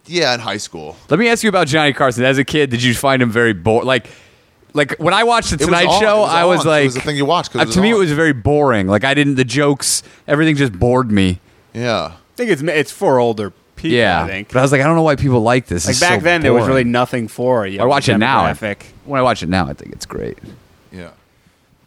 Speaker 1: yeah in high school.
Speaker 2: Let me ask you about Johnny Carson. As a kid, did you find him very bored? Like, Like when I watched the
Speaker 1: It was
Speaker 2: Tonight
Speaker 1: on.
Speaker 2: Show,
Speaker 1: It was
Speaker 2: I was
Speaker 1: on. It
Speaker 2: like,
Speaker 1: was the thing you watched 'cause it
Speaker 2: uh,
Speaker 1: was
Speaker 2: to me, it
Speaker 1: on.
Speaker 2: was very boring. Like I didn't. The jokes, everything just bored me.
Speaker 1: Yeah.
Speaker 6: think it's it's for older people.
Speaker 2: Yeah,
Speaker 6: I think
Speaker 2: but I was like, I don't know why people like this.
Speaker 6: like
Speaker 2: It's
Speaker 6: back
Speaker 2: so
Speaker 6: then there was
Speaker 2: boring.
Speaker 6: really nothing for you.
Speaker 2: I watch it now. I- When I watch it now, I think it's great.
Speaker 1: Yeah.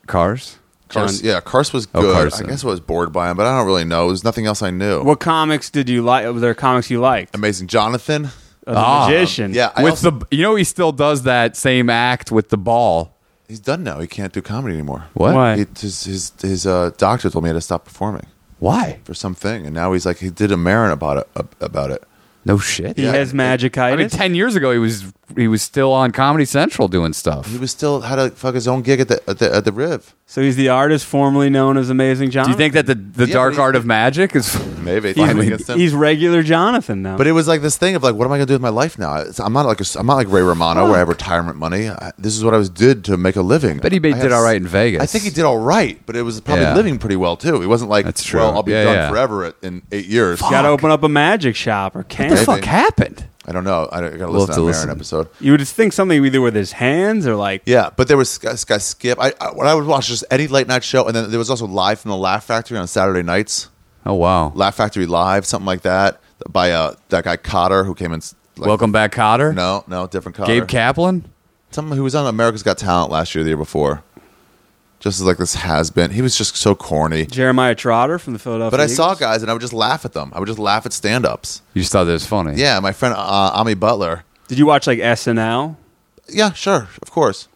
Speaker 2: Cars.
Speaker 1: Cars,
Speaker 6: John-
Speaker 1: yeah, Cars was
Speaker 2: Oh,
Speaker 1: good.
Speaker 2: Carson.
Speaker 1: I guess I was bored by him, but I don't really know. There's nothing else I knew.
Speaker 6: What comics did you like? Were there comics you liked?
Speaker 1: Amazing Jonathan.
Speaker 6: Uh, the
Speaker 2: Ah,
Speaker 6: magician.
Speaker 1: Yeah, I
Speaker 2: with
Speaker 1: also-
Speaker 2: the, you know, he still does that same act with the ball.
Speaker 1: he's done now. He can't do comedy anymore.
Speaker 2: What?
Speaker 6: Why?
Speaker 1: He, his his, his uh, doctor told me he had to stop performing
Speaker 2: Why?
Speaker 1: for something, and now he's like he did a Marin about it about it.
Speaker 2: No shit.
Speaker 6: He
Speaker 1: Yeah.
Speaker 6: has magic
Speaker 2: I mean, ten years ago, he was he was still on Comedy Central doing stuff.
Speaker 1: He was still had to fuck his own gig at the at the, at the Riv.
Speaker 6: So he's the artist formerly known as Amazing
Speaker 2: Do
Speaker 6: Jonathan.
Speaker 2: you think that the the
Speaker 1: Yeah,
Speaker 2: dark
Speaker 1: but he-
Speaker 2: art of magic is?
Speaker 1: Maybe it's
Speaker 2: He's-
Speaker 1: finally against him.
Speaker 6: he's regular Jonathan now?
Speaker 1: But it was like this thing of like, what am I going to do with my life now? It's, I'm not like a, I'm not like Ray Romano where I have retirement money. I, this is what I was did to make a living.
Speaker 2: But he did
Speaker 1: I had-
Speaker 2: all right in Vegas.
Speaker 1: I think he did all right, but it was probably
Speaker 2: Yeah.
Speaker 1: living pretty well too. He wasn't like,
Speaker 2: That's true.
Speaker 1: well, I'll be
Speaker 2: Yeah,
Speaker 1: done
Speaker 2: yeah.
Speaker 1: forever at, in eight years.
Speaker 6: got to open up a magic shop or
Speaker 2: What the
Speaker 6: can.
Speaker 2: fuck happened?
Speaker 1: I don't know. I, don't- I got to listen
Speaker 2: We'll have
Speaker 1: to
Speaker 2: to
Speaker 1: that
Speaker 2: listen.
Speaker 1: Marin episode.
Speaker 6: You would think something either with his hands or like
Speaker 1: Yeah, but there was this guy Skip. I, I when I would watch just any late night show, and then there was also live from the Laugh Factory on Saturday nights.
Speaker 2: Oh wow!
Speaker 1: Laugh Factory Live, something like that, by uh, that guy Cotter who came in. s- Like,
Speaker 2: Welcome back, Cotter.
Speaker 1: No, no, different Cotter.
Speaker 2: Gabe Kaplan.
Speaker 1: someone who was on America's Got Talent last year, the year before. Just as like this has been, he was just so corny.
Speaker 6: Jeremiah Trotter from the Philadelphia.
Speaker 1: But I saw
Speaker 6: Eagles.
Speaker 1: guys, and I would just laugh at them. I would just laugh at stand-ups.
Speaker 2: You just thought that was funny.
Speaker 1: Yeah, my friend uh, Ami Butler.
Speaker 6: Did you watch like SNL?
Speaker 1: Yeah, sure, of course.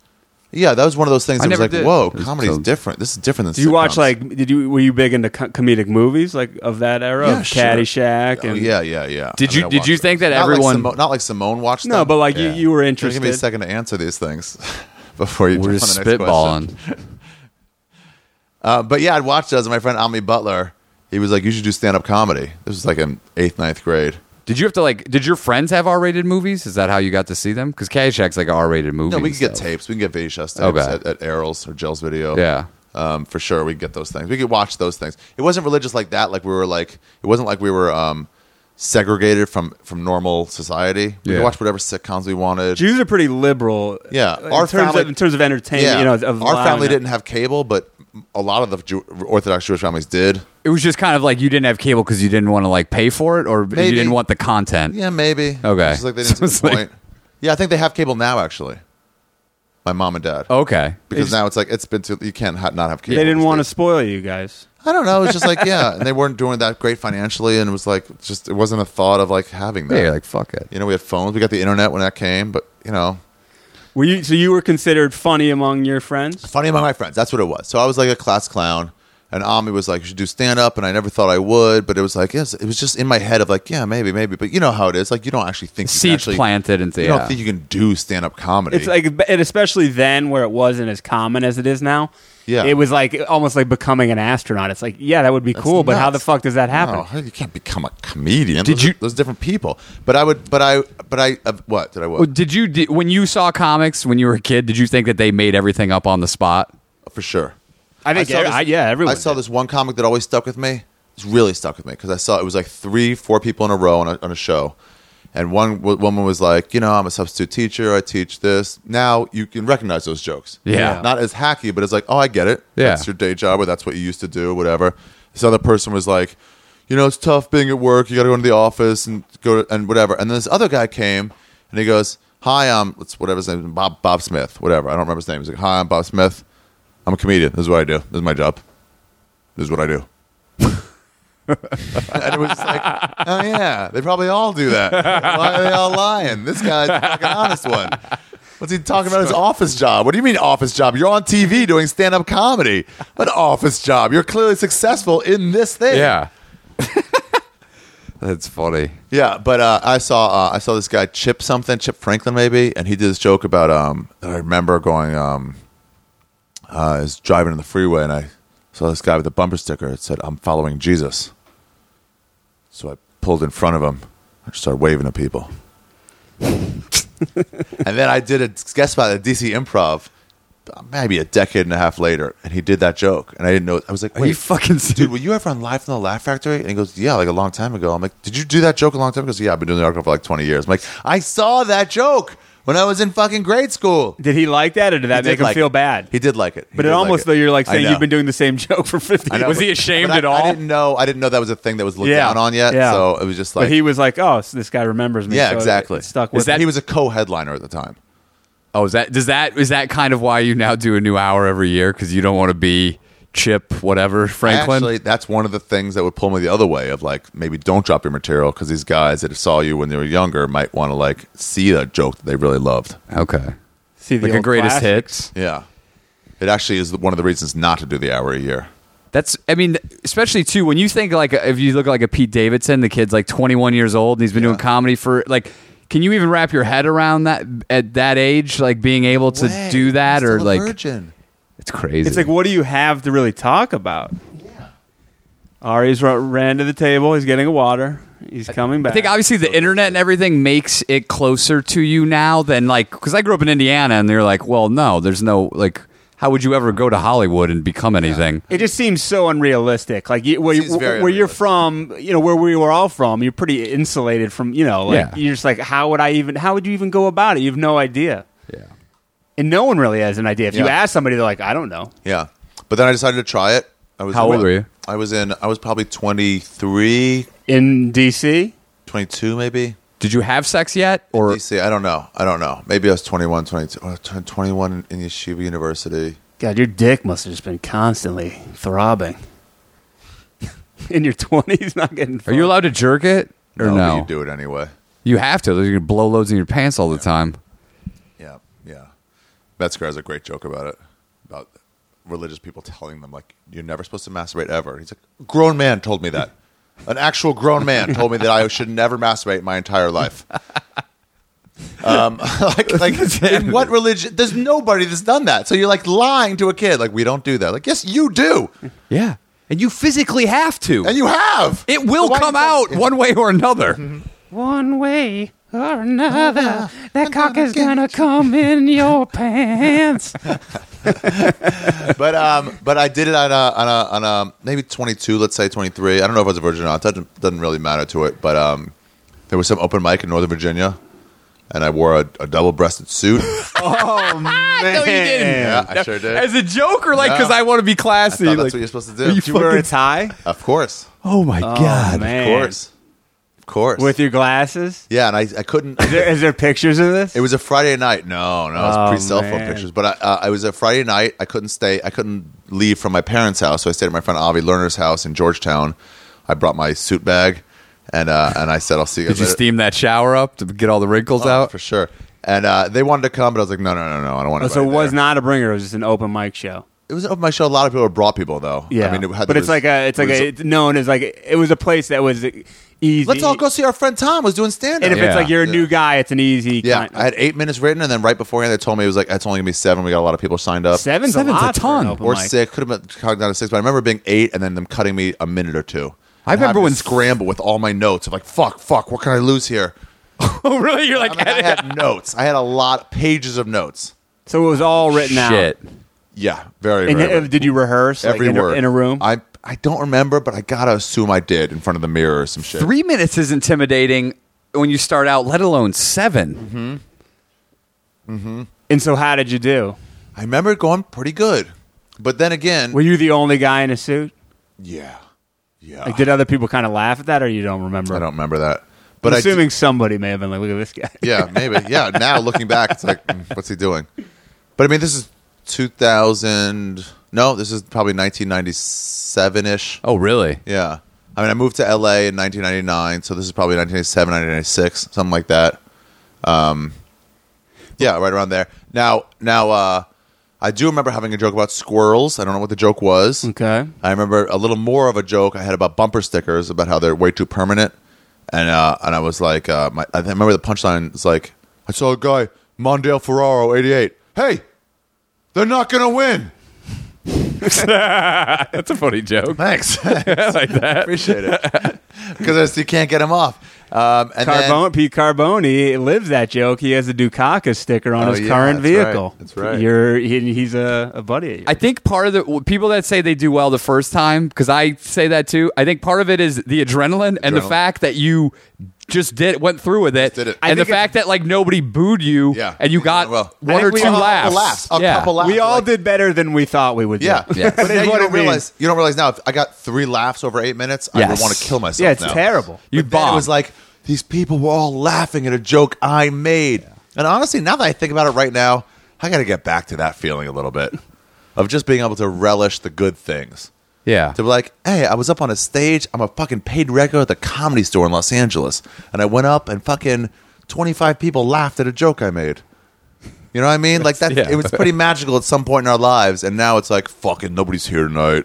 Speaker 1: Yeah, that was one of those things.
Speaker 2: I
Speaker 1: that was
Speaker 2: never
Speaker 1: like,
Speaker 2: did.
Speaker 1: whoa,
Speaker 2: It was
Speaker 1: comedy's
Speaker 2: so-
Speaker 1: different. This is different than.
Speaker 6: Did you watch
Speaker 1: sitcoms.
Speaker 6: like did you were you big into co- comedic movies like of that era?
Speaker 1: Yeah,
Speaker 6: of
Speaker 1: sure.
Speaker 6: Caddyshack and
Speaker 1: Oh, yeah, yeah, yeah.
Speaker 2: Did
Speaker 1: I
Speaker 2: you-
Speaker 1: I
Speaker 2: did you
Speaker 1: watched
Speaker 2: think
Speaker 1: those.
Speaker 2: that
Speaker 1: Not like
Speaker 2: everyone-
Speaker 1: Simo- not like Simone watched?
Speaker 6: No,
Speaker 1: them.
Speaker 6: but, like, you- you were
Speaker 1: Here, Give me a
Speaker 6: interested.
Speaker 1: second to answer these things before you.
Speaker 2: We're
Speaker 1: jump
Speaker 2: just
Speaker 1: on the next question.
Speaker 2: spitballing.
Speaker 1: Uh, but yeah, I'd watched those. And my friend Ami Butler, he was like, "You should do stand-up comedy." This was like in eighth, ninth grade.
Speaker 2: Did you have to like? Did your friends have R-rated movies? Is that how you got to see them? Because Caddyshack's like an R-rated movie.
Speaker 1: No, we
Speaker 2: and
Speaker 1: could get
Speaker 2: stuff.
Speaker 1: tapes. We can get VHS tapes
Speaker 2: Okay.
Speaker 1: at, at Errol's or Jell's Video.
Speaker 2: Yeah.
Speaker 1: Um, for sure, we could get those things. We could watch those things. It wasn't religious like that. Like we were like, it wasn't like we were um, segregated from from normal society. We
Speaker 2: Yeah.
Speaker 1: could watch whatever sitcoms we wanted.
Speaker 6: Jews are pretty liberal.
Speaker 1: Yeah,
Speaker 6: in
Speaker 1: our
Speaker 6: terms
Speaker 1: family-
Speaker 6: of, in terms of entertainment,
Speaker 1: yeah,
Speaker 6: you know, of
Speaker 1: our
Speaker 6: allowing
Speaker 1: family
Speaker 6: that.
Speaker 1: didn't have cable, but a lot of the Jew- Orthodox Jewish families did.
Speaker 2: It was just kind of like you didn't have cable because you didn't want to like pay for it, or
Speaker 1: Maybe.
Speaker 2: you didn't want the content.
Speaker 1: Yeah, maybe.
Speaker 2: Okay.
Speaker 1: It's just like they didn't
Speaker 2: So
Speaker 1: see
Speaker 2: it's
Speaker 1: the
Speaker 2: like-
Speaker 1: point. Yeah, I think they have cable now. Actually, my mom and dad.
Speaker 2: Okay.
Speaker 1: because now it's like it's been too. You can't ha- not have
Speaker 6: Oh, They
Speaker 1: cable.
Speaker 6: didn't
Speaker 1: It's
Speaker 6: want to
Speaker 1: like-
Speaker 6: spoil you guys.
Speaker 1: I don't know. It's just like yeah, and they weren't doing that great financially, and it was like just it wasn't a thought of like having that.
Speaker 2: Yeah, you're like fuck it.
Speaker 1: you know, we had phones. We got the internet when that came, but you know,
Speaker 6: Were you so you were considered funny among your friends?
Speaker 1: funny among my friends. That's what it was. So I was like a class clown, and Ami was like, "You should do stand up," and I never thought I would, but it was like, yes, it was just in my head of like, yeah, maybe, maybe, but you know how it is. Like you don't actually think you can
Speaker 2: Seeds
Speaker 1: actually,
Speaker 2: planted into
Speaker 1: You
Speaker 2: yeah.
Speaker 1: don't think you can do stand up comedy.
Speaker 6: It's like and especially then where it wasn't as common as it is now.
Speaker 1: Yeah.
Speaker 6: it was like almost like becoming an astronaut. It's like yeah, that would be cool, but how the
Speaker 1: nuts.
Speaker 6: fuck does that happen?
Speaker 1: No, you can't become a comedian.
Speaker 2: Did
Speaker 1: those,
Speaker 2: you-
Speaker 1: Those different people. But I would. But I. But I. Uh, what did I? What?
Speaker 2: Well, Oh, Did you did, when you saw comics when you were a kid? Did you think that they made everything up on the spot?
Speaker 1: for sure.
Speaker 6: I think
Speaker 1: saw
Speaker 6: every- I- yeah, everyone
Speaker 1: I saw this one comic that always stuck with me. It's really stuck with me because I saw it was like three, four people in a row on a, on a show, and one w- woman was like, you know, I'm a substitute teacher. I teach this. Now you can recognize those jokes.
Speaker 2: Yeah. Yeah.
Speaker 1: Not as hacky, but it's like, oh, I get it.
Speaker 2: Yeah.
Speaker 1: That's your day job, or that's what you used to do, whatever. This other person was like, you know, it's tough being at work. You got to go into the office and go to, and whatever. And then this other guy came and he goes, "Hi, I'm let's whatever his name, is, Bob Bob Smith, whatever. I don't remember his name. He's like, "Hi, I'm Bob Smith. I'm a comedian. This is what I do. This is my job. This is what I do." and it was just like, oh yeah, they probably all do that. Why are they all lying? This guy's a fucking honest one. What's he talking about? His office job. What do you mean office job? You're on TV doing stand up comedy. An office job. You're clearly successful in this thing.
Speaker 2: that's funny.
Speaker 1: Yeah, but uh, I saw uh, I saw this guy Chip something Chip Franklin maybe, and he did this joke about um. I remember going um. Uh, I was driving in the freeway and I saw this guy with a bumper sticker. It said, "I'm following Jesus." So I pulled in front of him. I just started waving to people. and then I did a guest spot at DC Improv, maybe a decade and a half later, and he did that joke, and I didn't know. I was like,
Speaker 2: Are
Speaker 1: "Wait,
Speaker 2: you fucking
Speaker 1: dude,
Speaker 2: stupid?
Speaker 1: were you ever on Live from the Laugh Factory? And he goes, yeah, like a long time ago. I'm like, did you do that joke a long time ago? He goes, yeah, I've been doing the article for like 20 years. I'm like, I saw that joke when I was in fucking grade school.
Speaker 6: Did he like that, or did that
Speaker 1: He did
Speaker 6: make him
Speaker 1: like
Speaker 6: feel
Speaker 1: it.
Speaker 6: bad?
Speaker 1: He did like it. He
Speaker 6: but
Speaker 1: did
Speaker 6: it
Speaker 1: like
Speaker 6: almost
Speaker 1: it.
Speaker 6: though you're like
Speaker 1: I
Speaker 6: saying
Speaker 1: know.
Speaker 6: you've been doing the same joke for 50
Speaker 1: I know,
Speaker 6: years.
Speaker 2: Was he
Speaker 1: but-
Speaker 2: ashamed
Speaker 1: but I-
Speaker 2: at all?
Speaker 1: I didn't know. I didn't know that was a thing that was looked
Speaker 6: Yeah.
Speaker 1: down on yet.
Speaker 6: Yeah.
Speaker 1: So it was just like
Speaker 6: But he was like, "Oh, so this guy remembers me."
Speaker 1: Yeah,
Speaker 6: so it-
Speaker 1: exactly.
Speaker 6: it Stuck
Speaker 1: Is
Speaker 6: with
Speaker 2: that-
Speaker 1: he was a co-headliner at the time.
Speaker 2: Oh, is that does that is that kind of why you now do a new hour every year because you don't want to be Chip whatever Franklin?
Speaker 1: Actually, that's one of the things that would pull me the other way of like maybe don't drop your material because these guys that saw you when they were younger might want to like see a joke that they really loved.
Speaker 2: okay,
Speaker 6: see the
Speaker 2: like a
Speaker 6: old
Speaker 2: greatest
Speaker 6: classic.
Speaker 2: hits.
Speaker 1: Yeah, it actually is one of the reasons not to do the hour a year.
Speaker 2: That's I mean, especially too when you think like if you look like a Pete Davidson, the kid's like 21 years old and he's been doing comedy for like. Can you even wrap your head around that at that age, like being able to
Speaker 1: Way.
Speaker 2: do that,
Speaker 1: He's
Speaker 2: or
Speaker 1: still a
Speaker 2: like
Speaker 1: virgin.
Speaker 2: it's crazy?
Speaker 6: It's like, what do you have to really talk about? Yeah. Ari's ru- ran to the table. He's getting a water. He's coming back.
Speaker 2: I think obviously the internet and everything makes it closer to you now than like because I grew up in Indiana and they're like, well, no, there's no like, how would you ever go to Hollywood and become anything?
Speaker 6: It just seems so unrealistic. Like you, where, you,
Speaker 1: Seems very
Speaker 6: where you're
Speaker 1: unrealistic.
Speaker 6: from, you know, where we were all from, you're pretty insulated from, you know, like
Speaker 2: Yeah.
Speaker 6: you're just like, how would I even? How would you even go about it? You have no idea,
Speaker 2: Yeah,
Speaker 6: and no one really has an idea. If you
Speaker 1: Yeah.
Speaker 6: ask somebody, they're like, I don't know.
Speaker 1: Yeah, but then I decided to try it. I was
Speaker 2: How
Speaker 1: in-
Speaker 2: old were you?
Speaker 1: I was in. I was probably 23,
Speaker 6: In DC,
Speaker 1: 22 maybe.
Speaker 2: Did you have sex yet? Or
Speaker 1: DC. I don't know. I don't know. Maybe I was 21, 22, or tw- 21 in Yeshiva University.
Speaker 6: God, your dick must have just been constantly throbbing. in your twenties, not getting.
Speaker 2: are you
Speaker 6: fucked.
Speaker 2: allowed to jerk it or no?
Speaker 1: but you do it anyway.
Speaker 2: You have to. You're gonna blow loads in your pants all the time.
Speaker 1: Yeah, yeah. Metzger has a great joke about it, about religious people telling them like you're never supposed to masturbate ever. He's like, a grown man told me that. An actual grown man told me that I should never masturbate my entire life. Um, like, like in what religion? There's nobody that's done that. So you're like lying to a kid. Like we don't do that. Like yes, you do,
Speaker 2: Yeah, and you physically have to.
Speaker 1: and you have.
Speaker 2: it will
Speaker 1: So why
Speaker 2: come
Speaker 1: do you-
Speaker 2: out one way or another.
Speaker 7: One way or another, that cock is gonna come in your pants.
Speaker 1: but um, but I did it on a on a on a maybe 22, let's say 23. I don't know if I was a virgin or not. Doesn't doesn't really matter to it. But um, there was some open mic in Northern Virginia, and I wore a, a double breasted suit.
Speaker 2: no, you didn't.
Speaker 1: yeah, I sure did.
Speaker 2: As a joke or like
Speaker 1: No.
Speaker 2: because I want to be
Speaker 1: I
Speaker 2: classy.
Speaker 1: thought
Speaker 2: like-
Speaker 1: that's what you're supposed to do.
Speaker 6: Did you wear a tie?
Speaker 1: of course,
Speaker 2: oh my god.
Speaker 1: of course, of course.
Speaker 6: With your glasses?
Speaker 1: yeah, and I I couldn't.
Speaker 6: Is there, is there pictures of this?
Speaker 1: It was a Friday night. No, no, it's
Speaker 6: Oh,
Speaker 1: pre cell phone
Speaker 6: man.
Speaker 1: pictures. But I, uh, I was a Friday night. I couldn't stay. I couldn't leave from my parents' house, so I stayed at my friend Avi Lerner's house in Georgetown. I brought my suit bag, and uh, and I said, "I'll see you."
Speaker 2: Did you
Speaker 1: later."
Speaker 2: steam that shower up to get all the wrinkles
Speaker 1: Oh,
Speaker 2: out?
Speaker 1: for sure. And uh, they wanted to come, but I was like, "No, no, no, no, I don't want
Speaker 6: Oh,
Speaker 1: to."
Speaker 6: so it was not a bringer. It was just an open mic show.
Speaker 1: It was open my show. A lot of people brought people though.
Speaker 6: Yeah,
Speaker 1: I mean, it had
Speaker 6: but
Speaker 1: there
Speaker 6: it's
Speaker 1: was-
Speaker 6: like a, it's like
Speaker 1: it was-
Speaker 6: a, it's known as like it was a place that was easy.
Speaker 1: Let's all go see our friend Tom who's doing stand up.
Speaker 6: And if it's
Speaker 2: Yeah.
Speaker 6: like you're a new
Speaker 1: Yeah.
Speaker 6: guy, it's an easy.
Speaker 1: Yeah,
Speaker 6: kind-
Speaker 1: I had eight minutes written, and then right beforehand they told me it was like it's only gonna be seven. We got a lot of people signed up,
Speaker 6: seven's,
Speaker 2: Seven's
Speaker 6: a, lot
Speaker 2: a
Speaker 6: for an
Speaker 2: ton.
Speaker 6: open
Speaker 1: or
Speaker 6: mic.
Speaker 1: six. Could have been cocked down to six, but I remember being eight, and then them cutting me a minute or two.
Speaker 2: I
Speaker 1: And
Speaker 2: remember
Speaker 1: having to
Speaker 2: when-
Speaker 1: scramble with all my notes of like fuck, fuck, what can I lose here?
Speaker 2: Oh, really? You're
Speaker 1: I,
Speaker 2: like,
Speaker 1: mean, I had notes. I had a lot, pages of notes.
Speaker 6: So it was all written out.
Speaker 2: shit.
Speaker 1: Yeah, very.
Speaker 6: And
Speaker 1: very
Speaker 6: uh, did you rehearse like,
Speaker 1: every
Speaker 6: in, a-
Speaker 1: word
Speaker 6: in a room?
Speaker 1: I I don't remember, but I gotta assume I did in front of the mirror or some shit.
Speaker 2: Three minutes is intimidating when you start out, let alone 7
Speaker 6: and so how did you do?
Speaker 1: I remember going pretty good, but then again,
Speaker 6: Were you the only guy in a suit?
Speaker 1: yeah, yeah.
Speaker 6: Like, did other people kind of laugh at that, or you don't remember?
Speaker 1: I don't remember that,
Speaker 6: But
Speaker 1: but
Speaker 6: I'm
Speaker 1: I do-
Speaker 6: assuming somebody may have been like, "Look at this guy."
Speaker 1: yeah, maybe. Yeah, now looking back, it's like, mm, what's he doing? But I mean, this is 2000. No, this is probably 1997 ish.
Speaker 2: Oh, really?
Speaker 1: Yeah. I mean, I moved to LA in 1999, so this is probably 1997, 1996, something like that. Um, yeah, right around there. Now, now, uh, I do remember having a joke about squirrels. I don't know what the joke was.
Speaker 6: Okay.
Speaker 1: I remember a little more of a joke I had about bumper stickers about how they're way too permanent, and uh, and I was like, uh, my, I remember the punchline is like, I saw a guy Mondale Ferraro '88. Hey, they're not gonna win.
Speaker 2: That's a funny joke.
Speaker 1: Thanks, appreciate it. because you can't get him off. Um, and then-
Speaker 6: Carbone, Pete Carboni lives that joke. He has a Dukakis sticker on
Speaker 1: Oh,
Speaker 6: his
Speaker 1: yeah,
Speaker 6: current
Speaker 1: that's right.
Speaker 6: vehicle.
Speaker 1: That's right.
Speaker 6: You're he, he's a, a buddy. Of yours.
Speaker 2: I think part of the people that say they do well the first time, because I say that too. I think part of it is the adrenaline and the
Speaker 1: Adrenaline.
Speaker 2: fact that you just did went through with it,
Speaker 1: did it. I
Speaker 2: and the
Speaker 1: think it-
Speaker 2: fact that like nobody booed you,
Speaker 1: Yeah.
Speaker 2: and you
Speaker 1: Yeah,
Speaker 2: got
Speaker 1: well. I
Speaker 2: one
Speaker 1: think
Speaker 2: or
Speaker 1: we
Speaker 2: two
Speaker 1: all-
Speaker 2: laughs,
Speaker 1: a laughs, a
Speaker 2: yeah.
Speaker 1: couple laughs.
Speaker 6: we all
Speaker 1: like-
Speaker 6: did better than we thought we would.
Speaker 1: Yeah,
Speaker 6: do.
Speaker 1: yeah. But
Speaker 6: That's
Speaker 1: now you
Speaker 6: what
Speaker 1: don't
Speaker 6: it means.
Speaker 1: realize you don't realize now. If I got three laughs over eight minutes, I would
Speaker 2: Yes.
Speaker 1: want to kill myself.
Speaker 6: Yeah, it's
Speaker 1: now.
Speaker 6: terrible.
Speaker 2: You'd
Speaker 1: But then
Speaker 2: bomb.
Speaker 1: It was like these people were all laughing at a joke I made, and honestly, now that I think about it, right now, I got to get back to that feeling a little bit of just being able to relish the good things.
Speaker 2: Yeah,
Speaker 1: To be like, hey, I was up on a stage. I'm a fucking paid regular at the comedy store in Los Angeles. And I went up and fucking 25 people laughed at a joke I made. You know what I mean? Like that,
Speaker 2: Yeah.
Speaker 1: it was pretty magical at some point in our lives. And now it's like, fucking nobody's here tonight.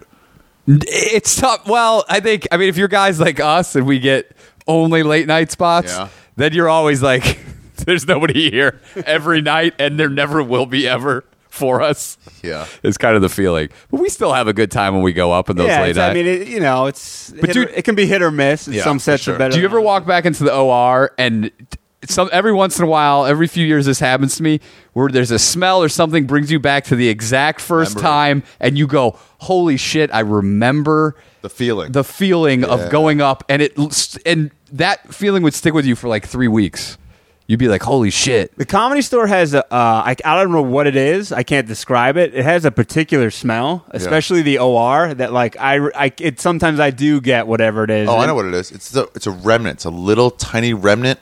Speaker 2: it's tough. Well, I think I mean if you're guys like us and we get only late night spots,
Speaker 1: Yeah.
Speaker 2: then you're always like, there's nobody here every night, and there never will be ever for us.
Speaker 1: Yeah.
Speaker 2: It's kind of the feeling, but we still have a good time when we go up in those
Speaker 6: yeah,
Speaker 2: late
Speaker 6: it's- I
Speaker 2: nights.
Speaker 6: mean, it, you know, it's hit
Speaker 2: dude-
Speaker 6: or- it can be hit or miss.
Speaker 1: Yeah,
Speaker 6: Some
Speaker 1: for
Speaker 6: sets
Speaker 1: sure.
Speaker 6: are better.
Speaker 2: Do you
Speaker 6: than
Speaker 2: ever
Speaker 6: others.
Speaker 2: walk back into the OR and t- some every once in a while, every few years this happens to me, where there's a smell or something brings you back to the exact first
Speaker 1: Remember.
Speaker 2: time, and you go, "Holy shit! I remember
Speaker 1: The feeling.
Speaker 2: the feeling
Speaker 1: Yeah.
Speaker 2: of going up," and it l- st- and that feeling would stick with you for like three weeks. You'd be like, "Holy shit!"
Speaker 6: The comedy store has a, uh, I, I don't know what it is. I can't describe it. It has a particular smell, especially the OR that like I, I it, sometimes I do get whatever it is.
Speaker 1: oh, I know what it is. It's a, it's a remnant. It's a little tiny remnant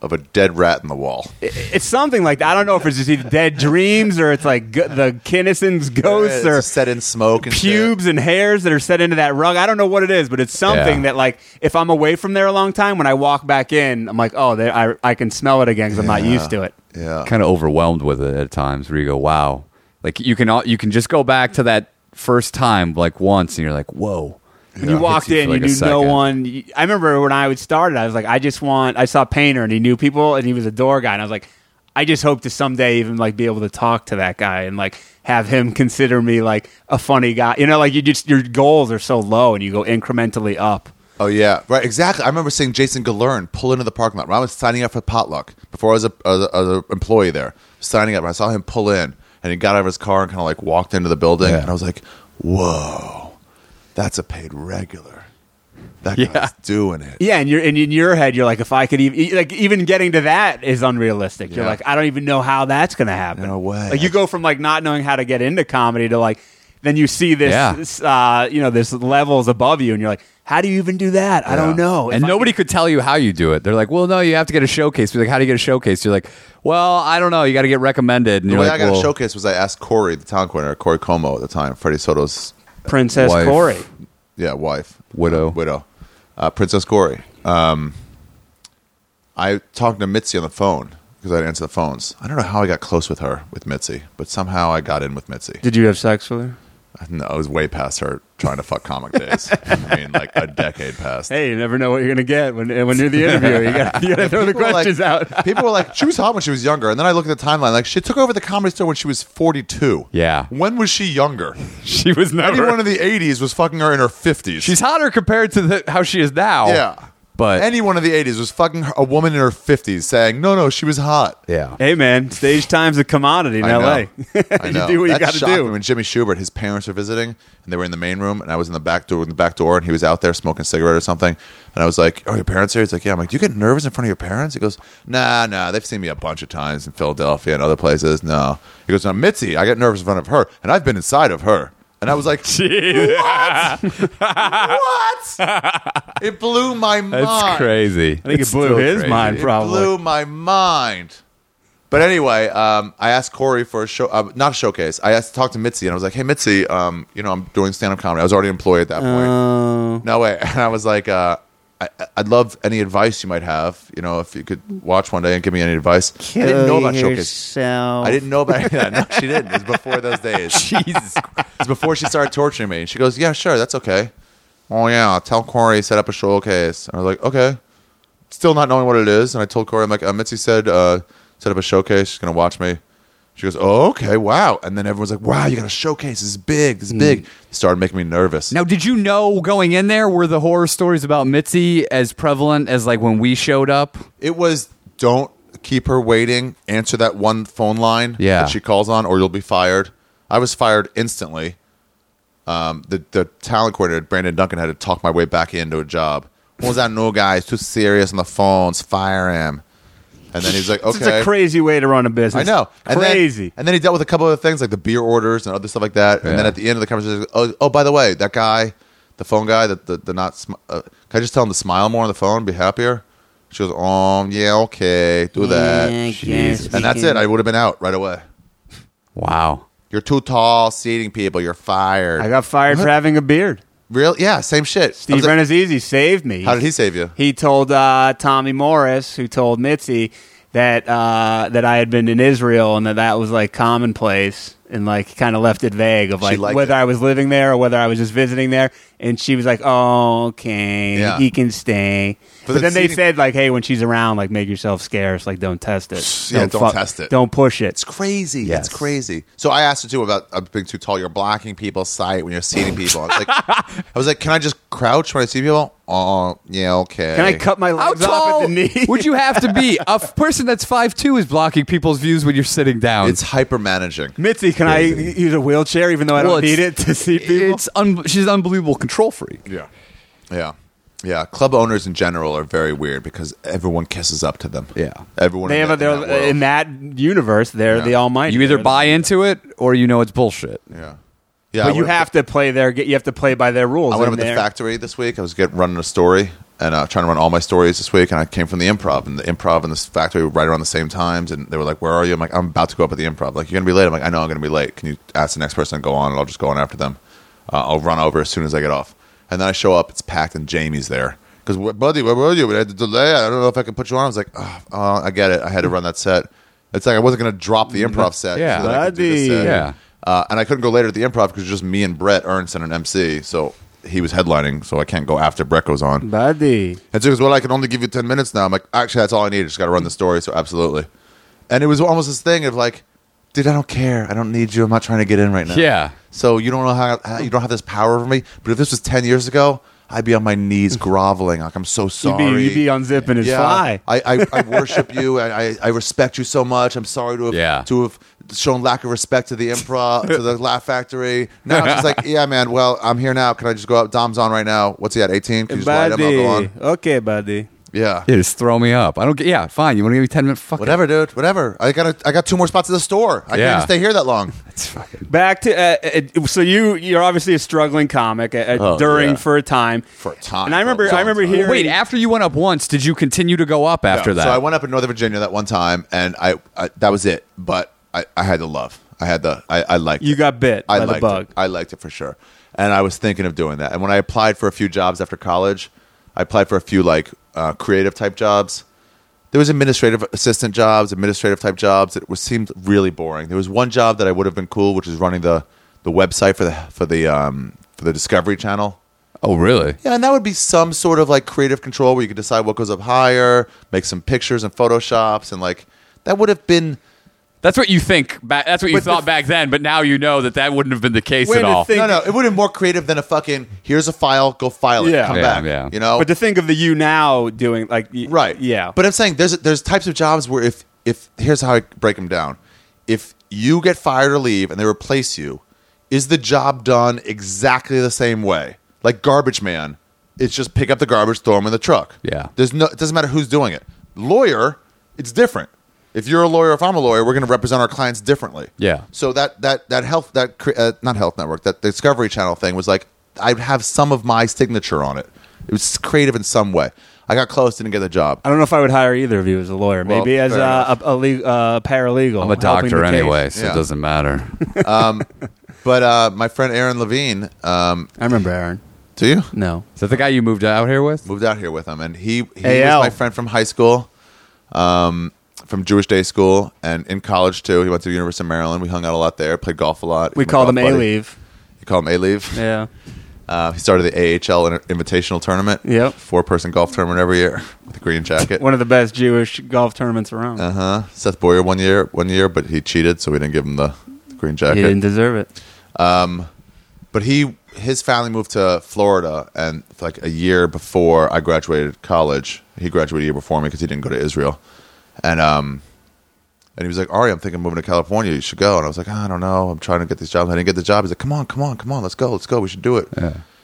Speaker 1: of a dead rat in the wall.
Speaker 6: It's something like that. I don't know if it's just either dead dreams or it's like g- the Kinnison's ghosts
Speaker 1: It's
Speaker 6: or
Speaker 1: a set in smoke and shit.
Speaker 6: pubes and hairs that are set into that rug. I don't know what it is, but it's something
Speaker 2: Yeah.
Speaker 6: that like if I'm away from there a long time, when I walk back in, I'm like, oh, there, I I can smell it again because I'm not used to it.
Speaker 1: Yeah.
Speaker 2: kind of overwhelmed with it at times where you go wow like you can all, you can just go back to that first time like once and you're like whoa
Speaker 6: When you walked in, you knew no one. you- I remember when I would start it, I was like, I just want. I saw Painter, and he knew people, and he was a door guy, and I was like, I just hope to someday even like be able to talk to that guy and like have him consider me like a funny guy. You know, like you just your goals are so low, and you go incrementally up.
Speaker 1: Oh yeah, right. Exactly. I remember seeing Jason Galern pull into the parking lot when I was signing up for potluck before I was a, as a, as a employee there signing up. I saw him pull in and he got out of his car and kind of like walked into the building, and I was like, "Whoa, that's a paid regular. That guy's doing it."
Speaker 6: Yeah, and you're and in your head, you're like, if I could even e, like even getting to that is unrealistic. You're
Speaker 1: Yeah.
Speaker 6: like, I don't even know how that's gonna happen.
Speaker 1: No way.
Speaker 6: Like you go from like not knowing how to get into comedy to like then you see this,
Speaker 2: Yeah.
Speaker 6: this, uh, you know, this levels above you, and you're like, how do you even do that? I don't
Speaker 1: Yeah.
Speaker 6: know.
Speaker 2: and
Speaker 6: If I
Speaker 2: nobody could tell you how you do it. They're like, "Well, no, you have to get a showcase." We're like, "How do you get a showcase?" You're like, "Well, I don't know. You got to get recommended." And
Speaker 1: The
Speaker 2: you're
Speaker 1: way
Speaker 2: like,
Speaker 1: I got
Speaker 2: well,
Speaker 1: a showcase was I asked Corey, the town corner, Corey Como at the time, Freddie Soto's
Speaker 6: could- Princess
Speaker 2: Wife.
Speaker 6: Corey.
Speaker 1: yeah wife,
Speaker 2: widow."
Speaker 1: widow, uh, Princess Corey. Um, I talked to Mitzi on the phone because I'd answer the phones. I don't know how I got close with her with Mitzi, but somehow I got in with Mitzi.
Speaker 6: Did you have sex with her?
Speaker 1: No, I was way past her trying to fuck comic days. I mean, like a decade past.
Speaker 6: Hey, you never know what you're gonna get when when you're the interviewer. You gotta, you gotta throw the
Speaker 1: People were
Speaker 6: questions
Speaker 1: like,
Speaker 6: out.
Speaker 1: people were like, she was hot when she was younger, and then I look at the timeline. Like, she took over the comedy store when she was forty-two.
Speaker 2: Yeah.
Speaker 1: When was she younger?
Speaker 2: She was
Speaker 1: Anyone
Speaker 2: never.
Speaker 1: in the '80s was fucking her in her fifties.
Speaker 2: She's hotter compared to the, how she is now.
Speaker 1: yeah.
Speaker 2: Oh, but
Speaker 1: anyone in the '80s was fucking her- a woman in her fifties, saying, "No, no, she was hot."
Speaker 2: yeah,
Speaker 6: Hey man, stage time's a commodity in
Speaker 1: I
Speaker 6: LA.
Speaker 1: know. I know.
Speaker 6: you do what
Speaker 1: That
Speaker 6: you gotta
Speaker 1: shocked
Speaker 6: do.
Speaker 1: me When Jimmy Schubert, his parents were visiting, and they were in the main room, and I was in the back door, in the back door, and he was out there smoking a cigarette or something, and I was like, "Are your parents here?" He's like, "Yeah." I'm like, "Do you get nervous in front of your parents?" He goes, "Nah, nah. They've seen me a bunch of times in Philadelphia and other places. No." He goes, "Now Mitzi, I get nervous in front of her, and I've been inside of her." And I was like, "What? what?" It blew my mind.
Speaker 2: that's crazy.
Speaker 6: I think it blew his mind probably.
Speaker 1: It blew my mind. But anyway, um, I asked Corey for a show, uh, not a showcase. I asked to talk to Mitzi, and I was like, "Hey, Mitzi, um, you know, I'm doing stand up comedy. I was already employed at that point. No way." And I was like, uh, I, "I'd love any advice you might have. You know, if you could watch one day and give me any advice." I didn't know about showcase. I didn't know about that. No, she didn't. It was before those days. Jesus. It was before she started torturing me. And she goes, Yeah, sure, that's okay. Oh, yeah, I'll tell Corey, set up a showcase. And I was like, Okay. Still not knowing what it is. And I told Corey, I'm like, uh, Mitzi said, uh, set up a showcase. She's going to watch me. She goes, oh, okay, wow. And then everyone's like, wow, you got a showcase. This is big. This is big. Started making me nervous.
Speaker 2: Now, did you know going in there were the horror stories about Mitzi as prevalent as like when we showed up?
Speaker 1: It was don't keep her waiting. Answer that one phone line
Speaker 2: Yeah.
Speaker 1: that she calls on, or you'll be fired. I was fired instantly. Um, the the talent coordinator Brandon Duncan had to talk my way back into a job. What was that new guy? He's too serious on the phones. Fire him. And then he's like, okay.
Speaker 6: It's a crazy way to run a
Speaker 1: I
Speaker 6: business.
Speaker 1: know. And then-
Speaker 6: Crazy.
Speaker 1: And then, he dealt with a couple of things like the beer orders and other stuff like that. And then at the end of the conversation, oh, oh by the way, that guy, the phone guy, that the, the not, sm- uh, can I just tell him to smile more on the phone, be happier? She goes, um, yeah, okay, do that. Uh, and that's it. I would have been out right away.
Speaker 2: Wow.
Speaker 1: You're too tall, seating people. You're fired.
Speaker 6: I got fired for having a beard.
Speaker 1: real. Yeah, same shit. I
Speaker 6: Steve
Speaker 1: was like,
Speaker 6: Renazizi saved me.
Speaker 1: How did he save you?
Speaker 6: He told uh, Tommy Morris, who told Mitzi that uh, that I had been in Israel and that that was like commonplace, and like kind of left it vague of like
Speaker 1: liked
Speaker 6: whether
Speaker 1: it.
Speaker 6: I was living there or whether I was just visiting there. And she was like, "Oh, okay,
Speaker 1: Yeah.
Speaker 6: he can stay."
Speaker 1: But
Speaker 6: But, then
Speaker 1: it's
Speaker 6: they
Speaker 1: seating-
Speaker 6: said like, "Hey, when she's around, like make yourself scarce. Like don't test it.
Speaker 1: Yeah, don't test it.
Speaker 6: Don't push it."
Speaker 1: It's crazy.
Speaker 6: Yes.
Speaker 1: It's crazy. So I asked her too about uh, being too tall. You're blocking people's sight when you're seating people. I was like, I was like, can I just crouch when I see people? Oh, yeah, okay.
Speaker 6: Can I cut my
Speaker 2: How
Speaker 6: legs off
Speaker 2: tall
Speaker 6: at the knee?
Speaker 2: would you have to be? A f- person that's 5'2 is blocking people's views when you're sitting down.
Speaker 1: It's hyper managing.
Speaker 6: Mitzi, can I use a wheelchair even though I don't
Speaker 2: Well, it's-
Speaker 6: need it to see people?
Speaker 2: it's un- she's an unbelievable control freak.
Speaker 1: Yeah, yeah, yeah. Club owners in general are very weird because everyone kisses up to them.
Speaker 2: Yeah.
Speaker 1: everyone.
Speaker 6: They
Speaker 1: in
Speaker 6: have a,
Speaker 1: that- in that
Speaker 6: they're, uh,
Speaker 1: world.
Speaker 6: in that universe. They're
Speaker 1: Yeah.
Speaker 6: the almighty.
Speaker 2: You either
Speaker 6: They're
Speaker 2: buy into it or you know it's bullshit.
Speaker 1: yeah, yeah. I
Speaker 6: but you
Speaker 1: went-
Speaker 6: have to play their. You have to play by their rules.
Speaker 1: I went
Speaker 6: in
Speaker 1: up at the
Speaker 6: there.
Speaker 1: factory this week. I was getting running a story and uh, trying to run all my stories this week. And I came from the improv, and the improv and this factory were right around the same times. And they were like, "Where are you?" I'm like, "I'm about to go up at the improv." Like, "You're gonna be late." I'm like, "I know I'm gonna be late. Can you ask the next person to go on, and I'll just go on after them. Uh, I'll run over as soon as I get off." And then I show up. It's packed, and Jamie's there. Because, buddy, where were you? We had to delay. I don't know if I can put you on. I was like, oh, uh, I get it. I had to run that set. It's like I wasn't going to drop the improv set.
Speaker 2: Yeah.
Speaker 1: so that I could do this
Speaker 6: Mm-hmm. Buddy.
Speaker 1: set.
Speaker 2: Yeah.
Speaker 1: Uh, and I couldn't go later at the improv because it was just me and Brett Ernst and an MC. So he was headlining, so I can't go after Brett goes on.
Speaker 6: buddy.
Speaker 1: And so he goes, Well, I can only give you 10 minutes now. I'm like, Actually, that's all I need. I just got to run the story. So absolutely. And it was almost this thing of like, Dude, I don't care. I don't need you. I'm not trying to get in right now.
Speaker 2: Yeah.
Speaker 1: So you don't know how, how you don't have this power over me. But if this was 10 years ago, I'd be on my knees groveling. Like, I'm so
Speaker 6: Mm. You'd
Speaker 1: sorry.
Speaker 6: be, you'd be unzipping his fly.
Speaker 1: I, I, I worship you. and I, I respect you so much. I'm sorry to have,
Speaker 2: Yeah.
Speaker 1: to have shown lack of respect to the improv, to the Laugh Factory. Now it's just like, yeah, man, well, I'm here now. Can I just go up? Dom's on right now. What's he at, 18? Can you just light him? I'll
Speaker 6: buddy.
Speaker 1: go on.
Speaker 6: Okay, buddy.
Speaker 1: Yeah.
Speaker 2: Yeah, just throw me up. I don't get. Yeah, fine. You want to give me ten minutes? Fuck it.
Speaker 1: Whatever, dude. Whatever. I got I got two more spots at the store. I
Speaker 2: Yeah.
Speaker 1: can't stay here that long.
Speaker 6: Back to uh, uh, so you you're obviously a struggling comic uh, uh,
Speaker 1: Oh,
Speaker 6: during
Speaker 1: yeah.
Speaker 6: for a time.
Speaker 1: For a time. Oh,
Speaker 6: And I remember
Speaker 1: For a
Speaker 6: I remember
Speaker 1: long time.
Speaker 6: hearing
Speaker 2: Wait, after you went up once, did you continue to go up after
Speaker 1: Yeah.
Speaker 2: that?
Speaker 1: So I went up in Northern Virginia that one time, and I, I that was it. But I, I had the love. I had the I, I liked.
Speaker 6: You
Speaker 1: it.
Speaker 6: got bit
Speaker 1: I
Speaker 6: by the
Speaker 1: liked
Speaker 6: bug.
Speaker 1: It. I liked it for sure. And I was thinking of doing that. And when I applied for a few jobs after college, I applied for a few like uh, creative type jobs. There was administrative assistant jobs, administrative type jobs. It was seemed really boring. There was one job that I would have been cool, which is running the the website for the for the um, for the Discovery Channel.
Speaker 2: oh, really?
Speaker 1: Yeah, and that would be some sort of like creative control where you could decide what goes up higher, make some pictures and photoshops, and like that would have been.
Speaker 2: That's what you think. Back, that's what you
Speaker 1: But the
Speaker 2: thought
Speaker 1: f-
Speaker 2: back then, but now you know that that wouldn't have been the case
Speaker 6: Way
Speaker 2: at
Speaker 6: to
Speaker 2: all.
Speaker 6: think-
Speaker 1: No, no, it would have been more creative than a fucking here's a file, go file it,
Speaker 6: Yeah.
Speaker 1: come
Speaker 2: Yeah,
Speaker 1: back.
Speaker 2: yeah.
Speaker 1: You know,
Speaker 6: But to think of the you now doing like y-
Speaker 1: right?
Speaker 6: yeah.
Speaker 1: But I'm saying there's there's types of jobs where if if here's how I break them down. If you get fired or leave and they replace you, is the job done exactly the same way? Like garbage man, it's just pick up the garbage, throw them in the truck.
Speaker 2: Yeah.
Speaker 1: There's no. It doesn't matter who's doing it. Lawyer, it's different. If you're a lawyer, if I'm a lawyer, we're going to represent our clients differently.
Speaker 2: Yeah.
Speaker 1: So that that that health that cre- uh, not health network that Discovery Channel thing was like I'd have some of my signature on it. It was creative in some way. I got close, didn't get the job.
Speaker 6: I don't know if I would hire either of you as a lawyer.
Speaker 1: Well,
Speaker 6: Maybe as
Speaker 1: fair
Speaker 6: uh, a, a, le- uh, paralegal.
Speaker 2: I'm a doctor anyway, so
Speaker 1: Yeah.
Speaker 2: it doesn't matter.
Speaker 1: But uh, my friend Aaron Levine, um,
Speaker 6: I remember Aaron.
Speaker 1: do you
Speaker 6: No.
Speaker 2: Is that the guy you moved out here with?
Speaker 1: moved out here with him? And he he
Speaker 6: AL.
Speaker 1: was my friend from high school, um, from Jewish day school, and in college too. He went to the University of Maryland. We hung out a lot there, played golf a lot.
Speaker 6: We
Speaker 1: He's my
Speaker 6: called him
Speaker 1: golf buddy.
Speaker 6: A-Leave.
Speaker 1: You call him A Leave.
Speaker 6: Yeah.
Speaker 1: Uh, he started the AHL Inter- Invitational Tournament.
Speaker 6: Yep.
Speaker 1: Four person golf tournament every year with a green jacket.
Speaker 6: One of the best Jewish golf tournaments around.
Speaker 1: Uh huh. Seth Boyer one year, one year, but he cheated, so we didn't give him the green
Speaker 6: he
Speaker 1: jacket.
Speaker 6: didn't deserve it.
Speaker 1: but he his family moved to Florida and like a year before I graduated college, he graduated a year before me because he didn't go to Israel, and um, and he was like, Ari, I'm thinking of moving to California. You should go. And I was like, I don't know. I'm trying to get these jobs. I didn't get the job. He's like, Come on, come on, come on. Let's go. Let's go. We should do it.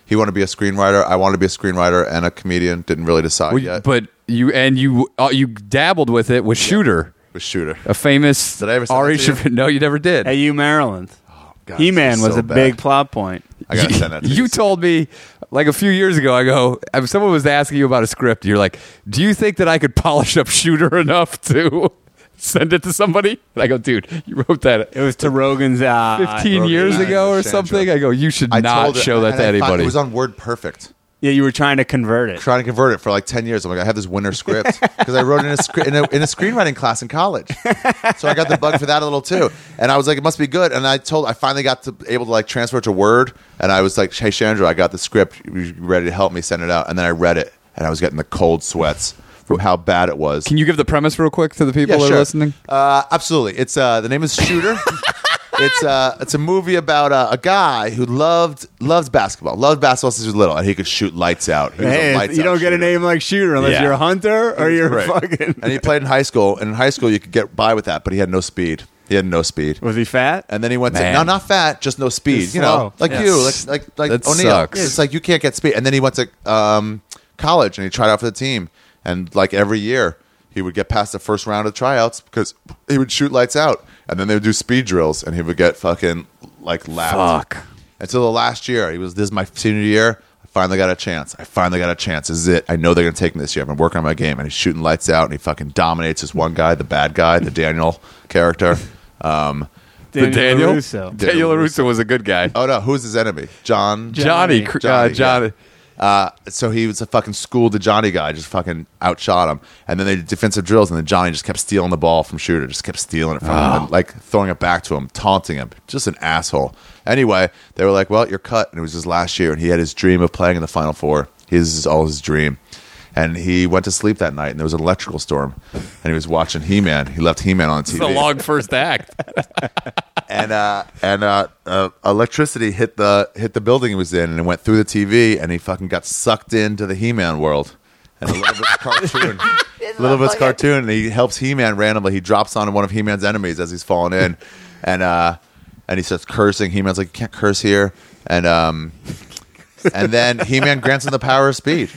Speaker 1: He wanted to be a screenwriter. I wanted to be a screenwriter and a comedian. Didn't really decide
Speaker 2: Well,
Speaker 1: yet.
Speaker 2: But you and you uh, you dabbled with it with Shooter,
Speaker 1: a shooter.
Speaker 2: a famous
Speaker 1: Did I ever send
Speaker 2: Ari
Speaker 1: that to you?
Speaker 2: Shafir. No, you never did.
Speaker 6: Hey, you Maryland.
Speaker 1: Oh, God,
Speaker 6: He Man
Speaker 1: this is
Speaker 6: was
Speaker 1: so
Speaker 6: a
Speaker 1: bad.
Speaker 6: big plot point.
Speaker 1: I gotta send that. To
Speaker 2: you
Speaker 1: you
Speaker 2: told me like a few years ago. I go, if someone was asking you about a script, you're like, "Do you think that I could polish up Shooter enough to send it to somebody?" And I go, "Dude, you wrote that
Speaker 6: It was to Rogan's uh, eye.
Speaker 2: 15
Speaker 1: wrote
Speaker 2: years
Speaker 1: it. I
Speaker 2: ago or
Speaker 1: understand,
Speaker 2: something."
Speaker 1: Joe.
Speaker 2: I go, "You should not
Speaker 1: told-
Speaker 2: show that
Speaker 1: and I
Speaker 2: to
Speaker 1: found-
Speaker 2: anybody."
Speaker 1: It was on Word Perfect.
Speaker 6: Yeah, you were trying to convert it.
Speaker 1: trying to convert it for like 10 years. I'm like, I have this winter script because I wrote it in a, scr- in, a, in a screenwriting class in college. So I got the bug for that a little too. And I was like, it must be good. And I told, I finally got to able to like transfer it to Word. And I was like, hey, Chandra, I got the script. You ready to help me send it out? And then I read it and I was getting the cold sweats from how bad it was.
Speaker 2: Can you give the premise real quick to the people
Speaker 1: Yeah,
Speaker 2: that
Speaker 1: sure.
Speaker 2: are listening?
Speaker 1: Uh, absolutely. It's uh, the name is Shooter. it's uh, it's a movie about uh, a guy who loved loved basketball, loved basketball since he was little, and he could shoot lights out. He was a
Speaker 6: Hey,
Speaker 1: lights
Speaker 6: you
Speaker 1: out
Speaker 6: don't get a
Speaker 1: shooter.
Speaker 6: name like Shooter unless
Speaker 2: Yeah.
Speaker 6: you're a hunter or you're
Speaker 1: Right.
Speaker 6: fucking.
Speaker 1: and he played in high school. And in high school, you could get by with that, but he had no speed. He had no speed.
Speaker 6: Was he fat?
Speaker 1: And then he went to
Speaker 2: Man.
Speaker 1: no, not fat, just no speed.
Speaker 6: Just
Speaker 1: you know,
Speaker 6: slow.
Speaker 1: like
Speaker 6: Yeah.
Speaker 1: you, like like like
Speaker 2: That
Speaker 1: O'Neal.
Speaker 2: sucks.
Speaker 1: It's like you can't get speed. And then he went to um, college and he tried out for the team. And like every year, he would get past the first round of tryouts because he would shoot lights out. And then they would do speed drills, and he would get fucking like lapped.
Speaker 2: Fuck.
Speaker 1: Until the last year, he was this is my senior year. I finally got a chance. I finally got a chance. This is it. I know they're gonna take me this year. I've been working on my game, and he's shooting lights out, and he fucking dominates this one guy, the bad guy, the Daniel character. Um,
Speaker 2: The Daniel
Speaker 6: Russo.
Speaker 2: Daniel LaRusso was a good guy.
Speaker 1: oh no, who's his enemy? John.
Speaker 2: Johnny, Johnny,
Speaker 1: Johnny,
Speaker 2: uh,
Speaker 1: yeah.
Speaker 2: Johnny.
Speaker 1: Uh, so he was a fucking school to Johnny guy, just fucking outshot him. And then they did defensive drills, and then Johnny just kept stealing the ball from Shooter, just kept stealing it from him,
Speaker 2: Ah.
Speaker 1: and, like throwing it back to him, taunting him. Just an asshole. Anyway, they were like, well, you're cut. And it was his last year, and he had his dream of playing in the Final Four. His is all his dream. And he went to sleep that night, and there was an electrical storm, and he was watching He Man. He left He Man on TV
Speaker 2: It's a long first act.
Speaker 1: and uh, and uh, uh, electricity hit the hit the building he was in, and it went through the TV, and he fucking got sucked into the He-Man world. And a little bit's cartoon, little bit's cartoon, and he helps He-Man randomly. He drops on one of He-Man's enemies as he's falling in, and uh, and he starts cursing. He-Man's like, "You can't curse here," and um, and then He-Man grants him the power of speed,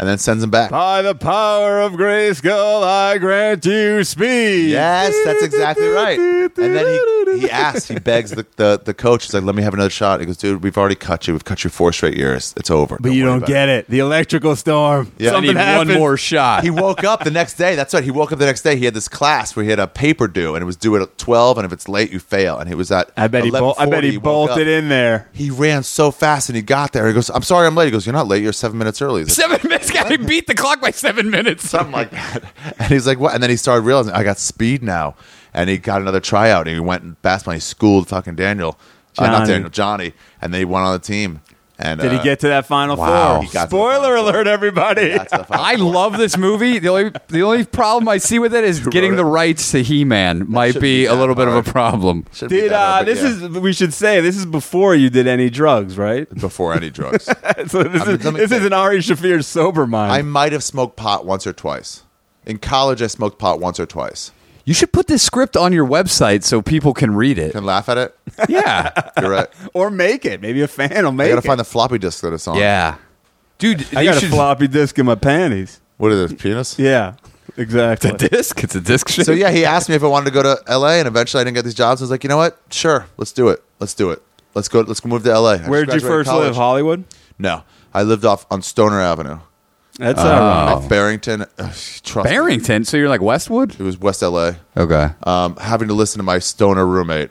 Speaker 1: and then sends him back.
Speaker 6: By the power of Grayskull, I grant you speed.
Speaker 1: Yes, that's exactly right. And then he, he asks, he begs the, the, the coach, he's like, let me have another shot. He goes, dude, we've already cut you. We've cut you four straight years. It's over.
Speaker 6: But you
Speaker 1: worry
Speaker 6: don't
Speaker 1: about
Speaker 6: get it. The electrical storm.
Speaker 1: Yeah.
Speaker 2: I
Speaker 6: Something
Speaker 2: need
Speaker 6: happened.
Speaker 2: one more shot.
Speaker 1: He woke up the next day. That's right. He woke up the next day. He had this class where he had a paper due, and it was due at 12, and if it's late, you fail. And he was at
Speaker 6: I bet he. Bol- I bet he bolted
Speaker 1: in.
Speaker 6: in there.
Speaker 1: He ran so fast, and he got there. He goes, I'm sorry I'm late. He goes, you're not late. You're seven minutes early. He's like,
Speaker 2: seven minutes. Guy beat the clock by seven minutes.
Speaker 1: something like that. And he's like, what? And then he started realizing I got speed now. And he got another tryout and he went and basketball. He schooled fucking Daniel, uh, not
Speaker 6: Johnny.
Speaker 1: Daniel, Johnny. And they went on the team. And
Speaker 6: Did
Speaker 1: uh,
Speaker 6: he get to that final
Speaker 1: wow. He
Speaker 6: four?
Speaker 1: got to the
Speaker 6: Spoiler
Speaker 1: Final Four.
Speaker 6: alert, everybody.
Speaker 1: That's the fucking-
Speaker 2: I love this movie. The only the only problem I see with it is getting
Speaker 1: it?
Speaker 2: the rights to He Man might
Speaker 1: shouldn't
Speaker 2: be
Speaker 1: be
Speaker 2: a
Speaker 1: that
Speaker 2: little bit of
Speaker 1: hard.
Speaker 2: a problem.
Speaker 1: Shouldn't be
Speaker 6: Did
Speaker 1: that
Speaker 6: uh,
Speaker 1: hard, but
Speaker 6: this
Speaker 1: yeah.
Speaker 6: is we should say this is before you did any drugs, right?
Speaker 1: before any drugs?
Speaker 6: So this,
Speaker 1: mean,
Speaker 6: is,
Speaker 1: let me
Speaker 6: this
Speaker 1: think.
Speaker 6: is an Ari Shafir sober mind.
Speaker 1: I might have smoked pot once or twice. In college, I smoked pot once or twice.
Speaker 2: You should put this script on your website so people can read it.
Speaker 1: Can laugh at it.
Speaker 2: Yeah,
Speaker 1: You're right.
Speaker 6: or make it. Maybe a fan will
Speaker 1: I
Speaker 6: make
Speaker 1: gotta
Speaker 6: it.
Speaker 1: find the floppy disk that it's on.
Speaker 2: yeah, dude.
Speaker 6: I
Speaker 2: you
Speaker 6: got
Speaker 2: should-
Speaker 6: a floppy disk in my panties.
Speaker 1: What is it? Penis.
Speaker 6: Yeah, exactly.
Speaker 2: It's a disc. It's a disc. Shape.
Speaker 1: So yeah, he asked me if I wanted to go to L.A. and eventually I didn't get these jobs. I was like, you know what? Sure, let's do it. Let's do it. Let's go. Let's move to L.A. I just
Speaker 6: Where would you
Speaker 1: graduated
Speaker 6: first live?
Speaker 1: college.
Speaker 6: Hollywood.
Speaker 1: No, I lived off on Stoner Avenue,
Speaker 6: That's uh,
Speaker 1: at Barrington. Ugh, trust me.
Speaker 2: Barrington. So you're like Westwood.
Speaker 1: It was West LA.
Speaker 2: Okay.
Speaker 1: Um, having to listen to my Stoner roommate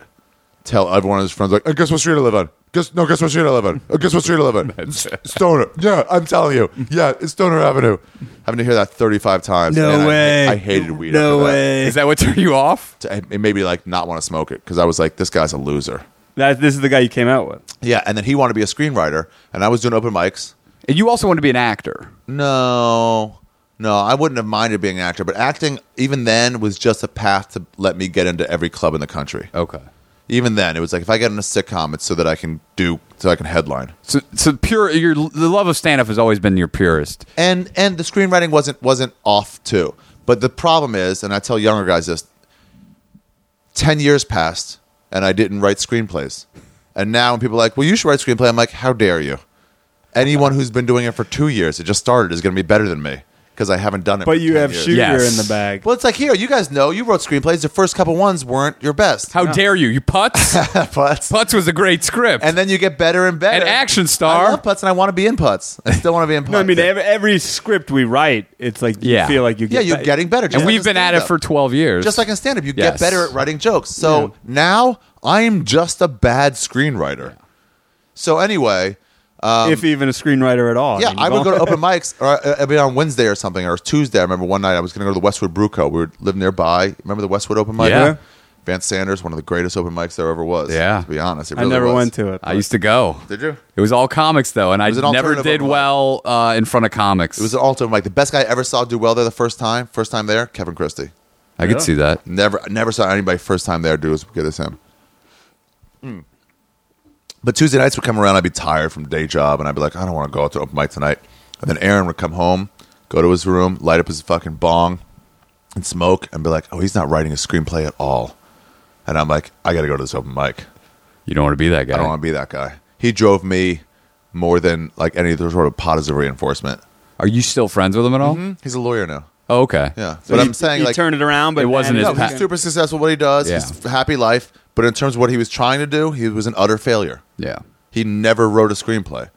Speaker 1: tell everyone of his friends like, "Oh, "Guess what street I live on." Guess no, guess what street I live on. Oh, guess what street I live on. S- Stoner. Yeah, I'm telling you. Yeah, it's Stoner Avenue. Having to hear that 35 times.
Speaker 6: No
Speaker 1: and I ha-
Speaker 6: way.
Speaker 1: I, hated weed.
Speaker 6: no
Speaker 1: after that.
Speaker 2: Eh.
Speaker 6: way.
Speaker 2: Is that what turned you off?
Speaker 1: T- It made me like not want to smoke it because I was like, this guy's a loser.
Speaker 6: That this is the guy you came out with.
Speaker 1: Yeah, and then he wanted to be a screenwriter, and I was doing open mics.
Speaker 2: And you also want to be an actor.
Speaker 1: No, no, I wouldn't have minded being an actor, but acting even then was just a path to let me get into every club in the country.
Speaker 2: Okay.
Speaker 1: Even then, it was like if I get in a sitcom, it's so that I can do so I can headline.
Speaker 2: So, so pure. Your the love of stand up has always been your purest.
Speaker 1: and and the screenwriting wasn't wasn't off too. But the problem is, and I tell younger guys this: ten years passed, and I didn't write screenplays. And now, when people are like, "Well, you should write screenplay," I'm like, "How dare you?" Anyone who's been doing it for two years, it just started, is going to be better than me because I haven't done it. for
Speaker 6: But you
Speaker 1: 10
Speaker 6: have
Speaker 1: years.
Speaker 6: shooter
Speaker 2: Yes.
Speaker 6: in the bag.
Speaker 1: Well, it's like here, you guys know you wrote screenplays. The first couple ones weren't your best,
Speaker 2: How dare you? You putz.
Speaker 1: but
Speaker 2: putz was a great script.
Speaker 1: and then you get better and better.
Speaker 2: An action star.
Speaker 1: I love putts, and I want to be in putts. I still want to be in putts.
Speaker 6: No, I mean every, every script we write, it's like you
Speaker 2: Yeah.
Speaker 6: feel like you
Speaker 1: yeah,
Speaker 6: get
Speaker 1: you're
Speaker 6: ba-
Speaker 1: getting better. just
Speaker 2: and
Speaker 1: like
Speaker 2: we've
Speaker 1: in
Speaker 2: been at it
Speaker 1: stand-up.
Speaker 2: for 12 years.
Speaker 1: just like in stand up, you
Speaker 2: Yes.
Speaker 1: get better at writing jokes. So now I'm just a bad screenwriter. So anyway,
Speaker 6: if even a screenwriter at
Speaker 2: Oh,
Speaker 6: all.
Speaker 1: Um, yeah,
Speaker 6: mean,
Speaker 1: I would
Speaker 6: you've
Speaker 1: go to
Speaker 6: all-
Speaker 1: open mics, or uh, I'd be on Wednesday or something, or Tuesday. I remember one night I was going to go to the Westwood Brew Co. We were living nearby. Remember the Westwood open mic?
Speaker 2: Yeah.
Speaker 1: Vance Sanders, one of the greatest open mics there ever was.
Speaker 2: Yeah.
Speaker 1: to be honest, it
Speaker 6: I
Speaker 1: really
Speaker 6: never
Speaker 1: was.
Speaker 6: went to it.
Speaker 2: I used to go.
Speaker 1: Did you?
Speaker 2: It was all comics though, and I
Speaker 1: was an
Speaker 2: never
Speaker 1: alternative
Speaker 2: did
Speaker 1: open mic.
Speaker 2: well uh, in front of comics.
Speaker 1: It was an alt open mic. The best guy I ever saw do well there the first time. First time there, Kevin Christie.
Speaker 2: I could see that.
Speaker 1: Never, never saw anybody first time there do as good as him. But Tuesday nights would come around, I'd be tired from day job, and I'd be like, I don't want to go out to open mic tonight. And then Aaron would come home, go to his room, light up his fucking bong, and smoke, and be like, Oh, he's not writing a screenplay at all. And I'm like, I got to go to this open mic.
Speaker 2: You don't want to be that guy.
Speaker 1: I don't want to be that guy. He drove me more than like any other sort of positive reinforcement.
Speaker 2: Are you still friends with him at all?
Speaker 1: He's a lawyer now.
Speaker 2: Oh, okay.
Speaker 1: Mm-hmm. Yeah,
Speaker 6: So
Speaker 1: but
Speaker 6: you-
Speaker 1: I'm saying
Speaker 6: you
Speaker 1: like
Speaker 6: turn it around, but
Speaker 2: It
Speaker 1: No,
Speaker 2: wasn't his
Speaker 6: man,
Speaker 2: pa-
Speaker 1: he's super successful. at What he does,
Speaker 2: Yeah.
Speaker 1: he's a happy life. But in terms of what he was trying to do, he was an utter failure.
Speaker 2: Yeah.
Speaker 1: He never wrote a screenplay.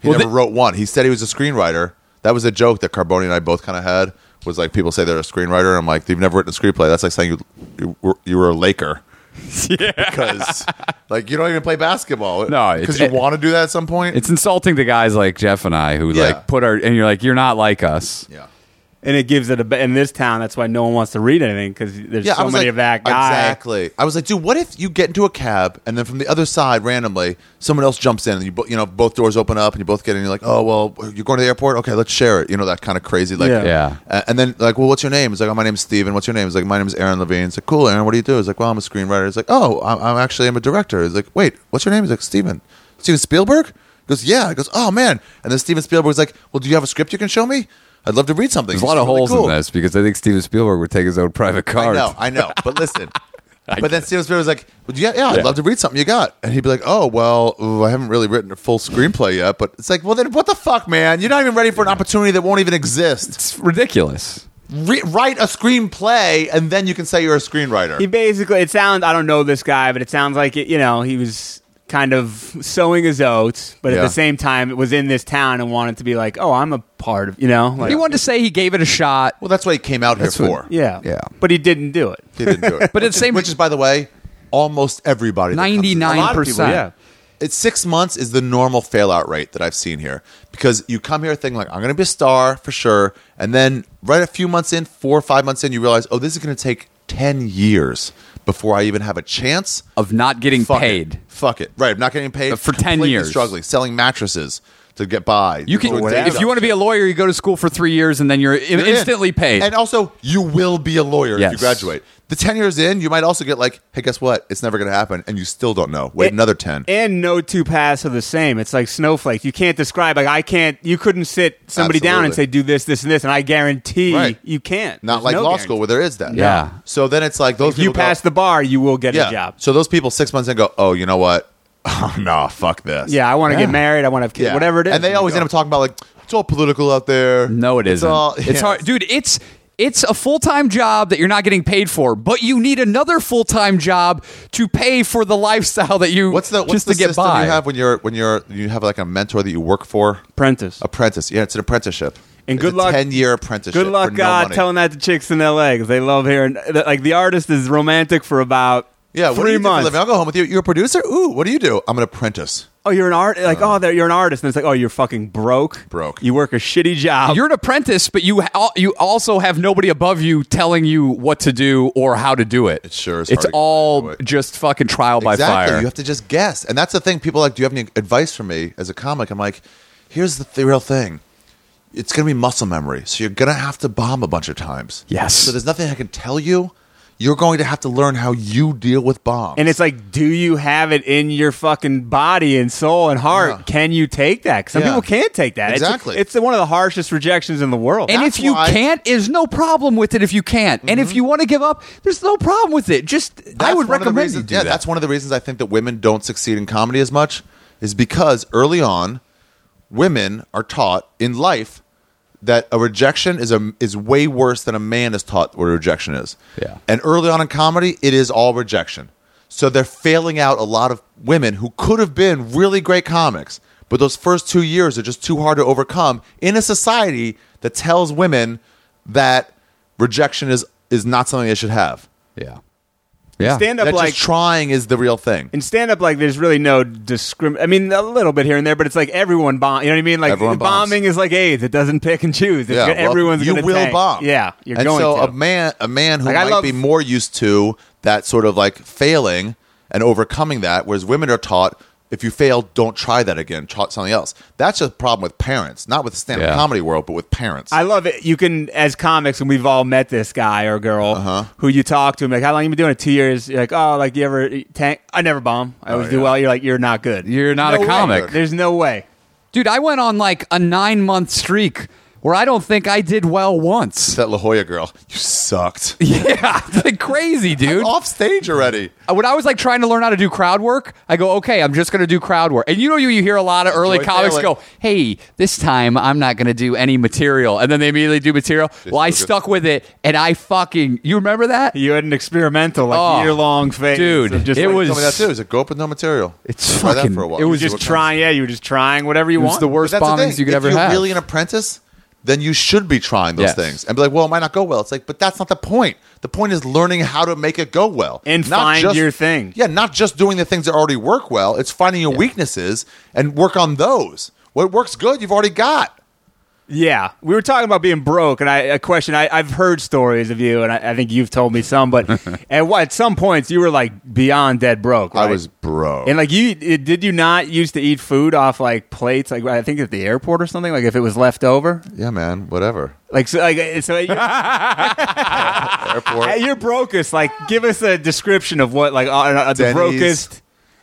Speaker 1: He
Speaker 2: Well,
Speaker 1: never
Speaker 2: the-
Speaker 1: wrote one. He said he was a screenwriter. That was a joke that Carboni and I both kind of had. Was like people say they're a screenwriter. And I'm like, you've never written a screenplay. That's like saying you you were, you were a Laker. because like you don't even play basketball.
Speaker 2: No, it's-
Speaker 1: because you
Speaker 2: it-
Speaker 1: want to do that at some point.
Speaker 2: It's insulting to guys like Jeff and I who
Speaker 1: Yeah.
Speaker 2: like put our and you're like you're not like us.
Speaker 1: yeah.
Speaker 6: and it gives it a ba- in this town. That's why no one wants to read anything because there's so many of that guy.
Speaker 1: Exactly. I was like, dude, what if you get into a cab and then from the other side randomly someone else jumps in and you bo- you know both doors open up and you both get in. and You're like, oh well, you're going to the airport. Okay, let's share it. You know that kind of crazy like
Speaker 6: Yeah.
Speaker 2: Yeah.
Speaker 1: Uh, and then like, well, what's your name? It's like, oh, my name's Steven. What's your name? It's like, my name's Aaron Levine. It's like, cool, Aaron. What do you do? It's like, well, I'm a screenwriter. It's like, oh, I'm, I'm actually I'm a director. It's like, wait, what's your name? It's like Steven. Steven Spielberg. He goes, yeah. He goes, oh man. And then Steven Spielberg was like, well, do you have a script you can show me? I'd love to read something.
Speaker 2: There's a lot
Speaker 1: It's
Speaker 2: of
Speaker 1: really
Speaker 2: holes
Speaker 1: cool.
Speaker 2: in this because I think Steven Spielberg would take his own private
Speaker 1: I
Speaker 2: car.
Speaker 1: know, I know. But listen. but then Steven Spielberg was like, well, yeah, yeah, I'd love to read something you got. And he'd be like, oh, well, ooh, I haven't really written a full screenplay yet. But it's like, well, then what the fuck, man? You're not even ready for an opportunity that won't even exist.
Speaker 2: It's ridiculous.
Speaker 1: Re- write a screenplay, and then you can say you're a screenwriter.
Speaker 6: He basically it sounds I don't know this guy, but it sounds like it, you know he was kind of sowing his oats, but at
Speaker 1: Yeah.
Speaker 6: the same time it was in this town and wanted to be like, oh, I'm a part of you know, like,
Speaker 2: He wanted to say he gave it a shot.
Speaker 1: well, that's what he came out
Speaker 2: That's
Speaker 1: here
Speaker 2: what-
Speaker 1: for.
Speaker 6: yeah,
Speaker 2: Yeah.
Speaker 6: but he didn't do it.
Speaker 1: He didn't do it.
Speaker 2: But
Speaker 1: which
Speaker 2: it's same-
Speaker 1: is, which is, by the way, almost everybody. that comes in.
Speaker 2: Ninety nine
Speaker 6: yeah.
Speaker 2: percent.
Speaker 1: it's six months is the normal failout rate that I've seen here because you come here thinking like I'm going to be a star for sure, and then right a few months in, four or five months in, you realize oh this is going to take ten years before I even have a chance.
Speaker 2: Of not getting
Speaker 1: Fuck
Speaker 2: paid.
Speaker 1: it. fuck it, right? I'm not getting paid
Speaker 2: Uh, for 10
Speaker 1: completely
Speaker 2: years.
Speaker 1: struggling, selling mattresses to get by.
Speaker 2: You can, if you want to be a lawyer, you go to school for three years and then you're, in- instantly paid.
Speaker 1: and also you will be a lawyer if
Speaker 2: Yes.
Speaker 1: you graduate. The ten years in, you might also get like, hey, guess what? It's never going to happen, and you still don't know. Wait
Speaker 6: It-
Speaker 1: another ten.
Speaker 6: And no two paths are the same. It's like snowflakes. You can't describe. Like I can't. You couldn't sit somebody down and
Speaker 1: Absolutely.
Speaker 6: say do this, this, and this, and I guarantee
Speaker 1: Right.
Speaker 6: you can't.
Speaker 1: Not
Speaker 6: There's
Speaker 1: like
Speaker 6: no
Speaker 1: law
Speaker 6: guarantee.
Speaker 1: school where there is that.
Speaker 2: Yeah.
Speaker 1: So then it's like those
Speaker 6: If you
Speaker 1: people go-
Speaker 6: pass the bar, you will get
Speaker 1: yeah.
Speaker 6: a job.
Speaker 1: So those people six months in go, oh, you know what? Oh no, fuck this.
Speaker 6: Yeah, I want to get married. I want to have kids.
Speaker 1: Yeah.
Speaker 6: Whatever it is,
Speaker 1: And they
Speaker 6: you
Speaker 1: always
Speaker 6: go.
Speaker 1: end up talking about like it's all political out there.
Speaker 2: no, it
Speaker 1: It's
Speaker 2: isn't.
Speaker 1: all-
Speaker 2: it's
Speaker 1: yeah.
Speaker 2: hard, dude. It's it's a full time job that you're not getting paid for, but you need another full time job to pay for the lifestyle that you
Speaker 1: What's the what's
Speaker 2: just
Speaker 1: the
Speaker 2: to get
Speaker 1: system
Speaker 2: by.
Speaker 1: you have when you're when you're you have like a mentor that you work for?
Speaker 6: apprentice.
Speaker 1: Apprentice. Yeah, it's an apprenticeship.
Speaker 6: And
Speaker 1: It's
Speaker 6: good
Speaker 1: a
Speaker 6: luck-
Speaker 1: ten year apprenticeship.
Speaker 6: Good luck,
Speaker 1: for
Speaker 6: uh,
Speaker 1: no
Speaker 6: God,
Speaker 1: money.
Speaker 6: telling that to chicks in L.A. because they love hearing. Like the artist is romantic for about
Speaker 1: Yeah, what do
Speaker 6: Three
Speaker 1: you do for a
Speaker 6: months.
Speaker 1: living? I'll go home with you. You're a producer. Ooh, what do you do? I'm an apprentice.
Speaker 6: Oh, you're an art like oh, there you're an artist, and it's like oh, you're fucking broke.
Speaker 1: Uh. Broke.
Speaker 6: You work a shitty job.
Speaker 2: You're an apprentice, but you ha- you also have nobody above you telling you what to do or how to do it. It
Speaker 1: sure is hard
Speaker 2: It's
Speaker 1: to get that
Speaker 2: all
Speaker 1: way.
Speaker 2: just fucking trial by
Speaker 1: exactly.
Speaker 2: fire.
Speaker 1: You have to just guess, and that's the thing. People are like, do you have any advice for me as a comic? I'm like, here's the th- real thing. It's gonna be muscle memory, so you're gonna have to bomb a bunch of times.
Speaker 2: Yes.
Speaker 1: So there's nothing I can tell you. You're going to have to learn how you deal with bombs.
Speaker 6: and it's like, do you have it in your fucking body and soul and heart?
Speaker 1: Yeah.
Speaker 6: Can you take that? 'Cause Some
Speaker 1: Yeah.
Speaker 6: people can't take that. It's-
Speaker 1: Exactly.
Speaker 6: It's, one of the harshest rejections in the world.
Speaker 2: and
Speaker 1: That's
Speaker 2: if you
Speaker 1: why- Mm-hmm.
Speaker 2: can't, is no problem with it. If you can't, and if you want to give up, there's no problem with it. Just I
Speaker 1: That's
Speaker 2: would
Speaker 1: one of the
Speaker 2: recommend
Speaker 1: reasons-
Speaker 2: you do
Speaker 1: yeah,
Speaker 2: that.
Speaker 1: that's one of the reasons I think that women don't succeed in comedy as much is because early on, women are taught in life that a rejection is a is way worse than a man is taught what a rejection is.
Speaker 2: Yeah.
Speaker 1: And early on in comedy, it is all rejection. So they're failing out a lot of women who could have been really great comics, but those first two years are just too hard to overcome in a society that tells women that rejection is is not something they should have
Speaker 2: yeah, yeah.
Speaker 6: stand up
Speaker 1: that
Speaker 6: like
Speaker 1: just trying is the real thing.
Speaker 6: in stand up like there's really no discrim I mean a little bit here and there, but it's like everyone bomb you know what I mean? Like
Speaker 1: Everyone bombs.
Speaker 6: bombing is like AIDS. It doesn't pick and choose. It's
Speaker 1: Yeah,
Speaker 6: go-
Speaker 1: well,
Speaker 6: everyone's
Speaker 1: you
Speaker 6: gonna
Speaker 1: will
Speaker 6: tank.
Speaker 1: bomb.
Speaker 6: Yeah. You're
Speaker 1: and
Speaker 6: going
Speaker 1: so
Speaker 6: to
Speaker 1: a man, a man who
Speaker 6: Like, I
Speaker 1: might
Speaker 6: love-
Speaker 1: be more used to that sort of like failing and overcoming that, whereas women are taught if you fail, don't try that again. Try something else. That's a problem with parents, not with the stand-up
Speaker 2: Yeah.
Speaker 1: comedy world, but with parents.
Speaker 6: I love it. You can, as comics, and we've all met this guy or girl
Speaker 1: Uh-huh.
Speaker 6: who you talk to, and be like, how long you been doing it? Two years. You're like, oh, like you ever tank? I never bomb.
Speaker 1: Oh,
Speaker 6: I always do well. You're like, you're not good.
Speaker 2: You're not
Speaker 6: No
Speaker 2: a
Speaker 6: way.
Speaker 2: comic.
Speaker 6: There's no way.
Speaker 2: dude. I went on like a nine month streak where I don't think I did well once.
Speaker 1: that La Jolla girl, you sucked.
Speaker 2: Yeah, it's like crazy, dude.
Speaker 1: Off stage already.
Speaker 2: when I was like trying to learn how to do crowd work, I go, okay, I'm just going to do crowd work. And you know, you, you hear a lot of early
Speaker 1: Enjoy
Speaker 2: comics
Speaker 1: failing.
Speaker 2: go, hey, this time I'm not going to do any material. And then they immediately do material. well, I
Speaker 1: look at-
Speaker 2: stuck with it and I fucking, you remember that?
Speaker 6: You had an experimental, like
Speaker 2: Oh,
Speaker 6: year long phase.
Speaker 2: dude,
Speaker 6: of just
Speaker 2: it
Speaker 6: like,
Speaker 2: was-
Speaker 1: Tell me that too. Is it go up with no material?
Speaker 2: It's
Speaker 1: Try
Speaker 2: fucking-
Speaker 1: that for a while.
Speaker 2: it was
Speaker 1: See
Speaker 6: just
Speaker 1: what comes.
Speaker 6: trying. Yeah, you were just trying whatever you
Speaker 2: It was
Speaker 6: want.
Speaker 2: the worst
Speaker 1: But that's the
Speaker 2: bombings
Speaker 1: thing.
Speaker 2: you could
Speaker 1: if
Speaker 2: ever
Speaker 1: you're
Speaker 2: have.
Speaker 1: really an apprentice, then you should be trying those
Speaker 2: Yes.
Speaker 1: things and be like, well, it might not go well. It's like, but that's not the point. The point is learning how to make it go well
Speaker 6: And
Speaker 1: Not
Speaker 6: find
Speaker 1: just-
Speaker 6: your thing.
Speaker 1: Yeah, not just doing the things that already work well. It's finding your weaknesses and work on those. What works good, you've already got.
Speaker 6: Yeah, we were talking about being broke, and I a question I, I've heard stories of you, and I, I think you've told me some, but at what at some points you were like beyond dead broke.
Speaker 1: I
Speaker 6: right?
Speaker 1: was bro.
Speaker 6: and like you it- did you not used to eat food off like plates like I think at the airport or something like if it was left over
Speaker 1: yeah, man. Whatever.
Speaker 6: like so like uh, so you're,
Speaker 1: Airport.
Speaker 6: at your brokest like give us a description of what like uh, uh, the
Speaker 1: Denny's.
Speaker 6: brokest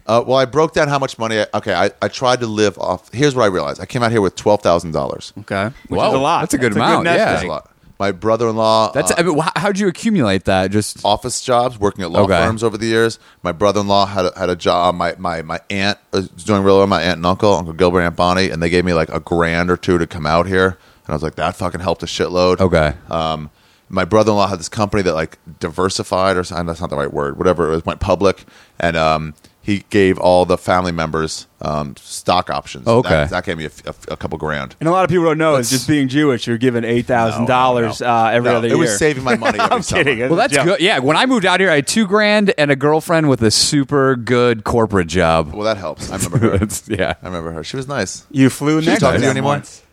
Speaker 1: Uh, well, I broke down how much money. I, okay, I, I tried to live off. Here's what I realized. I came out here with twelve thousand dollars.
Speaker 6: okay which
Speaker 2: Whoa,
Speaker 6: is a lot
Speaker 2: that's a good
Speaker 6: nest
Speaker 2: amount,
Speaker 6: egg.
Speaker 2: yeah.
Speaker 1: That's a lot. My brother-in-law.
Speaker 2: That's,
Speaker 1: uh,
Speaker 2: I mean, wh- how'd you accumulate that? Just,
Speaker 1: office jobs, working at law
Speaker 2: Okay.
Speaker 1: firms over the years. My brother-in-law had a, had a job. My my my aunt was doing really well. My aunt and uncle, Uncle Gilbert, Aunt Bonnie, and they gave me like a grand or two to come out here. And I was like, that fucking helped a shitload.
Speaker 2: Okay.
Speaker 1: Um, my brother-in-law had this company that like diversified or something. That's not the right word. Whatever it was, went public, and um, he gave all the family members um, stock options.
Speaker 2: Okay.
Speaker 1: that, that gave me a, f- a f- a couple grand.
Speaker 6: and a lot of people don't know is just being Jewish you're given eight thousand dollars uh, every
Speaker 1: No,
Speaker 6: other
Speaker 1: it
Speaker 6: year
Speaker 1: was saving my money. Every
Speaker 6: I'm
Speaker 1: summer.
Speaker 6: kidding
Speaker 2: well, that's good. Yeah, when I moved out here, I had two grand and a girlfriend with a super good corporate job.
Speaker 1: Well, that helps. I remember her.
Speaker 2: yeah.
Speaker 1: I remember her. She was nice.
Speaker 6: you flew
Speaker 1: She's
Speaker 6: next
Speaker 1: talking to you
Speaker 6: them
Speaker 1: anymore?
Speaker 6: once.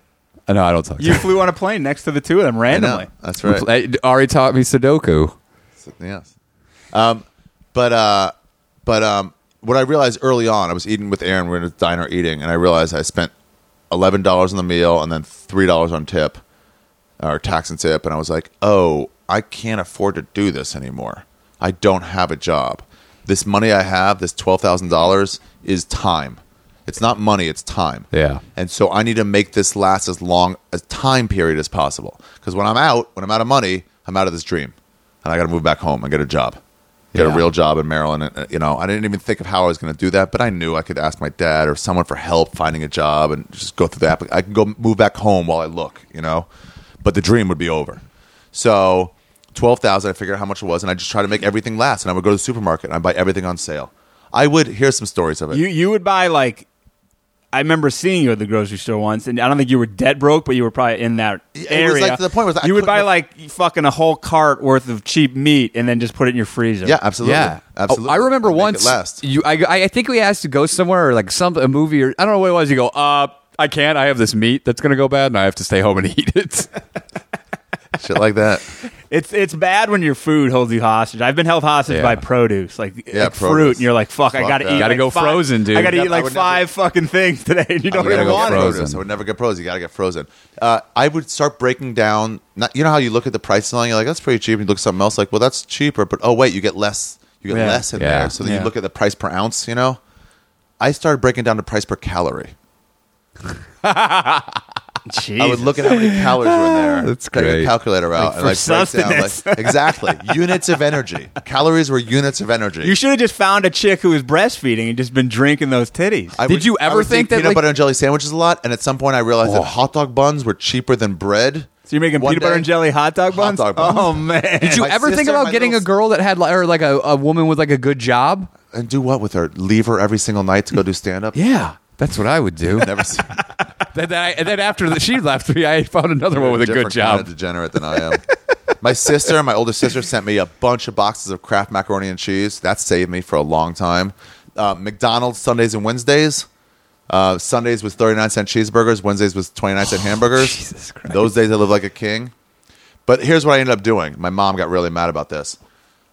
Speaker 2: No, I don't talk.
Speaker 6: you
Speaker 2: to
Speaker 6: flew on a plane next to the two of them
Speaker 1: I know.
Speaker 6: randomly
Speaker 1: That's
Speaker 2: her.
Speaker 1: right.
Speaker 2: Ari taught me Sudoku.
Speaker 1: Yes. Um, but uh, but um, what I realized early on, I was eating with Aaron. We are in a diner eating, and I realized I spent eleven dollars on the meal and then three dollars on tip or tax and tip, and I was like, oh, I can't afford to do this anymore. I don't have a job. This money I have, this twelve thousand dollars, is time. It's not money, it's time.
Speaker 2: Yeah.
Speaker 1: And so I need to make this last as long a time period as possible. Because when I'm out, when I'm out of money, I'm out of this dream, and I got to move back home and get a job, get a
Speaker 2: Yeah.
Speaker 1: real job in Maryland. And, uh, you know, I didn't even think of how I was going to do that, but I knew I could ask my dad or someone for help finding a job and just go through the app. I can go move back home while I look, you know, but the dream would be over. So twelve thousand, I figured out how much it was, and I just try to make everything last. And I would go to the supermarket and I buy everything on sale. I would here's some stories of it.
Speaker 6: you you would buy like I remember seeing you at the grocery store once, and I don't think you were dead broke, but you were probably in that
Speaker 1: was,
Speaker 6: area.
Speaker 1: like, to the point where I
Speaker 6: you would
Speaker 1: couldn't
Speaker 6: buy
Speaker 1: have-
Speaker 6: like fucking a whole cart worth of cheap meat and then just put it in your freezer.
Speaker 1: Yeah, absolutely.
Speaker 2: Yeah,
Speaker 1: absolutely.
Speaker 2: Oh, I remember
Speaker 1: Make it
Speaker 2: once
Speaker 1: last.
Speaker 2: you, I, I I think we asked to go somewhere or like some a movie or I don't know what it was. You go, uh, I can't. I have this meat that's gonna go bad, and I have to stay home and eat it.
Speaker 1: Shit like that.
Speaker 6: It's it's bad when your food holds you hostage. I've been held hostage
Speaker 2: Yeah.
Speaker 6: by produce, like,
Speaker 1: Yeah,
Speaker 6: like fruit,
Speaker 1: produce.
Speaker 6: and you're like, fuck, I
Speaker 1: Fuck
Speaker 6: gotta
Speaker 1: that.
Speaker 6: eat.
Speaker 2: Gotta
Speaker 6: like
Speaker 2: go
Speaker 6: five-
Speaker 2: frozen, dude.
Speaker 6: I gotta
Speaker 2: Yeah,
Speaker 6: eat
Speaker 1: I
Speaker 6: like
Speaker 1: would never-
Speaker 6: five fucking things today, and you don't
Speaker 1: I would
Speaker 6: even
Speaker 1: never
Speaker 6: want
Speaker 1: get
Speaker 6: it.
Speaker 2: frozen.
Speaker 1: produce. I would never get produce. You gotta get frozen. Uh, I would start breaking down. Not, you know how you look at the price of something, you're like that's pretty cheap. And you look at something else, like well that's cheaper, but oh wait, you get less. You get
Speaker 6: Yeah.
Speaker 1: less in
Speaker 2: Yeah.
Speaker 1: there. So then
Speaker 6: Yeah.
Speaker 1: you look at the price per ounce. You know, I started breaking down the price per calorie.
Speaker 6: Jeez.
Speaker 1: I would look at how many calories were in there. That's Take
Speaker 2: great.
Speaker 1: a calculator out
Speaker 6: for sustenance.
Speaker 1: like, exactly units of energy. Calories were units of energy.
Speaker 6: You should have just found a chick who was breastfeeding and just been drinking those titties.
Speaker 1: I
Speaker 2: Did
Speaker 1: would-
Speaker 2: you
Speaker 1: I
Speaker 2: ever
Speaker 1: would do
Speaker 2: think that,
Speaker 1: peanut
Speaker 2: like-
Speaker 1: butter and jelly sandwiches a lot? And at some point, I realized that hot dog buns were cheaper than bread.
Speaker 6: so you're making
Speaker 1: One
Speaker 6: peanut butter
Speaker 1: day-
Speaker 6: and jelly hot dog
Speaker 1: Hot
Speaker 6: buns?
Speaker 1: dog buns.
Speaker 6: Oh man.
Speaker 2: Did you
Speaker 1: My
Speaker 2: ever think
Speaker 1: sister,
Speaker 2: about
Speaker 1: my
Speaker 2: getting a
Speaker 1: little-
Speaker 2: girl that had like, or like a, a woman with like a good job?
Speaker 1: and do what with her? Leave her every single night to go do stand up?
Speaker 2: Yeah, that's what I would do.
Speaker 1: Never seen
Speaker 2: then, then I, and then after the, she left me, I found another one Oh, with a good
Speaker 1: different kind
Speaker 2: job.
Speaker 1: of degenerate than I am. my sister, my older sister, sent me a bunch of boxes of Kraft macaroni and cheese. That saved me for a long time. Uh, McDonald's Sundays and Wednesdays. Uh, Sundays was 39 cent cheeseburgers. Wednesdays was 29 cent hamburgers.
Speaker 2: Oh, Jesus Christ.
Speaker 1: Those days I lived like a king. But here's what I ended up doing. My mom got really mad about this.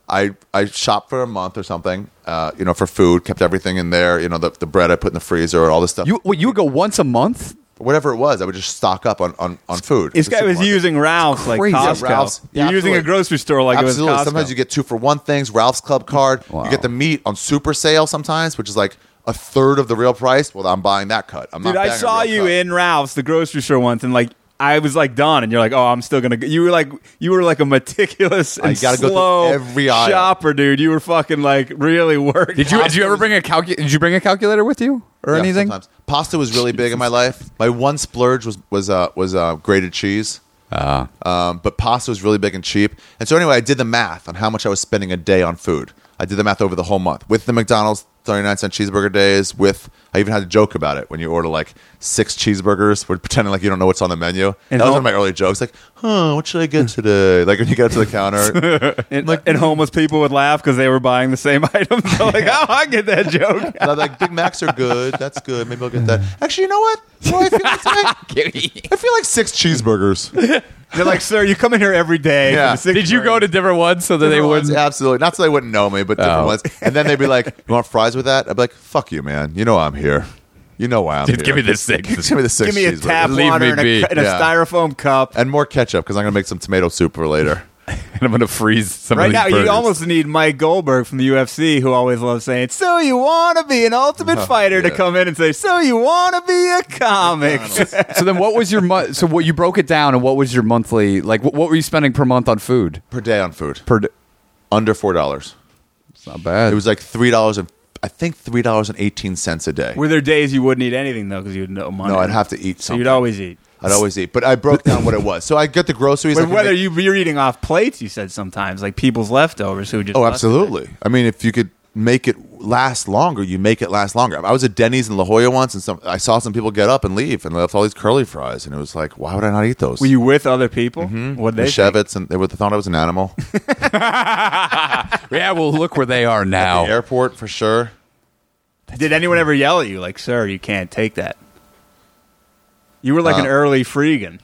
Speaker 1: I, I shopped for a month or something, uh, you know, for food, kept everything in there, you know, the, the bread I put in the freezer and all this stuff.
Speaker 2: You wait, you would go once a month?
Speaker 1: Whatever it was, I would just stock up on, on, on food.
Speaker 6: This
Speaker 1: The
Speaker 6: guy was
Speaker 1: supermarket.
Speaker 6: using Ralph's like
Speaker 2: crazy. Yeah,
Speaker 6: Costco.
Speaker 1: Ralph's. Yeah,
Speaker 6: You're using a
Speaker 1: absolutely.
Speaker 6: grocery store like
Speaker 1: Absolutely.
Speaker 6: it was Costco.
Speaker 1: Sometimes you get two for one things. Ralph's Club card.
Speaker 2: Wow.
Speaker 1: You get the meat on super sale sometimes, which is like a third of the real price. Well, I'm buying that cut. I'm
Speaker 6: Dude,
Speaker 1: not.
Speaker 6: I
Speaker 1: buying a
Speaker 6: saw
Speaker 1: real
Speaker 6: you
Speaker 1: cut.
Speaker 6: in Ralph's, the grocery store once, and like I was like done, and you're like, oh, I'm still gonna. Go. You were like, you were like a meticulous and
Speaker 1: I gotta go through
Speaker 6: slow
Speaker 1: every aisle.
Speaker 6: shopper, dude. You were fucking like really worked.
Speaker 2: Did you did you ever bring a calcu- Did you bring a calculator with you or
Speaker 1: Yeah,
Speaker 2: anything?
Speaker 1: sometimes. Pasta was really big in my life. My one splurge was was uh, was uh, grated cheese.
Speaker 2: Ah.
Speaker 1: Um, but pasta was really big and cheap. And so anyway, I did the math on how much I was spending a day on food. I did the math over the whole month with the McDonald's 39 cent cheeseburger days. With I even had a joke about it when you order like six cheeseburgers, we're pretending like you don't know what's on the menu. that was
Speaker 6: all-
Speaker 1: one of my early jokes, like, "Huh, what should I get today?" Like when you go to the counter,
Speaker 6: And, and homeless people would laugh because they were buying the same item. So like, oh, I get that joke.
Speaker 1: and I'm like Big Macs are good. That's good. Maybe I'll get that. Actually, you know what? You know what I feel like today? I feel like six cheeseburgers.
Speaker 6: They're like, sir, you come in here every day. for
Speaker 1: Yeah.
Speaker 6: the six
Speaker 2: Did you go to different ones so that they
Speaker 1: Different
Speaker 2: wouldn't?
Speaker 1: ones, absolutely not so they wouldn't know me, but different
Speaker 2: Oh.
Speaker 1: ones. And then they'd be like, "You want fries with that?" I'd be like, "Fuck you, man. You know I'm here. You know why I'm
Speaker 2: Dude,
Speaker 1: here.
Speaker 2: give me the six.
Speaker 1: give me the six.
Speaker 6: Give me a
Speaker 1: cheeseburgers.
Speaker 6: tap
Speaker 2: Leave
Speaker 6: water
Speaker 2: me
Speaker 6: and
Speaker 2: be.
Speaker 6: a, cu- and a
Speaker 1: Yeah.
Speaker 6: styrofoam cup.
Speaker 1: and more ketchup because I'm gonna make some tomato soup for later.
Speaker 2: and I'm gonna freeze some
Speaker 6: Right
Speaker 2: of these
Speaker 6: now,
Speaker 2: burgers.
Speaker 6: you almost need Mike Goldberg from the UFC, who always loves saying, "So you want to be an Ultimate Fighter?" to
Speaker 1: Uh-huh. yeah.
Speaker 6: come in and say, "So you want to be a comic?"
Speaker 2: so then, what was your mo- so what you broke it down and what was your monthly like? What, what were you spending per month on food
Speaker 1: per day on food,
Speaker 2: per? d-
Speaker 1: under four dollars.
Speaker 2: It's not bad.
Speaker 1: It was like three dollars and I think three dollars and eighteen cents a day.
Speaker 6: Were there days you wouldn't eat anything though, because you had no money?
Speaker 1: no, I'd have to eat
Speaker 6: So
Speaker 1: something.
Speaker 6: you'd always eat.
Speaker 1: I'd always eat, but I broke down what it was. So I get the groceries. I
Speaker 6: But
Speaker 1: can
Speaker 6: whether
Speaker 1: make-
Speaker 6: you you're eating off plates, you said sometimes like people's leftovers who just
Speaker 1: oh,
Speaker 6: left it.
Speaker 1: absolutely. I mean, if you could make it last longer, you make it last longer. I was at Denny's in La Jolla once, and some I saw some people get up and leave, and left all these curly fries, and it was like, why would I not eat those?
Speaker 6: Were you with other people? What they
Speaker 1: the
Speaker 6: think?
Speaker 1: Chevets, and they would thought I was an animal.
Speaker 2: yeah, well, look where they are
Speaker 1: The
Speaker 2: now.
Speaker 1: airport for sure.
Speaker 6: Did anyone ever yell at you like, "Sir, you can't take that"? You were like an
Speaker 1: Uh,
Speaker 6: early freegan.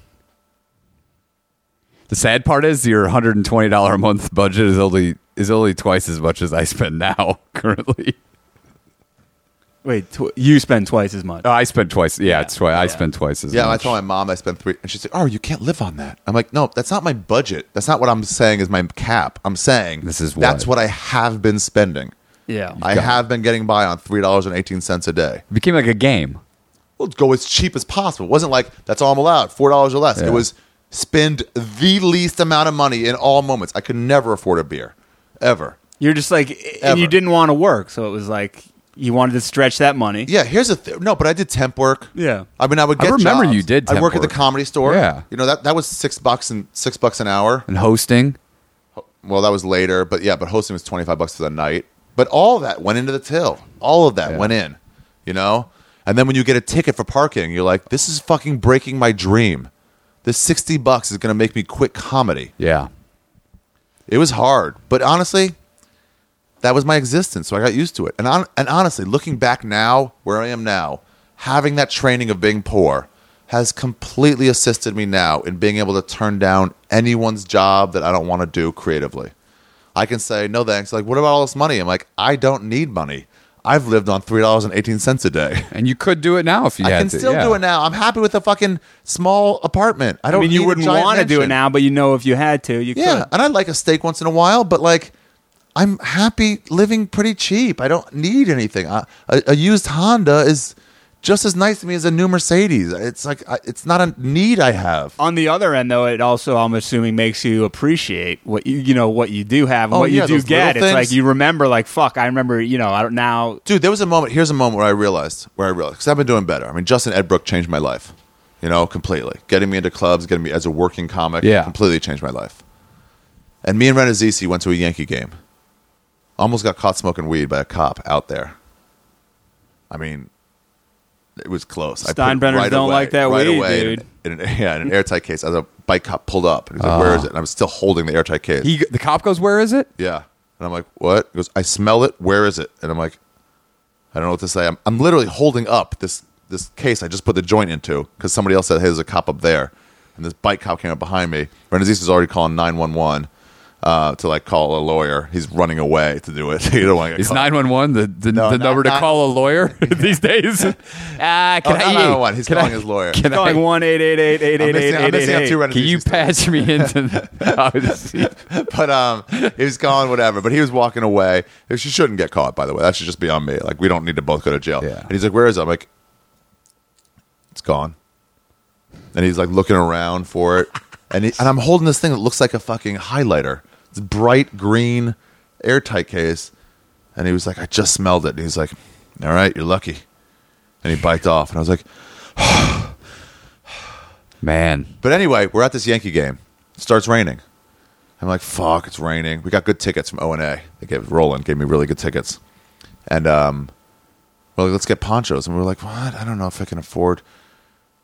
Speaker 2: The sad part is your hundred and twenty dollar a month budget is only is only twice as much as I spend now currently.
Speaker 6: Wait, tw- you spend twice as much.
Speaker 1: uh,
Speaker 2: Oh, I spend twice. Yeah, it's twice. I
Speaker 6: yeah.
Speaker 2: spend twice as
Speaker 1: Yeah, I
Speaker 2: much.
Speaker 1: told my mom I spent three, and she said, "Oh, you can't live on that." I'm like, "No, that's not my budget. That's not what I'm saying is my cap. I'm saying
Speaker 2: This is
Speaker 1: that's
Speaker 2: what-
Speaker 1: what I have been spending.
Speaker 6: yeah,
Speaker 1: I have been getting by on three dollars and eighteen cents a day.
Speaker 2: It became like a game.
Speaker 1: Well, go as cheap as possible. It wasn't like that's all I'm allowed, four dollars or less.
Speaker 2: Yeah.
Speaker 1: It was spend the least amount of money in all moments. I could never afford a beer, ever.
Speaker 6: You're just like, and
Speaker 1: Ever.
Speaker 6: you didn't want to work, so it was like you wanted to stretch that money.
Speaker 1: Yeah, here's a th- no, but I did temp work.
Speaker 6: Yeah.
Speaker 1: I mean, I would
Speaker 2: I
Speaker 1: get.
Speaker 2: remember
Speaker 1: jobs.
Speaker 2: you did
Speaker 1: I
Speaker 2: temp
Speaker 1: work at
Speaker 2: work.
Speaker 1: the comedy store.
Speaker 2: Yeah.
Speaker 1: you know that that was six bucks and six bucks an hour.
Speaker 2: And hosting.
Speaker 1: well that was later but yeah but hosting was 25 bucks for the night but all that went into the till all of that went in you know And then when you get a ticket for parking, you're like, this is fucking breaking my dream. This 60 bucks is going to make me quit comedy.
Speaker 2: Yeah.
Speaker 1: It was hard, but honestly, that was my existence, so I got used to it. And on, and honestly, looking back now, where I am now, having that training of being poor has completely assisted me now in being able to turn down anyone's job that I don't want to do creatively. I can say no thanks. Like, what about all this money? I'm like, I don't need money. I've lived on three dollars and eighteen cents a day.
Speaker 2: And you could do it now if you
Speaker 1: I
Speaker 2: had
Speaker 1: can
Speaker 2: to.
Speaker 1: still
Speaker 2: yeah.
Speaker 1: do it now. I'm happy with a fucking small apartment. I
Speaker 6: I
Speaker 1: don't.
Speaker 6: mean, you
Speaker 1: need a
Speaker 6: wouldn't
Speaker 1: giant
Speaker 6: want to do it
Speaker 1: mansion.
Speaker 6: now, but you know if you had to, you
Speaker 1: Yeah,
Speaker 6: could.
Speaker 1: and I like a steak once in a while, but like I'm happy living pretty cheap. I don't need anything. I, a, a used Honda is just as nice to me as a new Mercedes. It's like I, it's not a need I have.
Speaker 6: On the other end, though, it also, I'm assuming, makes you appreciate what you you know what you do have and
Speaker 1: Oh,
Speaker 6: what
Speaker 1: yeah,
Speaker 6: you do
Speaker 1: those
Speaker 6: get.
Speaker 1: little
Speaker 6: It's
Speaker 1: things.
Speaker 6: like you remember, like fuck, I remember, you know, I don't now.
Speaker 1: Dude, there was a moment. Here's a moment where I realized where I realized because I've been doing better. I mean, Justin Edbrook changed my life, you know, completely. Getting me into clubs, getting me as a working comic,
Speaker 2: Yeah.
Speaker 1: completely changed my life. And me and Renazisi went to a Yankee game. Almost got caught smoking weed by a cop out there. I mean, it was close. I put it
Speaker 6: Steinbrenners don't
Speaker 1: away-
Speaker 6: like that
Speaker 1: right
Speaker 6: weed,
Speaker 1: away in
Speaker 6: dude.
Speaker 1: an- In an, yeah, in an airtight case, as a bike cop pulled up and he's like,
Speaker 6: Ah.
Speaker 1: "Where is it?" And I'm still holding the airtight case.
Speaker 2: He, the cop goes, "Where is it?"
Speaker 1: Yeah. And I'm like, what? He goes, I smell it. Where is it? And I'm like, I don't know what to say. I'm, I'm literally holding up this this case I just put the joint into because somebody else said, hey, there's a cop up there. And this bike cop came up behind me. Renazis is already calling 911 uh, to like call a lawyer. He's running away to do it. you don't want to get
Speaker 2: Is
Speaker 1: caught.
Speaker 2: nine one one the the,
Speaker 1: No,
Speaker 2: the
Speaker 1: not-
Speaker 2: number to
Speaker 1: not-
Speaker 2: call a lawyer these days? Uh, can
Speaker 1: Oh,
Speaker 2: I?
Speaker 1: not 911. He's
Speaker 2: can
Speaker 1: calling
Speaker 2: I-
Speaker 1: his lawyer.
Speaker 2: Can
Speaker 6: Calling
Speaker 2: I?
Speaker 6: one eight eight eight eight
Speaker 1: I'm
Speaker 6: eight
Speaker 1: missing, I'm
Speaker 6: eight eight
Speaker 1: missing out two
Speaker 6: eight.
Speaker 1: Renazis.
Speaker 2: Can you patch me into? The, I was just-
Speaker 1: but um, he was gone, whatever. But he was walking away. She shouldn't get caught, by the way. That should just be on me. Like we don't need to both go to jail.
Speaker 2: Yeah.
Speaker 1: And he's like, "Where is it?" I'm like, "It's gone." And he's like looking around for it, and he, and I'm holding this thing that looks like a fucking highlighter. It's bright green, airtight case. And he was like, "I just smelled it." And he's like, "All right, you're lucky." And he biked off, and I was like,
Speaker 2: man,
Speaker 1: But anyway, we're at this Yankee game. It starts raining. I'm like, fuck, it's raining. We got good tickets from O and A. They gave Roland gave me really good tickets, and um, well, let's get ponchos. And we were like, what? I don't know if I can afford.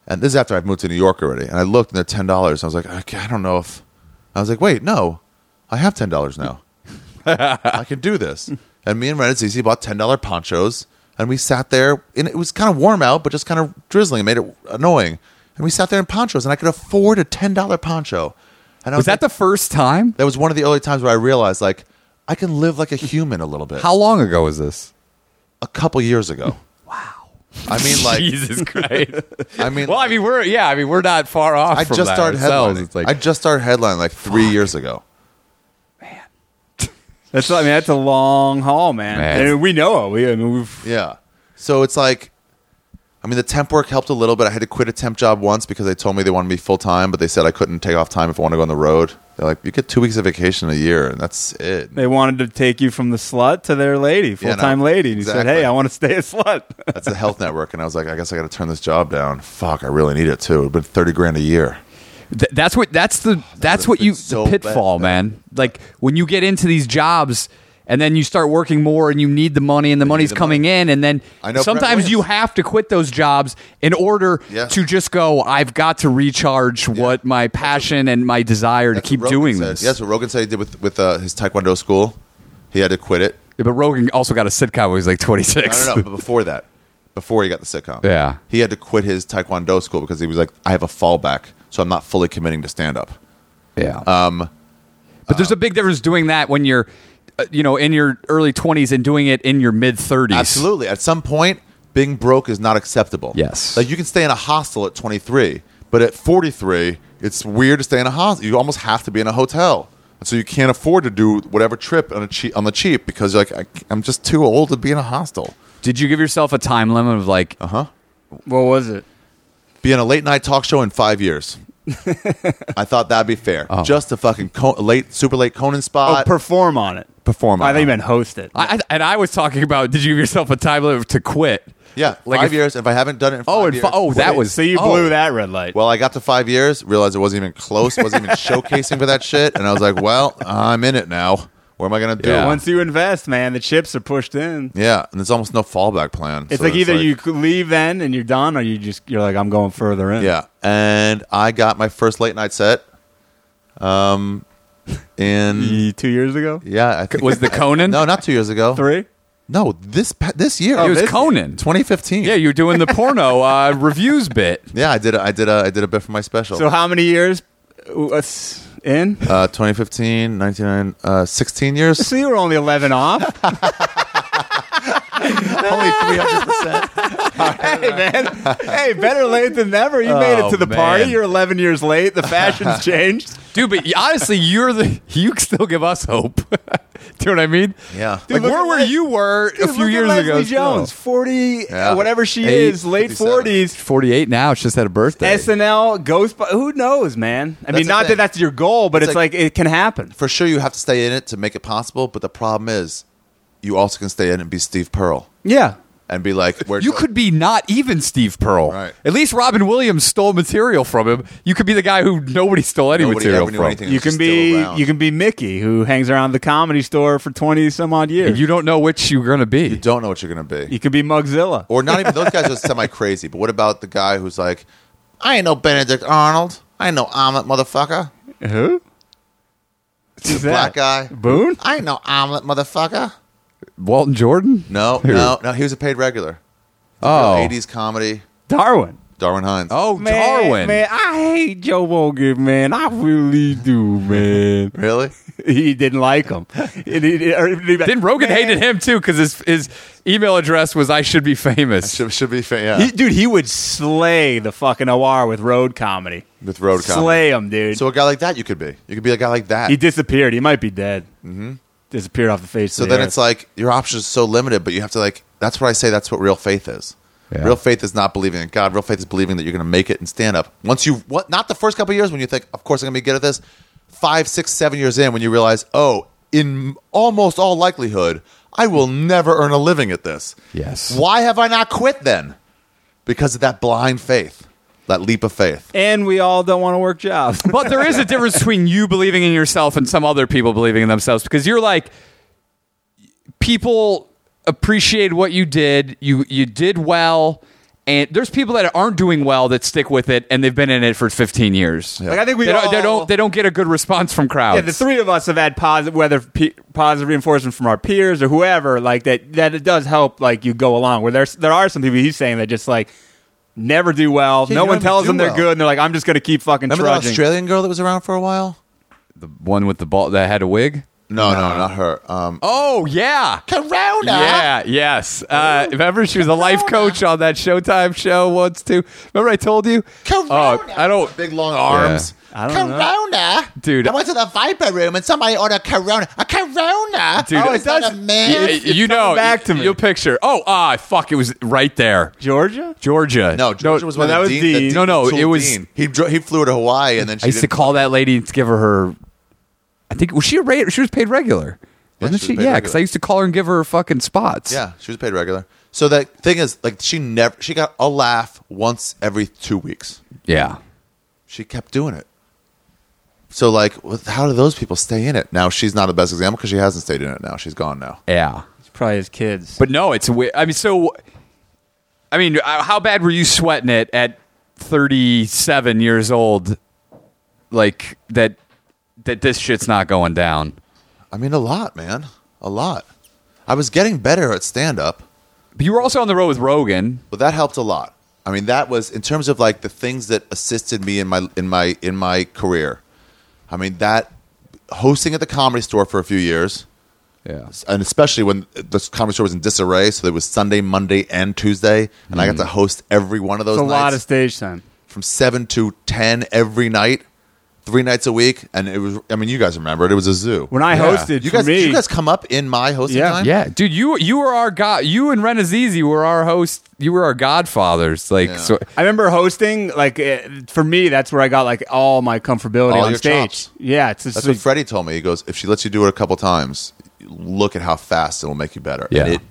Speaker 1: And this is after I've moved to New York already. And I looked, and they're ten dollars. I was like, I, I don't know if. I was like, wait, no, I have ten dollars now. I can do this. And me and Reddit Zizi bought ten dollar ponchos, and we sat there. And it was kind of warm out, but just kind of drizzling. It made it annoying. And we sat there in ponchos, and I could afford a ten dollar poncho. And I
Speaker 2: was that
Speaker 1: like-
Speaker 2: the first time?
Speaker 1: That was one of the early times where I realized, like, I can live like a human a little bit.
Speaker 2: How long ago was this?
Speaker 1: A couple years ago. Wow. I mean, like,
Speaker 2: Jesus Christ.
Speaker 1: I mean,
Speaker 2: well, I mean, we're yeah, I mean, we're not far off.
Speaker 1: I
Speaker 2: from
Speaker 1: just
Speaker 2: that
Speaker 1: started
Speaker 2: ourselves.
Speaker 1: headlining.
Speaker 2: It's like
Speaker 1: I just started headlining like three years ago.
Speaker 6: That's I mean that's a long haul, man.
Speaker 2: Man.
Speaker 6: And we know it. We I mean we've
Speaker 1: Yeah. So it's like, I mean, the temp work helped a little bit. I had to quit a temp job once because they told me they wanted me full time, but they said I couldn't take off time if I want to go on the road. They're like, you get two weeks of vacation a year, and that's it.
Speaker 6: they wanted to take you from the slut to their lady,
Speaker 1: no,
Speaker 6: full time lady, and you said,
Speaker 1: exactly.
Speaker 6: "Hey, I want to stay a slut."
Speaker 1: That's the health network. And I was like, I guess I got to turn this job down. Fuck, I really need it too. It'd been 30 grand a year.
Speaker 2: Th- that's what that's the
Speaker 1: would've
Speaker 2: that's what
Speaker 1: been
Speaker 2: you
Speaker 1: so
Speaker 2: the pitfall,
Speaker 1: bad.
Speaker 2: man. Like when you get into these jobs and then you start working more and you need the money and the money's
Speaker 1: the
Speaker 2: coming in and then
Speaker 1: I know Brett
Speaker 2: sometimes you
Speaker 1: Williams.
Speaker 2: have to quit those jobs in order
Speaker 1: Yeah.
Speaker 2: to just go I've got to recharge what my passion and my desire to
Speaker 1: That's
Speaker 2: keep
Speaker 1: what Rogan
Speaker 2: doing
Speaker 1: said.
Speaker 2: this.
Speaker 1: Yeah, that's what Rogan said he did with, with uh, his Taekwondo school. He had to quit it.
Speaker 2: Yeah, but Rogan also got a sitcom when he was like 26.
Speaker 1: No, no, no. But before that, before he got the sitcom,
Speaker 2: Yeah.
Speaker 1: he had to quit his Taekwondo school because he was like, I have a fallback, so I'm not fully committing to stand up.
Speaker 2: Yeah. Um, but there's a big difference doing that when you're, uh, you know, in your early 20s and doing it in your mid 30s.
Speaker 1: Absolutely. At some point, being broke is not acceptable.
Speaker 2: Yes.
Speaker 1: Like you can stay in a hostel at 23, but at 43, it's weird to stay in a hostel. You almost have to be in a hotel. And so you can't afford to do whatever trip on, a che- on the cheap because you're like, I, I'm just too old to be in a hostel.
Speaker 2: Did you give yourself a time limit of like,
Speaker 6: what was it?
Speaker 1: be on a late night talk show in five years. I thought that'd be fair.
Speaker 2: Oh.
Speaker 1: Just a fucking co- late, super late Conan
Speaker 6: Oh,
Speaker 1: spot.
Speaker 6: perform on it.
Speaker 1: perform on
Speaker 6: I think
Speaker 1: it.
Speaker 6: you meant host it.
Speaker 2: I, I- and I was talking about, did you give yourself a time limit to quit?
Speaker 1: yeah,
Speaker 2: Like
Speaker 1: five
Speaker 2: if-
Speaker 1: years. If I haven't done it, in five
Speaker 2: Oh, and
Speaker 1: years,
Speaker 2: fi- oh, that
Speaker 1: quit.
Speaker 2: was
Speaker 6: so you
Speaker 2: oh.
Speaker 6: blew that red light.
Speaker 1: Well, I got to five years, realized it wasn't even close, wasn't even showcasing for that shit, and I was like, well, I'm in it now. What am I going to do?
Speaker 2: Yeah.
Speaker 6: Once you invest, man, the chips are pushed in.
Speaker 1: Yeah, and there's almost no fallback plan.
Speaker 6: It's
Speaker 1: So
Speaker 6: like either
Speaker 1: like-
Speaker 6: you you leave then and you're done, or you just you're like, I'm going further in.
Speaker 1: Yeah, and I got my first late night set. Um, in
Speaker 6: Y- Two years ago,
Speaker 1: yeah, I think
Speaker 2: Was the Conan?
Speaker 1: no, not two years ago.
Speaker 6: three.
Speaker 1: No, this pa- this year.
Speaker 2: it was
Speaker 6: this-
Speaker 2: Conan.
Speaker 1: 2015.
Speaker 2: Yeah, you were doing the porno uh, reviews bit.
Speaker 1: yeah. I did. A, I did. A, I did a bit for my special.
Speaker 6: So how many years? uh, Us in?
Speaker 1: uh, 2015, 99, uh, 16 years.
Speaker 6: So you were only eleven off.
Speaker 1: Only 300 percent.
Speaker 6: hey man, hey, better late than never. You made it
Speaker 2: Oh,
Speaker 6: to the
Speaker 2: man.
Speaker 6: party. You're eleven years late. The fashion's changed.
Speaker 2: Dude, but honestly, you're the you still give us hope. Do you know what I mean?
Speaker 1: Yeah.
Speaker 2: Like,
Speaker 6: Dude, look
Speaker 2: where
Speaker 6: at
Speaker 2: were
Speaker 6: Le-
Speaker 2: you were
Speaker 6: Dude,
Speaker 2: a few
Speaker 6: look at
Speaker 2: years
Speaker 6: Leslie
Speaker 2: ago?
Speaker 6: Jones, forty,
Speaker 1: Yeah.
Speaker 6: whatever she
Speaker 1: Eight,
Speaker 6: is, late
Speaker 1: 57.
Speaker 6: forties.
Speaker 2: Forty eight now. It's just had a birthday.
Speaker 6: SNL, Ghost, who knows, man? I
Speaker 1: That's
Speaker 6: mean,
Speaker 1: the
Speaker 6: not
Speaker 1: thing.
Speaker 6: that that's your goal, but
Speaker 1: It's
Speaker 6: it's,
Speaker 1: like-
Speaker 6: like, it can happen.
Speaker 1: For sure, you have to stay in it to make it possible. But the problem is, you also can stay in and be Steve Pearl
Speaker 6: Yeah,
Speaker 1: and be like, where
Speaker 2: you could be not even Steve Pearl.
Speaker 1: Right.
Speaker 2: At least Robin Williams stole material from him. You could be the guy who nobody stole any
Speaker 1: Nobody
Speaker 2: material
Speaker 1: ever knew
Speaker 2: from.
Speaker 1: anything.
Speaker 6: you
Speaker 1: It's
Speaker 6: can
Speaker 1: just still
Speaker 6: be
Speaker 1: around.
Speaker 6: you can be Mickey, who hangs around the comedy store for twenty some odd years.
Speaker 2: And
Speaker 6: You,
Speaker 2: you don't know which you're gonna be.
Speaker 1: don't know what you're gonna be.
Speaker 6: could be Mugzilla.
Speaker 1: Or not even those guys are semi crazy. But what about the guy who's like, I ain't no Benedict Arnold. I ain't no omelet motherfucker.
Speaker 6: who? Who's
Speaker 1: Black guy.
Speaker 6: Boone.
Speaker 1: I ain't no omelet motherfucker.
Speaker 2: Walton Jordan?
Speaker 1: No,
Speaker 2: Who?
Speaker 1: no, no. He was a paid regular.
Speaker 2: Oh.
Speaker 1: Eighties comedy.
Speaker 6: Darwin.
Speaker 1: Darwin Hines.
Speaker 2: Oh,
Speaker 6: Man,
Speaker 2: Darwin.
Speaker 6: Man, I hate Joe Rogan, man. I really do, man.
Speaker 1: really?
Speaker 6: he didn't like him. And he- or he'd be like,
Speaker 2: Then Rogan
Speaker 6: "Man."
Speaker 2: hated him too because his his email address was I should be famous.
Speaker 1: Should, should be fa- yeah.
Speaker 6: He- dude, he would slay the fucking OR with road comedy.
Speaker 1: With road comedy.
Speaker 6: Slay him, dude.
Speaker 1: So a guy like that, you could be. You could be a guy like that.
Speaker 6: he disappeared. He might be dead. Mm-hmm. Disappeared off the face
Speaker 1: so
Speaker 6: of the
Speaker 1: then it's like your options are so limited, but you have to like. That's what I say. That's what real faith is.
Speaker 2: Yeah.
Speaker 1: Real faith is not believing in God. Real faith is believing that you're going to make it in stand up. Once you, what? Not the first couple of years when you think, of course, I'm going to be good at this. Five, six, seven years in, when you realize, oh, in almost all likelihood, I will never earn a living at this.
Speaker 2: Yes.
Speaker 1: Why have I not quit then? Because of that blind faith, that leap of faith.
Speaker 6: and we all don't want to work jobs.
Speaker 2: But there is a difference between you believing in yourself and some other people believing in themselves because you're like people appreciated what you did. You you did well. And there's people that aren't doing well that stick with it, and they've been in it for 15 years.
Speaker 6: Like, I think we
Speaker 2: they,
Speaker 6: all-
Speaker 2: don't, they don't they don't get a good response from crowds.
Speaker 6: yeah, the three of us have had positive, whether pe- positive reinforcement from our peers or whoever, like that. That it does help, like you go along. Where there's there are some people he's saying that just like never do well.
Speaker 1: Yeah,
Speaker 6: no
Speaker 1: you
Speaker 6: one
Speaker 1: don't
Speaker 6: tells
Speaker 1: do
Speaker 6: them they're
Speaker 1: well.
Speaker 6: good, and they're like, I'm just going to keep fucking
Speaker 1: Remember that
Speaker 6: trudging.
Speaker 1: Australian girl that was around for a while?
Speaker 2: The one with the ball that had a wig.
Speaker 1: No, no, not her. Um,
Speaker 2: Oh yeah,
Speaker 1: Corona. Oh,
Speaker 2: Yeah, yes. Uh, remember, she was a life coach on that Showtime show once too. Remember, I told you. Oh, I don't.
Speaker 1: Big long arms.
Speaker 6: I don't know.
Speaker 1: Corona,
Speaker 2: Dude. I went
Speaker 1: to the Viper room and somebody ordered Corona. A Corona.
Speaker 2: Dude,
Speaker 6: Oh, it does-
Speaker 2: Y-
Speaker 1: man.
Speaker 2: you know,
Speaker 6: coming back to me.
Speaker 2: You'll picture. Oh, ah, fuck! It was right there,
Speaker 6: Georgia.
Speaker 2: Georgia.
Speaker 1: No, Georgia was one
Speaker 6: no,
Speaker 1: of
Speaker 6: that
Speaker 1: the
Speaker 6: was
Speaker 1: dean- the
Speaker 6: Dean.
Speaker 1: dean-
Speaker 2: No, no,
Speaker 1: tool
Speaker 2: it was-
Speaker 1: dean. He dro- he flew her to Hawaii and then she
Speaker 2: I used to
Speaker 1: didn't-
Speaker 2: call that lady to give her her. I think was she a rate? She was paid regular, wasn't
Speaker 1: she
Speaker 2: she?
Speaker 1: was paid
Speaker 2: yeah,
Speaker 1: regular.
Speaker 2: because I used to call her and give her fucking spots.
Speaker 1: Yeah, she was paid regular. So that thing is like she never she got a laugh once every two weeks.
Speaker 2: yeah.
Speaker 1: She kept doing it. So like, with- how do those people stay in it? Now she's not the best example because she hasn't stayed in it. Now she's gone now.
Speaker 2: Yeah.
Speaker 6: It's probably his kids.
Speaker 2: But no, it's weird. I mean, so, I mean, uh, how bad were you sweating it at 37 years old? Like that, that this shit's not going down.
Speaker 1: I mean, a lot, man, a lot. I was getting better at stand up.
Speaker 2: But you were also on the road with Rogan.
Speaker 1: Well, that helped a lot. I mean, that was in terms of like the things that assisted me in my in my in my career. I mean, that hosting at the Comedy Store for a few years,
Speaker 2: Yeah.
Speaker 1: and especially when the Comedy Store was in disarray, so there was Sunday, Monday, and Tuesday, and I got to host every one of those
Speaker 6: Mm. It's a
Speaker 1: nights
Speaker 6: lot of stage time.
Speaker 1: from seven to ten every night, three nights a week, and it was. I mean, you guys remember it? It was a zoo.
Speaker 6: When I hosted,
Speaker 1: you
Speaker 6: for
Speaker 1: guys,
Speaker 6: me,
Speaker 1: did you guys come up in my hosting
Speaker 6: Yeah.
Speaker 1: time.
Speaker 2: Yeah, dude, you you were our god. You and Renazizi were our host. You were our godfathers. Like,
Speaker 1: Yeah.
Speaker 2: so
Speaker 6: I remember hosting. Like it, for me, that's where I got like all my comfortability
Speaker 1: All
Speaker 6: on
Speaker 1: your
Speaker 6: stage.
Speaker 1: chops.
Speaker 6: Yeah, it's just
Speaker 1: That's
Speaker 6: like,
Speaker 1: what Freddie told me. He goes, if she lets you do it a couple times, look at how fast it'll make you better.
Speaker 2: Yeah.
Speaker 1: And it,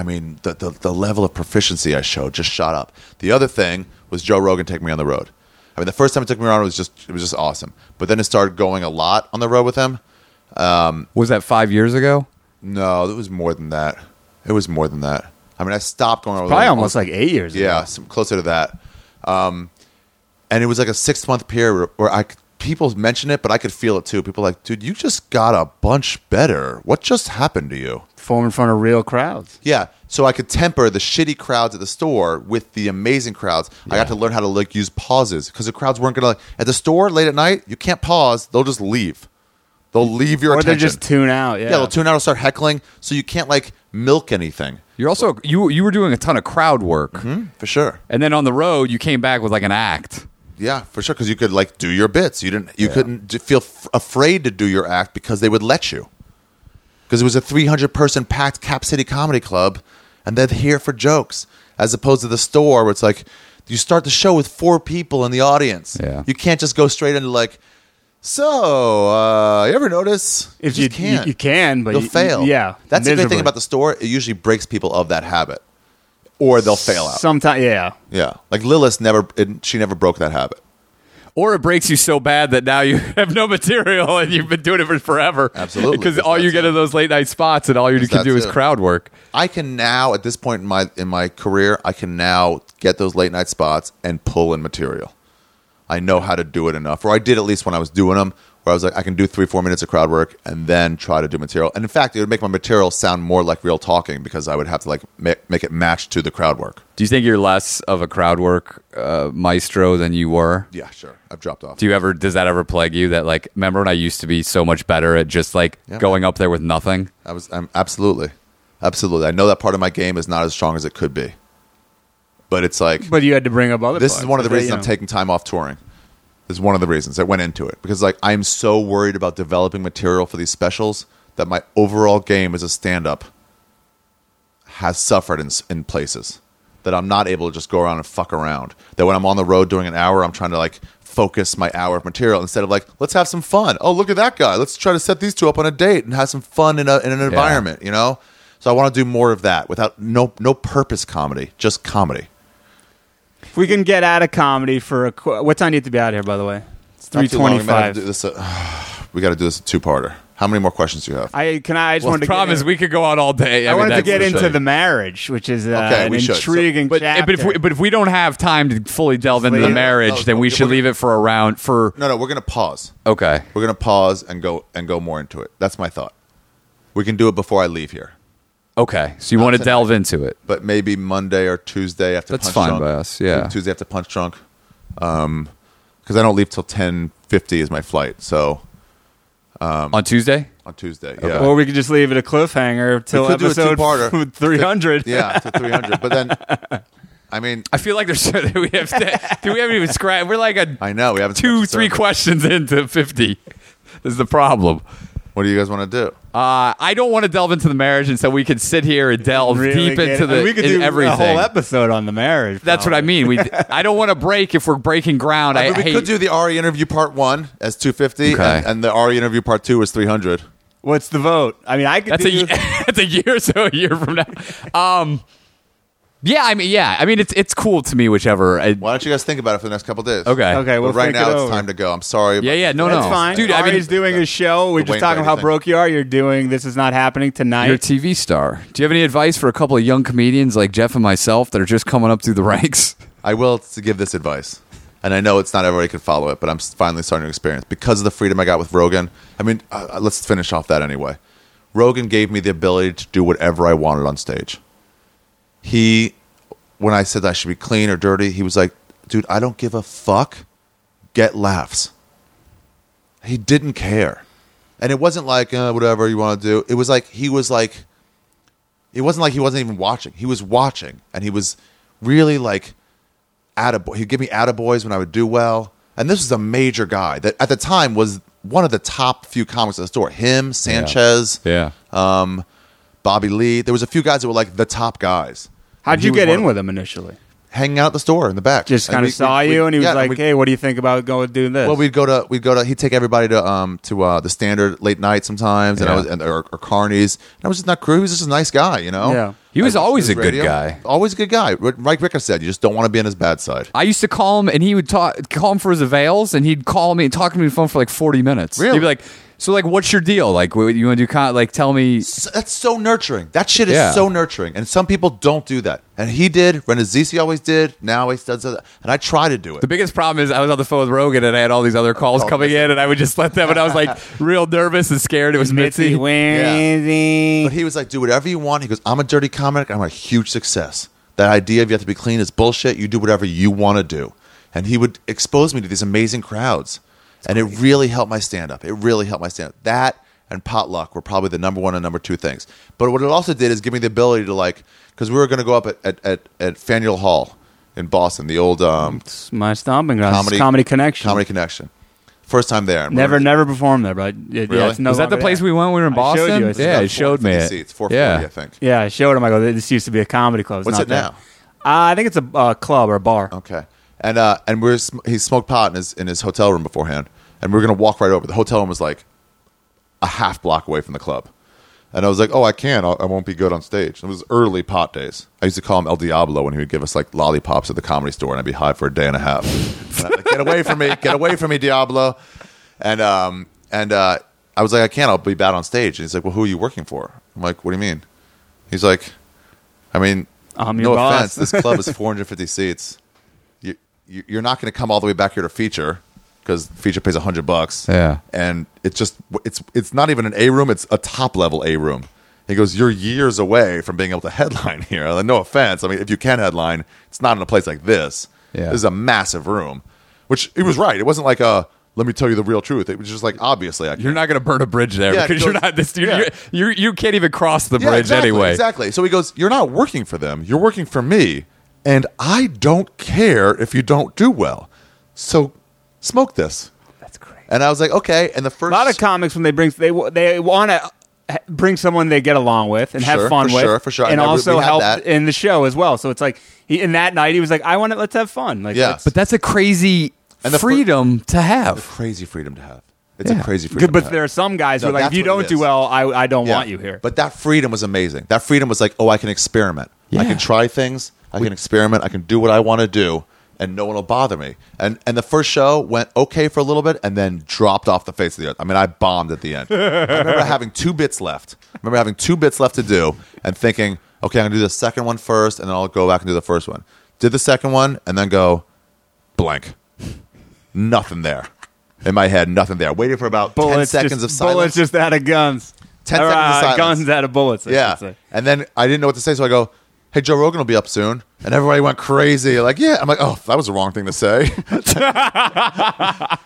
Speaker 1: I mean, the, the, the level of proficiency I showed just shot up. The other thing was Joe Rogan take me on the road. I mean, the first time it took me around, it was just it was just awesome. But then it started going a lot on the road with him.
Speaker 2: Was that five years ago?
Speaker 1: No, it was more than that. It was more than that. I mean, I stopped going over
Speaker 8: Probably
Speaker 1: there
Speaker 8: almost like eight years.
Speaker 1: yeah, some, closer to that. Um, and it was like a six month period where I could- people mention it, but I could feel it too. People like, dude, you just got a bunch better. What just happened to you?
Speaker 8: Perform in front of real crowds.
Speaker 1: Yeah, so I could temper the shitty crowds at the store with the amazing crowds. I got to learn how to like use pauses because the crowds weren't gonna like at the store late at night. You can't pause; they'll just leave. They'll leave your
Speaker 8: Or they
Speaker 1: attention.
Speaker 8: just tune out. Yeah.
Speaker 1: yeah, they'll tune out and start heckling. So you can't like milk anything
Speaker 2: You're also you you were doing a ton of crowd work,
Speaker 1: for sure.
Speaker 2: and then on the road you came back with like an act.
Speaker 1: Yeah, for sure. Because you could like do your bits. You didn't. You couldn't d- feel f- afraid to do your act because they would let you. Because it was a 300 person packed Cap City Comedy Club, and they're here for jokes, as opposed to the store where it's like you start the show with four people in the audience.
Speaker 2: Yeah.
Speaker 1: You can't just go straight into like. So, uh, you ever notice
Speaker 8: If
Speaker 1: you,
Speaker 8: you,
Speaker 1: just
Speaker 8: you,
Speaker 1: can't
Speaker 8: you can, but
Speaker 1: they'll
Speaker 8: you-
Speaker 1: fail.
Speaker 8: you- yeah,
Speaker 1: that's the good
Speaker 8: miserably.
Speaker 1: thing about the store. It usually breaks people of that habit, or they'll fail out.
Speaker 8: Sometimes, yeah.
Speaker 1: yeah, like Lilith never. It, she never broke that habit.
Speaker 2: Or it breaks you so bad that now you have no material and you've been doing it for forever.
Speaker 1: Absolutely.
Speaker 2: Because all you
Speaker 1: That's
Speaker 2: get
Speaker 1: it.
Speaker 2: are those late night spots and all you can
Speaker 1: that
Speaker 2: do is
Speaker 1: too.
Speaker 2: crowd work.
Speaker 1: I can now at this point in my in my career, I can now get those late night spots and pull in material. I know how to do it enough, or I did at least when I was doing them, where I was like, I can do three, four minutes of crowd work and then try to do material. And in fact, it would make my material sound more like real talking because I would have to like ma- make it match to the crowd work.
Speaker 2: Do you think you're less of a crowd work uh, maestro than you were?
Speaker 1: Yeah, sure. I've dropped off.
Speaker 2: Do you ever does that ever plague you that like remember when I used to be so much better at just like
Speaker 1: Yeah.
Speaker 2: going up there with nothing?
Speaker 1: I was I'm absolutely, absolutely. I know that part of my game is not as strong as it could be, but it's like
Speaker 8: But you had to bring up other.
Speaker 1: this
Speaker 8: parts,
Speaker 1: is one of the
Speaker 8: but,
Speaker 1: reasons
Speaker 8: you
Speaker 1: I'm
Speaker 8: know.
Speaker 1: taking time off touring. This is one of the reasons that went into it because like I'm so worried about developing material for these specials that my overall game as a stand up has suffered in, s- in places that I'm not able to just go around and fuck around. That when I'm on the road doing an hour, I'm trying to like focus my hour of material instead of like let's have some fun. Oh, look at that guy. Let's try to set these two up on a date and have some fun in, a, in an environment, you know? So I want to do more of that without no no purpose comedy, just comedy.
Speaker 6: If we can get out of comedy for a qu- what time do you have to be out of here? By the way, it's
Speaker 1: Not
Speaker 6: three
Speaker 1: too long. We might have
Speaker 6: twenty-five.
Speaker 1: to do this, uh, we got to do this two parter. How many more questions do you have?
Speaker 6: I can I I just
Speaker 2: Well,
Speaker 6: wanted
Speaker 2: the
Speaker 6: to
Speaker 2: problem
Speaker 6: get
Speaker 2: is
Speaker 6: in-
Speaker 2: we could go on all day.
Speaker 8: I
Speaker 2: mean,
Speaker 8: wanted to
Speaker 2: that's
Speaker 8: get
Speaker 2: the
Speaker 8: into
Speaker 2: thing.
Speaker 8: the marriage, which is uh,
Speaker 1: Okay,
Speaker 8: an
Speaker 1: we should. So- eh,
Speaker 8: intriguing
Speaker 2: But, but if we,
Speaker 8: chapter.
Speaker 2: but if we don't have time to fully delve into the
Speaker 1: leave it.
Speaker 2: marriage,
Speaker 1: Oh,
Speaker 2: then we
Speaker 1: okay,
Speaker 2: should
Speaker 1: we're-
Speaker 2: leave it for a round for
Speaker 1: no, no, we're gonna pause.
Speaker 2: okay.
Speaker 1: We're gonna pause and go and go more into it. That's my thought. We can do it before I leave here,
Speaker 2: Okay, so you want to
Speaker 1: tonight.
Speaker 2: delve into it?
Speaker 1: but maybe Monday or Tuesday after.
Speaker 2: That's
Speaker 1: punch
Speaker 2: fine
Speaker 1: drunk.
Speaker 2: by us, yeah.
Speaker 1: Tuesday after punch drunk, because I don't leave till ten fifty is my flight. So Um,
Speaker 2: on Tuesday?
Speaker 1: on Tuesday,
Speaker 6: or
Speaker 1: yeah,
Speaker 6: we could just leave it a cliffhanger till
Speaker 1: We could do a
Speaker 6: episode
Speaker 1: two-parter.
Speaker 6: three hundred.
Speaker 1: yeah, to three hundred. But then, I mean,
Speaker 2: I feel like there's so that we have to, dude, we haven't even scratched. We're like a
Speaker 1: I know we haven't
Speaker 2: two,
Speaker 1: scratched the
Speaker 2: three
Speaker 1: surface.
Speaker 2: questions into fifty. Is the problem?
Speaker 1: What do you guys want to do?
Speaker 2: Uh, I don't want to delve into the marriage, and so we could sit here and delve deep into the
Speaker 6: we could do
Speaker 2: in everything.
Speaker 6: a whole Oh. episode on the marriage.
Speaker 2: That's what I mean. We I don't want to break if we're breaking
Speaker 6: Uh,
Speaker 2: ground. I,
Speaker 1: But we
Speaker 2: hate,
Speaker 1: could do the Ari interview part one as two fifty,
Speaker 2: Okay.
Speaker 1: and, and the Ari interview part two is three hundred.
Speaker 6: What's the vote? I mean, I could
Speaker 2: That's a
Speaker 6: do
Speaker 2: that's a year or so a year from now. Um, yeah, I mean, yeah, I mean, it's it's cool to me whichever. I,
Speaker 1: Why don't you guys think about it for the next couple days?
Speaker 2: Okay.
Speaker 6: okay.
Speaker 1: But
Speaker 6: Well,
Speaker 1: right now
Speaker 6: it
Speaker 1: it's
Speaker 6: over.
Speaker 1: time to go. I'm sorry.
Speaker 2: Yeah, yeah, no,
Speaker 6: That's
Speaker 2: no,
Speaker 6: fine,
Speaker 2: dude. I mean,
Speaker 6: Ari's doing his show. We're
Speaker 1: the
Speaker 6: just
Speaker 1: Wayne
Speaker 6: talking
Speaker 1: Brady
Speaker 6: about how
Speaker 1: thing.
Speaker 6: broke you are. You're doing this is not happening tonight.
Speaker 2: You're a TV star. Do you have any advice for a couple of young comedians like Jeff and myself that are just coming up through the ranks?
Speaker 1: I will to give this advice, and I know it's not everybody can follow it, but I'm finally starting to experience because of the freedom I got with Rogan. I mean, uh, let's finish off that anyway. Rogan gave me the ability to do whatever I wanted on stage. He, when I said I should be clean or dirty, he was like, "Dude, I don't give a fuck. Get laughs." He didn't care, and it wasn't like uh, whatever you want to do. It was like he was like. It wasn't like he wasn't even watching. He was watching, and he was really like attaboy. He'd give me attaboys when I would do well. And this was a major guy that at the time was one of the top few comics at the store. Him, Sanchez,
Speaker 2: Yeah.
Speaker 1: um, Bobby Lee. There was a few guys that were like the top guys.
Speaker 6: How'd
Speaker 1: And he
Speaker 6: you
Speaker 1: was
Speaker 6: get
Speaker 1: one
Speaker 6: in
Speaker 1: of-
Speaker 6: with him initially?
Speaker 1: Hanging out at the store in the back.
Speaker 6: Just
Speaker 1: And
Speaker 6: kind
Speaker 1: we-
Speaker 6: of saw
Speaker 1: we-
Speaker 6: you, and he was
Speaker 1: yeah,
Speaker 6: like,
Speaker 1: we-
Speaker 6: "Hey, what do you think about going doing this?"
Speaker 1: well, we'd go to we'd go to he'd take everybody to um to uh the standard late night sometimes, and I
Speaker 2: Yeah.
Speaker 1: was and or, or Carney's, and I was just not crew. He was just a nice guy, you know.
Speaker 6: Yeah.
Speaker 2: He was
Speaker 1: I listened to
Speaker 2: always
Speaker 1: his
Speaker 2: a good guy.
Speaker 1: Always a good guy. What Mike Ricker said, you just don't want to be on his bad side.
Speaker 2: I used to call him, and he would talk, call him for his avails, and he'd call me and talk to me on the phone for like forty minutes.
Speaker 1: Really?
Speaker 2: He'd be like, So like, what's your deal? Like, what- you want to do? Con- like, tell me.
Speaker 1: So- that's so nurturing. That shit is
Speaker 2: Yeah.
Speaker 1: so nurturing. And some people don't do that. And he did. Renazizi always did. Now he does that. And I try to do it.
Speaker 2: The biggest problem is I was on the phone with Rogan and I had all these other calls
Speaker 1: Oh,
Speaker 2: coming in, and I would just let them. And I was like, real nervous and scared. It was Mitzi.
Speaker 6: where
Speaker 1: Yeah.
Speaker 6: is he?
Speaker 1: But he was like, do whatever you want. He goes, I'm a dirty comic. I'm a huge success. That idea of you have to be clean is bullshit. You do whatever you want to do. And he would expose me to these amazing crowds. and it really helped my stand up. It really helped my stand up. That and potluck were probably the number one and number two things. But what it also did is give me the ability to, like, because we were going to go up at, at, at, at Faneuil Hall in Boston, the old um,
Speaker 6: It's my stomping ground. Comedy,
Speaker 1: Comedy-
Speaker 6: comedy Connection.
Speaker 1: Comedy Connection. First time there. And
Speaker 6: Never,
Speaker 1: we're-
Speaker 6: never performed there, but yeah, yeah, it's no
Speaker 2: was that the
Speaker 6: longer
Speaker 2: place
Speaker 6: there.
Speaker 2: we went? when We were in
Speaker 6: I showed
Speaker 2: Boston.
Speaker 6: you. It's
Speaker 2: yeah,
Speaker 6: about
Speaker 2: it showed me. It.
Speaker 1: It's 440,
Speaker 2: yeah.
Speaker 1: I think.
Speaker 6: Yeah, I showed him. I go, this used to be a comedy club. It's
Speaker 1: What's
Speaker 6: not
Speaker 1: it
Speaker 6: that."
Speaker 1: now?
Speaker 6: Uh, I think it's a uh, club or a bar.
Speaker 1: Okay. And uh, and we're sm- he smoked pot in his in his hotel room beforehand, and we are gonna walk right over. The hotel room was like a half block away from the club, and I was like, "Oh, I can. I'll, I won't be good on stage." It was early pot days. I used to call him El Diablo when he would give us like lollipops at the comedy store, and I'd be high for a day and a half. And I'd be like, get away from me! Get away from me, Diablo! And um and uh, I was like, "I can't. I'll be bad on stage." And he's like, "Well, who are you working for?" I'm like, "What do you mean?" He's like, "I mean,
Speaker 6: I'm
Speaker 1: no
Speaker 6: your boss.
Speaker 1: offense. This club is 450 seats." you, you- you're not going to come all the way back here to feature because feature pays 100 bucks
Speaker 2: Yeah.
Speaker 1: and it's just it's it's not even an a room it's a top level a room he goes you're years away from being able to headline here like, no offense i mean if you can headline it's not in a place like this
Speaker 2: Yeah.
Speaker 1: this is a massive room which he was right it wasn't like a let me tell you the real truth it was just like obviously i can
Speaker 2: You're not going to burn a bridge there
Speaker 1: Yeah, it
Speaker 2: because you're
Speaker 1: goes-
Speaker 2: not this. You're,
Speaker 1: yeah.
Speaker 2: you're, you're, you can't even cross the bridge
Speaker 1: exactly,
Speaker 2: anyway.
Speaker 1: Exactly. So he goes, You're not working for them. You're working for me. And I don't care if you don't do well. So smoke this. That's
Speaker 6: great.
Speaker 1: And I was like, Okay. And the
Speaker 6: A
Speaker 1: first.
Speaker 6: lot of comics when they bring they w- they want to bring someone they get along with and have
Speaker 1: Sure,
Speaker 6: fun
Speaker 1: for
Speaker 6: with,
Speaker 1: sure, for sure. I
Speaker 6: and
Speaker 1: know we-
Speaker 6: also
Speaker 1: we had
Speaker 6: help
Speaker 1: that.
Speaker 6: in the show as well. So it's like he, in that night he was like, "I want to let's have fun." Like,
Speaker 1: Yeah.
Speaker 6: let's-
Speaker 2: But that's a crazy
Speaker 1: And the fir-
Speaker 2: freedom to have.
Speaker 1: crazy freedom to have. It's a crazy freedom.
Speaker 6: good. But
Speaker 1: to
Speaker 6: there are
Speaker 1: have.
Speaker 6: some guys
Speaker 1: No,
Speaker 6: who are like, "If
Speaker 1: that's
Speaker 6: you
Speaker 1: what it
Speaker 6: don't do
Speaker 1: is.
Speaker 6: well, I I don't
Speaker 1: Yeah.
Speaker 6: want you here."
Speaker 1: But that freedom was amazing. That freedom was like, Oh, I can experiment. I
Speaker 2: Yeah.
Speaker 1: can try things. I can experiment. I can do what I want to do. And no one will bother me. And and the first show went okay for a little bit, and then dropped off the face of the earth. I mean, I bombed at the end. I remember having two bits left. I remember having two bits left to do and thinking, okay, I'm going to do the second one first and then I'll go back and do the first one. Did the second one and then go blank. Nothing there. In my head, nothing there. Waited for about 10 seconds
Speaker 6: just,
Speaker 1: of silence.
Speaker 6: Bullets just out of guns.
Speaker 1: 10
Speaker 6: Or,
Speaker 1: seconds of
Speaker 6: uh,
Speaker 1: silence.
Speaker 6: Guns out of bullets. I should
Speaker 1: yeah.
Speaker 6: say.
Speaker 1: And then I didn't know what to say, so I go, "Hey, Joe Rogan will be up soon," and everybody went crazy. Like, yeah, I'm like, "Oh, that was the wrong thing to say."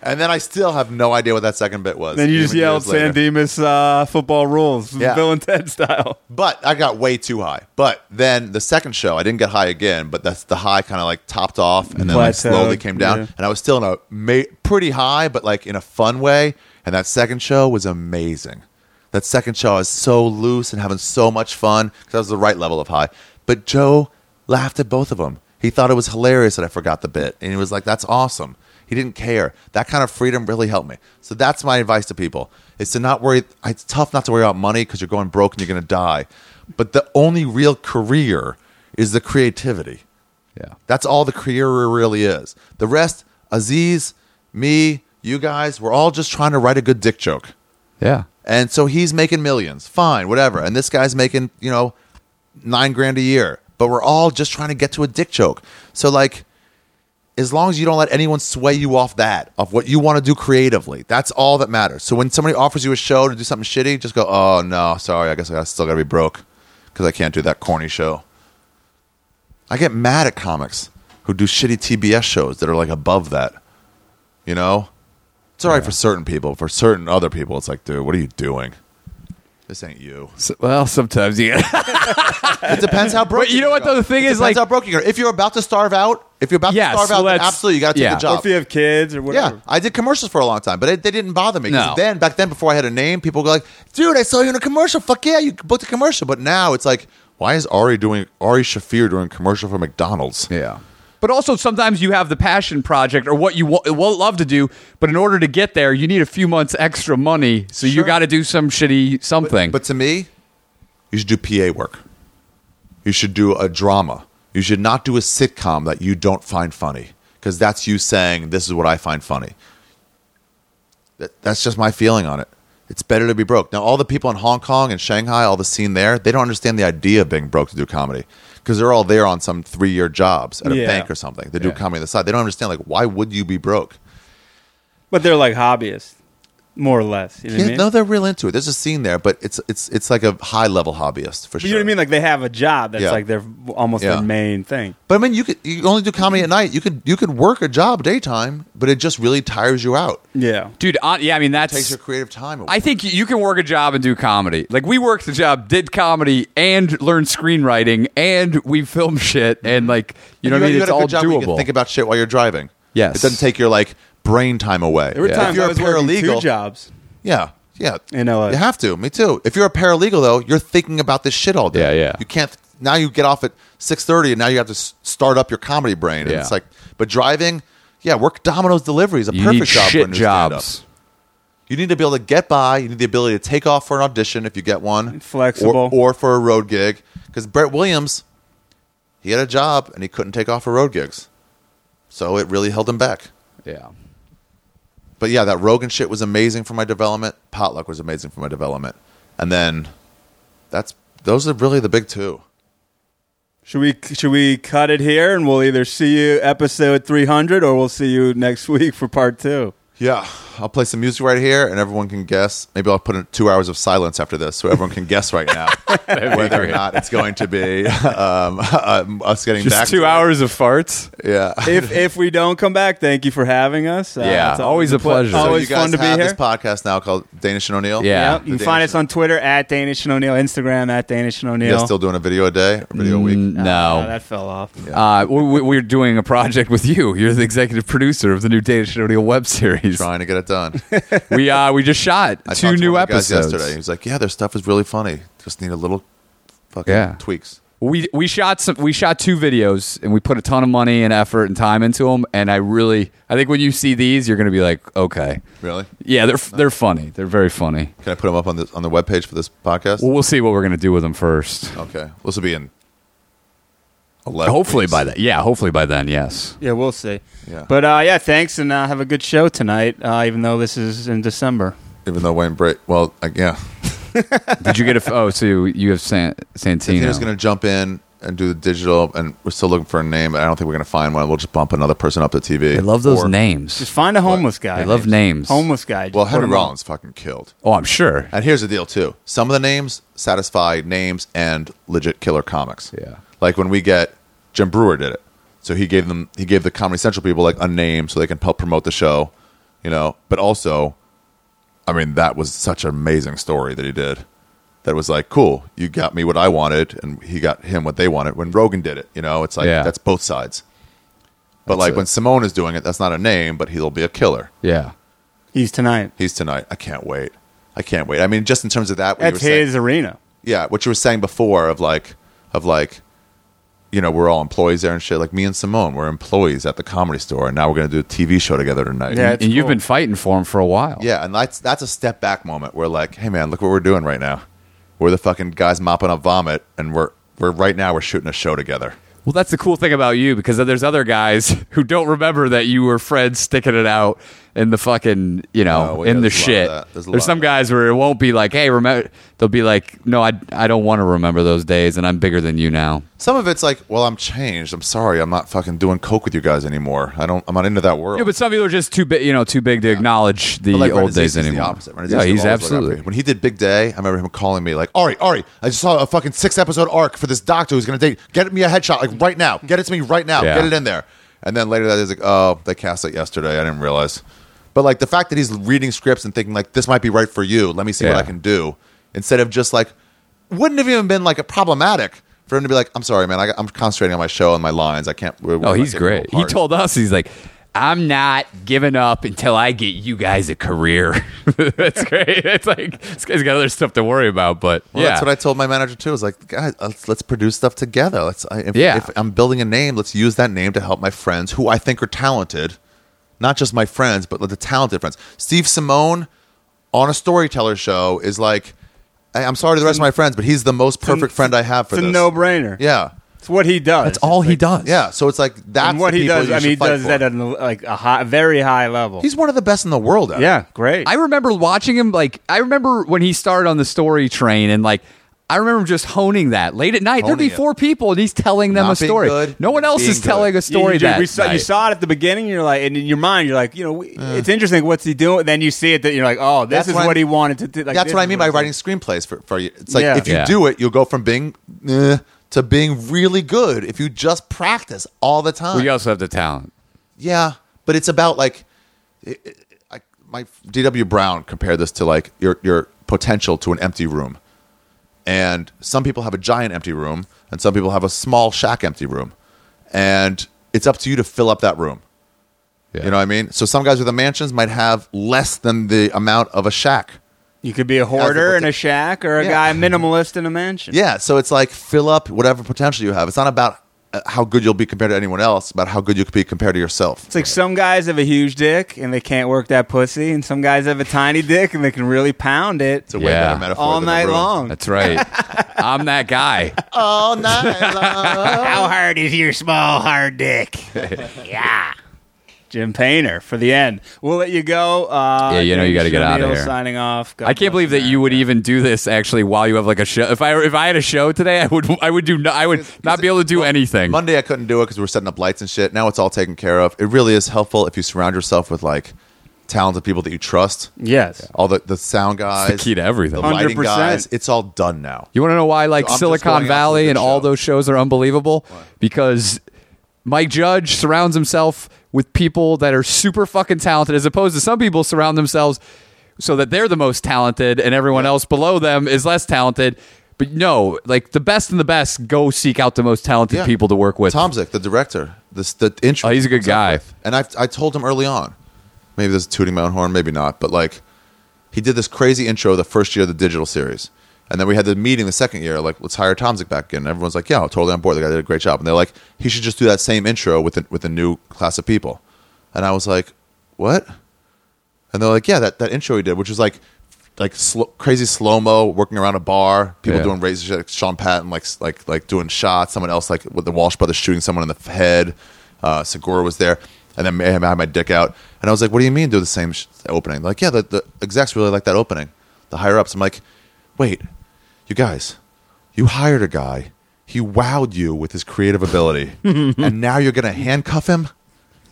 Speaker 1: and then I still have no idea what that second bit was.
Speaker 6: Then you just
Speaker 1: even
Speaker 6: yelled
Speaker 1: years later.
Speaker 6: San Dimas uh, football rules,
Speaker 1: Yeah.
Speaker 6: Bill and Ted style.
Speaker 1: But I got way too high. But then the second show, I didn't get high again. But that's the high kind of like topped off, and then like
Speaker 6: Plateaued,
Speaker 1: slowly came down.
Speaker 6: yeah.
Speaker 1: And I was still in a ma- pretty high, but like in a fun way. And that second show was amazing. That second show, I was so loose and having so much fun because I was the right level of high. But Joe laughed at both of them. He thought it was hilarious that I forgot the bit, and he was like, "That's awesome." He didn't care. That kind of freedom really helped me. So that's my advice to people: is to not worry. It's tough not to worry about money because you're going broke and you're going to die. But the only real career is the creativity.
Speaker 2: Yeah.
Speaker 1: That's all the career really is. The rest, Aziz, me, you guys, we're all just trying to write a good dick joke.
Speaker 2: Yeah.
Speaker 1: And so he's making millions. Fine, whatever. And this guy's making, you know, nine grand a year. But we're all just trying to get to a dick joke. So, like, as long as you don't let anyone sway you off that, of what you want to do creatively, that's all that matters. So, when somebody offers you a show to do something shitty, just go, oh, no, sorry. I guess I gotta- still got to be broke because I can't do that corny show. I get mad at comics who do shitty TBS shows that are like above that. You know? It's all right for certain people. For certain other people, it's like, dude, what are you doing? This ain't you.
Speaker 2: So- well, sometimes you get.
Speaker 1: It depends how broke.
Speaker 2: But you know what,
Speaker 1: go.
Speaker 2: though, the thing
Speaker 1: It
Speaker 2: is,
Speaker 1: depends
Speaker 2: like-
Speaker 1: how broke you're. If you're about to starve out, if you're about
Speaker 2: Yes,
Speaker 1: to starve out,
Speaker 2: well,
Speaker 1: then
Speaker 2: that's-
Speaker 1: absolutely you got to take
Speaker 2: yeah.
Speaker 1: the job.
Speaker 6: If you have kids or whatever.
Speaker 1: Yeah, I did commercials for a long time, but it, they didn't bother me. 'Cause
Speaker 2: No.
Speaker 1: Then back then, before I had a name, people go like, "Dude, I saw you in a commercial. Fuck yeah, you booked a commercial." But now it's like, why is Ari doing Ari Shafir doing a commercial for McDonald's?
Speaker 2: yeah. But also sometimes you have the passion project or what you wa- will love to do, but in order to get there, you need a few months extra money, so you
Speaker 1: Sure.
Speaker 2: got to do some shitty something.
Speaker 1: But to me, you should do PA work. You should do a drama. You should not do a sitcom that you don't find funny because that's you saying, This is what I find funny. That, that's just my feeling on it. It's better to be broke. Now, all the people in Hong Kong and Shanghai, all the scene there, they don't understand the idea of being broke to do comedy because they're all there on some three year jobs at a
Speaker 6: Yeah.
Speaker 1: bank or something. They do comedy on the side. They don't understand, like, why would you be broke?
Speaker 6: But they're like hobbyists, more or less. You know what I
Speaker 1: Yeah,
Speaker 6: mean?
Speaker 1: no, they're real into it. There's a scene there, but it's it's it's like a high level hobbyist for
Speaker 6: but
Speaker 1: sure.
Speaker 6: you know what I mean? Like they have a job that's
Speaker 1: Yeah.
Speaker 6: like their almost
Speaker 1: Yeah.
Speaker 6: their main thing.
Speaker 1: But I mean, you could you can only do comedy at night. You could you could work a job daytime, but it just really tires you out.
Speaker 6: Yeah.
Speaker 2: dude. Uh, yeah, I mean that's
Speaker 1: takes your creative time. Away.
Speaker 2: I think you can work a job and do comedy. Like we worked a job, did comedy, and learned screenwriting, and we filmed shit, and like you
Speaker 1: Mm-hmm. You
Speaker 2: know what
Speaker 1: had-
Speaker 2: I mean.
Speaker 1: you had
Speaker 2: It's
Speaker 1: a
Speaker 2: all
Speaker 1: good job where You
Speaker 2: doable.
Speaker 1: can think about shit while you're driving.
Speaker 2: Yes.
Speaker 1: it doesn't take your like brain time away.
Speaker 6: There were times
Speaker 1: If you're
Speaker 6: I
Speaker 1: a
Speaker 6: was working two
Speaker 1: paralegal,
Speaker 6: jobs.
Speaker 1: yeah, yeah,
Speaker 6: In LA.
Speaker 1: you have to. Me too. If you're a paralegal though, you're thinking about this shit all day.
Speaker 2: Yeah, yeah.
Speaker 1: You can't. Now you get off at six thirty, and now you have to s- start up your comedy brain. And
Speaker 2: Yeah.
Speaker 1: It's like, but driving, yeah, work Domino's delivery is a
Speaker 2: you
Speaker 1: perfect
Speaker 2: need
Speaker 1: job for a
Speaker 2: shit
Speaker 1: new stand-up.
Speaker 2: jobs.
Speaker 1: You need to be able to get by. You need the ability to take off for an audition if you get one,
Speaker 6: Flexible.
Speaker 1: or, or for a road gig. Because Brett Williams, he had a job and he couldn't take off for road gigs, so it really held him back.
Speaker 2: Yeah,
Speaker 1: But yeah, that Rogan shit was amazing for my development. Potluck was amazing for my development, and then that's those are really the big two.
Speaker 6: Should we should we cut it here and we'll either see you episode 300 or we'll see you next week for part 2.
Speaker 1: Yeah, I'll play some music right here, and everyone can guess. Maybe I'll put in two hours of silence after this, so everyone can guess right now whether or not it's going to be um, us getting
Speaker 2: just
Speaker 1: back
Speaker 2: two
Speaker 1: to it.
Speaker 2: hours of farts.
Speaker 1: Yeah.
Speaker 6: If if we don't come back, thank you for having us. Uh,
Speaker 2: Yeah,
Speaker 6: it's
Speaker 2: always a pleasure.
Speaker 1: So
Speaker 6: Always
Speaker 1: you guys
Speaker 6: fun to be
Speaker 1: have
Speaker 6: here.
Speaker 1: this podcast now called Danish and O'Neill.
Speaker 2: Yeah.
Speaker 6: Yep, You can find us on Twitter at Danish and O'Neill, Instagram at Danish and
Speaker 1: You
Speaker 6: O'Neill.
Speaker 1: guys still doing a video a day, or video a
Speaker 2: Mm.
Speaker 1: week?
Speaker 6: Oh,
Speaker 2: No,
Speaker 6: that fell off.
Speaker 2: uh, we, we're doing a project with you. You're the executive producer of the new Data Shinodio web series.
Speaker 1: Trying to get it done.
Speaker 2: We uh, we just shot
Speaker 1: I
Speaker 2: two
Speaker 1: talked to
Speaker 2: new
Speaker 1: one of the guys
Speaker 2: episodes
Speaker 1: yesterday. He was like, "Yeah, their stuff is really funny. Just need a little fucking
Speaker 2: Yeah.
Speaker 1: tweaks."
Speaker 2: we we shot some we shot two videos and we put a ton of money and effort and time into them and i really i think when you see these you're gonna be like okay
Speaker 1: Really?
Speaker 2: yeah they're they're funny they're very funny
Speaker 1: Can I put them up on the on the webpage for this podcast?
Speaker 2: well we'll see what we're gonna do with them first
Speaker 1: Okay, this will be in. 11
Speaker 2: hopefully
Speaker 1: weeks.
Speaker 2: by then yeah hopefully by then yes
Speaker 6: Yeah, we'll see.
Speaker 1: Yeah.
Speaker 6: But uh, yeah, thanks, and uh, have a good show tonight. Uh, even though this is in December.
Speaker 1: Even though Wayne Bray, well, I, yeah,
Speaker 2: did you get a oh so you, you have San, santino
Speaker 1: Tina's going to jump in and do the digital, and we're still looking for a name. But I don't think we're going to find one. We'll just bump another person up to TV.
Speaker 2: i love those
Speaker 1: Or-
Speaker 6: Just
Speaker 2: names
Speaker 6: find a homeless guy.
Speaker 2: i love names
Speaker 6: Homeless guy. Just
Speaker 1: Well,
Speaker 6: put
Speaker 1: Henry
Speaker 6: him on.
Speaker 1: Rollins fucking killed.
Speaker 2: oh i'm sure
Speaker 1: And here's the deal too. Some of the names satisfy names and legit killer comics.
Speaker 2: Yeah.
Speaker 1: Like when we get Jim Brewer did it. So he gave them he gave the Comedy Central people like a name so they can help promote the show, you know. But also I mean that was such an amazing story that he did. That was like, cool, you got me what I wanted and he got him what they wanted when Rogan did it, you know. It's like
Speaker 2: Yeah.
Speaker 1: that's both sides. But like
Speaker 2: it.
Speaker 1: when Simone is doing it, that's not a name, but he'll be a killer.
Speaker 2: yeah
Speaker 6: He's tonight.
Speaker 1: He's tonight. I can't wait. I can't wait. I mean, just in terms of that, what you
Speaker 6: That's
Speaker 1: were saying-
Speaker 6: his arena.
Speaker 1: yeah, what you were saying before of like, of like, you know, we're all employees there and shit. Like me and Simone, we're employees at the comedy store, and now we're gonna do a TV show together tonight.
Speaker 6: Yeah.
Speaker 2: and
Speaker 6: That's
Speaker 2: you've
Speaker 6: cool.
Speaker 2: been fighting for him for a while
Speaker 1: yeah, and that's that's a step back moment where like, hey man, look what we're doing right now. We're the fucking guys mopping up vomit, and we're we're right now we're shooting a show together.
Speaker 2: Well, that's the cool thing about you because there's other guys who don't remember that you were friends sticking it out in the fucking, you know,
Speaker 1: Oh, well, yeah,
Speaker 2: in the
Speaker 1: there's a lot of
Speaker 2: shit.
Speaker 1: that. There's
Speaker 2: There's,
Speaker 1: a lot
Speaker 2: some
Speaker 1: of that.
Speaker 2: guys where it won't be like, hey, remember. They'll be like, no, I, I don't want to remember those days and I'm bigger than you now.
Speaker 1: Some of it's like, well, I'm changed. I'm sorry, I'm not fucking doing coke with you guys anymore. I don't. I'm not into that world.
Speaker 2: Yeah, but some people are just too big, you know, too big to acknowledge the
Speaker 1: But, like,
Speaker 2: old
Speaker 1: Renazis
Speaker 2: days
Speaker 1: is
Speaker 2: anymore.
Speaker 1: The opposite. Renazis
Speaker 2: yeah,
Speaker 1: will always
Speaker 2: he's
Speaker 1: look out for you.
Speaker 2: absolutely.
Speaker 1: When he did Big Day, I remember him calling me like, "Ari, Ari, I just saw a fucking six episode arc for this doctor who's gonna date. Get me a headshot like right now. Get it to me right now.
Speaker 2: Yeah.
Speaker 1: Get it in there." And then later that is like, "Oh, they cast it yesterday. I didn't realize." But like the fact that he's reading scripts and thinking like, "This might be right for you. Let me see what
Speaker 2: Yeah.
Speaker 1: I can do," instead of just like, wouldn't have even been like a problematic. For him to be like, I'm sorry, man. I, I'm concentrating on my show and my lines. I can't. we're-
Speaker 2: Oh,
Speaker 1: we're
Speaker 2: he's
Speaker 1: not getting
Speaker 2: great. He
Speaker 1: apart."
Speaker 2: told us he's like, I'm not giving up until I get you guys a career. that's great. It's like this guy's got other stuff to worry about, but
Speaker 1: Well,
Speaker 2: yeah,
Speaker 1: that's what I told my manager too. I was like, guys, let's, let's produce stuff together. Let's, I, if,
Speaker 2: Yeah.
Speaker 1: if I'm building a name, let's use that name to help my friends who I think are talented, not just my friends, but the talented friends. Steve Simone on a storyteller show is like, hey, I'm sorry to the rest of my friends, but he's the most perfect friend I have for
Speaker 6: It's a
Speaker 1: this.
Speaker 6: no brainer.
Speaker 1: Yeah.
Speaker 6: It's what he does.
Speaker 2: That's all he does.
Speaker 1: Yeah, so it's like that's
Speaker 6: And what
Speaker 1: the
Speaker 6: he
Speaker 1: people
Speaker 6: does.
Speaker 1: you
Speaker 6: I mean,
Speaker 1: should
Speaker 6: he
Speaker 1: fight
Speaker 6: does
Speaker 1: for.
Speaker 6: that at a, like a high, very high level.
Speaker 1: He's one of the best in the world. At it.
Speaker 6: yeah, great.
Speaker 2: I remember watching him like I remember when he started on the story train and like I remember just honing that late at night. There'd be
Speaker 1: Honing it.
Speaker 2: four people and he's telling them
Speaker 1: Not
Speaker 2: a
Speaker 1: being
Speaker 2: story.
Speaker 1: good,
Speaker 2: no one else
Speaker 1: being
Speaker 2: is
Speaker 1: good.
Speaker 2: telling a story
Speaker 6: you, you,
Speaker 2: that
Speaker 6: we saw, you
Speaker 2: night.
Speaker 6: saw it at the beginning. You're like, and in your mind, you're like, you know, we- it's interesting. What's he doing? Then you see it that you're like, oh, this
Speaker 1: That's
Speaker 6: is
Speaker 1: what
Speaker 6: what,
Speaker 1: I-
Speaker 6: he wanted to do. Like,
Speaker 1: that's
Speaker 6: this
Speaker 1: what I
Speaker 6: is
Speaker 1: mean by
Speaker 6: it's
Speaker 1: writing screenplays for, for you. It's like
Speaker 6: Yeah.
Speaker 1: if you
Speaker 2: Yeah.
Speaker 1: do it, you'll go from being eh, to being really good if you just practice all the time.
Speaker 2: we also have the talent.
Speaker 1: Yeah, but it's about like, it- it- I, my D.W. Brown compared this to like your your potential to an empty room, and some people have a giant empty room, and some people have a small shack empty room, and it's up to you to fill up that room. You know what I mean? So some guys with the mansions might have less than the amount of a shack.
Speaker 6: You could be a hoarder
Speaker 1: what
Speaker 6: in
Speaker 1: the-
Speaker 6: a shack or a
Speaker 1: Yeah.
Speaker 6: guy minimalist in a mansion.
Speaker 1: Yeah, so it's like fill up whatever potential you have. It's not about uh, how good you'll be compared to anyone else, it's about how good you could be compared to yourself.
Speaker 6: It's like some guys have a huge dick and they can't work that pussy, and some guys have a tiny dick and they can really pound it
Speaker 1: It's a way
Speaker 2: Yeah.
Speaker 1: better metaphor
Speaker 6: all
Speaker 1: than a
Speaker 6: night
Speaker 1: room.
Speaker 6: long.
Speaker 2: That's right. I'm that guy.
Speaker 1: All night long.
Speaker 6: How hard is your small hard dick? yeah. Jim Painter for the end. We'll let you go. Uh,
Speaker 2: Yeah, you know you gotta
Speaker 6: James
Speaker 2: get outta
Speaker 6: O'Neill
Speaker 2: here.
Speaker 6: Signing off. God
Speaker 2: I can't
Speaker 6: bless
Speaker 2: believe that you would even do this actually while you have like a show. If I if I had a show today, I would I would do no, I would not be able to do anything.
Speaker 1: Monday I couldn't do it because we were setting up lights and shit. Now it's all taken care of. It really is helpful if you surround yourself with like talented people that you trust.
Speaker 6: Yes.
Speaker 1: All the, the sound guys,
Speaker 2: It's the key to everything.
Speaker 1: the lighting
Speaker 6: 100%.
Speaker 1: guys. It's all done now.
Speaker 2: You want to know why like
Speaker 1: So I'm just going
Speaker 2: Silicon
Speaker 1: off
Speaker 2: Valley
Speaker 1: of the
Speaker 2: and all
Speaker 1: show.
Speaker 2: those shows are unbelievable? Because Mike Judge surrounds himself with people that are super fucking talented as opposed to some people surround themselves so that they're the most talented and everyone else below them is less talented. But no, like the best and the best go seek out the most talented
Speaker 1: Yeah.
Speaker 2: people to work with.
Speaker 1: Tomzik, the director, this the intro.
Speaker 2: Oh, he's a good guy.
Speaker 1: And I I told him early on. Maybe this is tooting my own horn, maybe not, but like he did this crazy intro the first year of the digital series. And then we had the meeting the second year, like, let's hire Tomzik back in. And everyone's like, yeah, I'm totally on board. The guy did a great job. And they're like, he should just do that same intro with a, with a new class of people. And I was like, what? And they're like, yeah, that, that intro he did, which was like like sl- crazy slow mo working around a bar, people
Speaker 2: Yeah.
Speaker 1: doing razor shit, like Sean Patton like s- like like doing shots, someone else like with the Walsh brothers shooting someone in the f- head. Uh, Segura was there, and then Mayhem had my dick out, and I was like, "What do you mean do the same sh- opening?" Like, yeah, the, the execs really like that opening. The higher ups, I'm like, "Wait, you guys, you hired a guy, he wowed you with his creative ability, and now you're gonna handcuff him."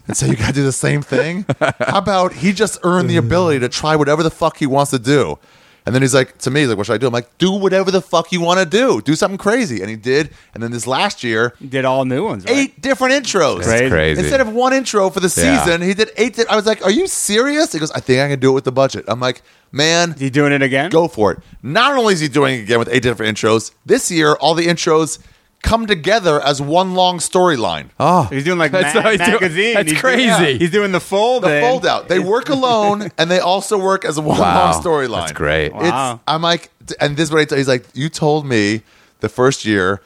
Speaker 1: and say you gotta do the same thing. How about he just earned the ability to try whatever the fuck he wants to do? And then he's like, to me, he's like, what should I do? I'm like, do whatever the fuck you want to do. Do something crazy. And he did. And then this last year,
Speaker 6: Did all new ones, right?
Speaker 1: eight different intros.
Speaker 6: Crazy.
Speaker 2: crazy.
Speaker 1: Instead of one intro for the
Speaker 2: Yeah.
Speaker 1: season, he did eight. Di- I was like, are you serious? He goes, I think I can do it with the budget. I'm like, man,
Speaker 6: Is he doing it again?
Speaker 1: go for it. Not only is he doing it again with eight different intros, this year, all the intros come together as one long storyline.
Speaker 6: He's doing like
Speaker 2: That's
Speaker 6: ma-
Speaker 2: how he's doing-
Speaker 6: magazine.
Speaker 2: that's
Speaker 6: he's doing-
Speaker 2: crazy.
Speaker 6: yeah, he's doing the fold.
Speaker 1: the fold out. They work alone, and they also work as a one
Speaker 2: Wow.
Speaker 1: long storyline.
Speaker 2: That's great.
Speaker 1: It's,
Speaker 6: Wow.
Speaker 1: I'm like, and this is what I tell. He's like, you told me the first year,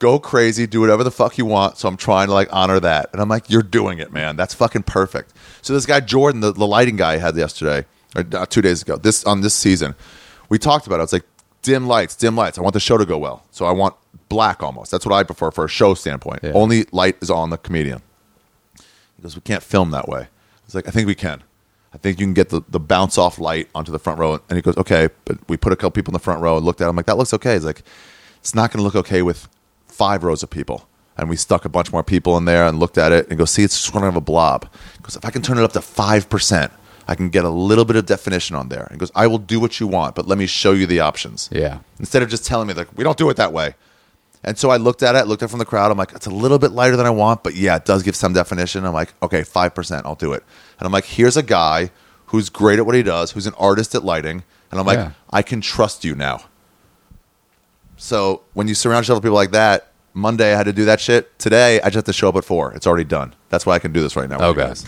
Speaker 1: go crazy, do whatever the fuck you want. So I'm trying to like honor that, and I'm like, you're doing it, man. That's fucking perfect. So this guy Jordan, the, the lighting guy, I had yesterday or uh, two days ago, this on this season, we talked about it. I was like, dim lights, dim lights. I want the show to go well, so I want black almost. That's what I prefer for a show standpoint.
Speaker 2: Yeah.
Speaker 1: Only light is on the comedian. He goes, We can't film that way. I was like, I think we can. I think you can get the, the bounce off light onto the front row. And he goes, Okay, but we put a couple people in the front row and looked at him like, That looks okay. He's like, It's not going to look okay with five rows of people. And we stuck a bunch more people in there and looked at it and go, See, it's just going to have a blob. He goes, If I can turn it up to 5%, I can get a little bit of definition on there. He goes, I will do what you want, but let me show you the options.
Speaker 2: Yeah.
Speaker 1: Instead of just telling me, like, we don't do it that way. And so I looked at it, looked at it from the crowd. I'm like, it's a little bit lighter than I want, but yeah, it does give some definition. I'm like, okay, 5%, I'll do it. And I'm like, here's a guy who's great at what he does, who's an artist at lighting. And I'm like,
Speaker 2: Yeah.
Speaker 1: I can trust you now. So when you surround yourself with people like that, Monday I had to do that shit. Today I just have to show up at four. It's already done. That's why I can do this right now. with
Speaker 2: oh
Speaker 1: you
Speaker 2: god.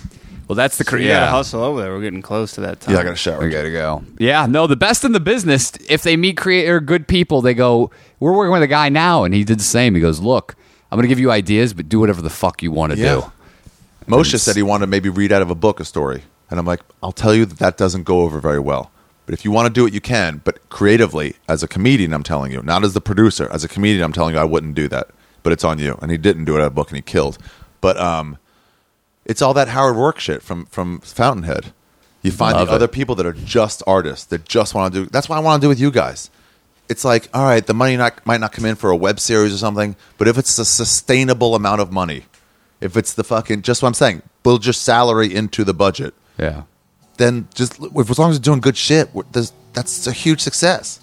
Speaker 2: Well, that's the cre-
Speaker 6: You gotta
Speaker 2: yeah.
Speaker 6: hustle over there. We're getting close to that time.
Speaker 1: Yeah, I got a shower.
Speaker 2: We gotta go. Yeah, no, the best in the business, if they meet creator good people, they go, We're working with a guy now and he did the same. He goes, Look, I'm gonna give you ideas, but do whatever the fuck you want to
Speaker 1: Yeah.
Speaker 2: do.
Speaker 1: Moshe said he wanted to maybe read out of a book a story. And I'm like, I'll tell you that that doesn't go over very well. But if you want to do it, you can. But creatively, as a comedian, I'm telling you, not as the producer, as a comedian, I'm telling you, I wouldn't do that. but it's on you. And he didn't do it out of book, and he killed. But um, it's all that Howard Work shit from from Fountainhead. You find the other people that are just artists that just want to do. That's what I want to do with you guys. It's like, all right, the money not, might not come in for a web series or something, but if it's a sustainable amount of money, if it's the fucking just what I'm saying, build your salary into the budget
Speaker 2: Yeah.
Speaker 1: then just if, as long as you're doing good shit, we're- there's, that's a huge success.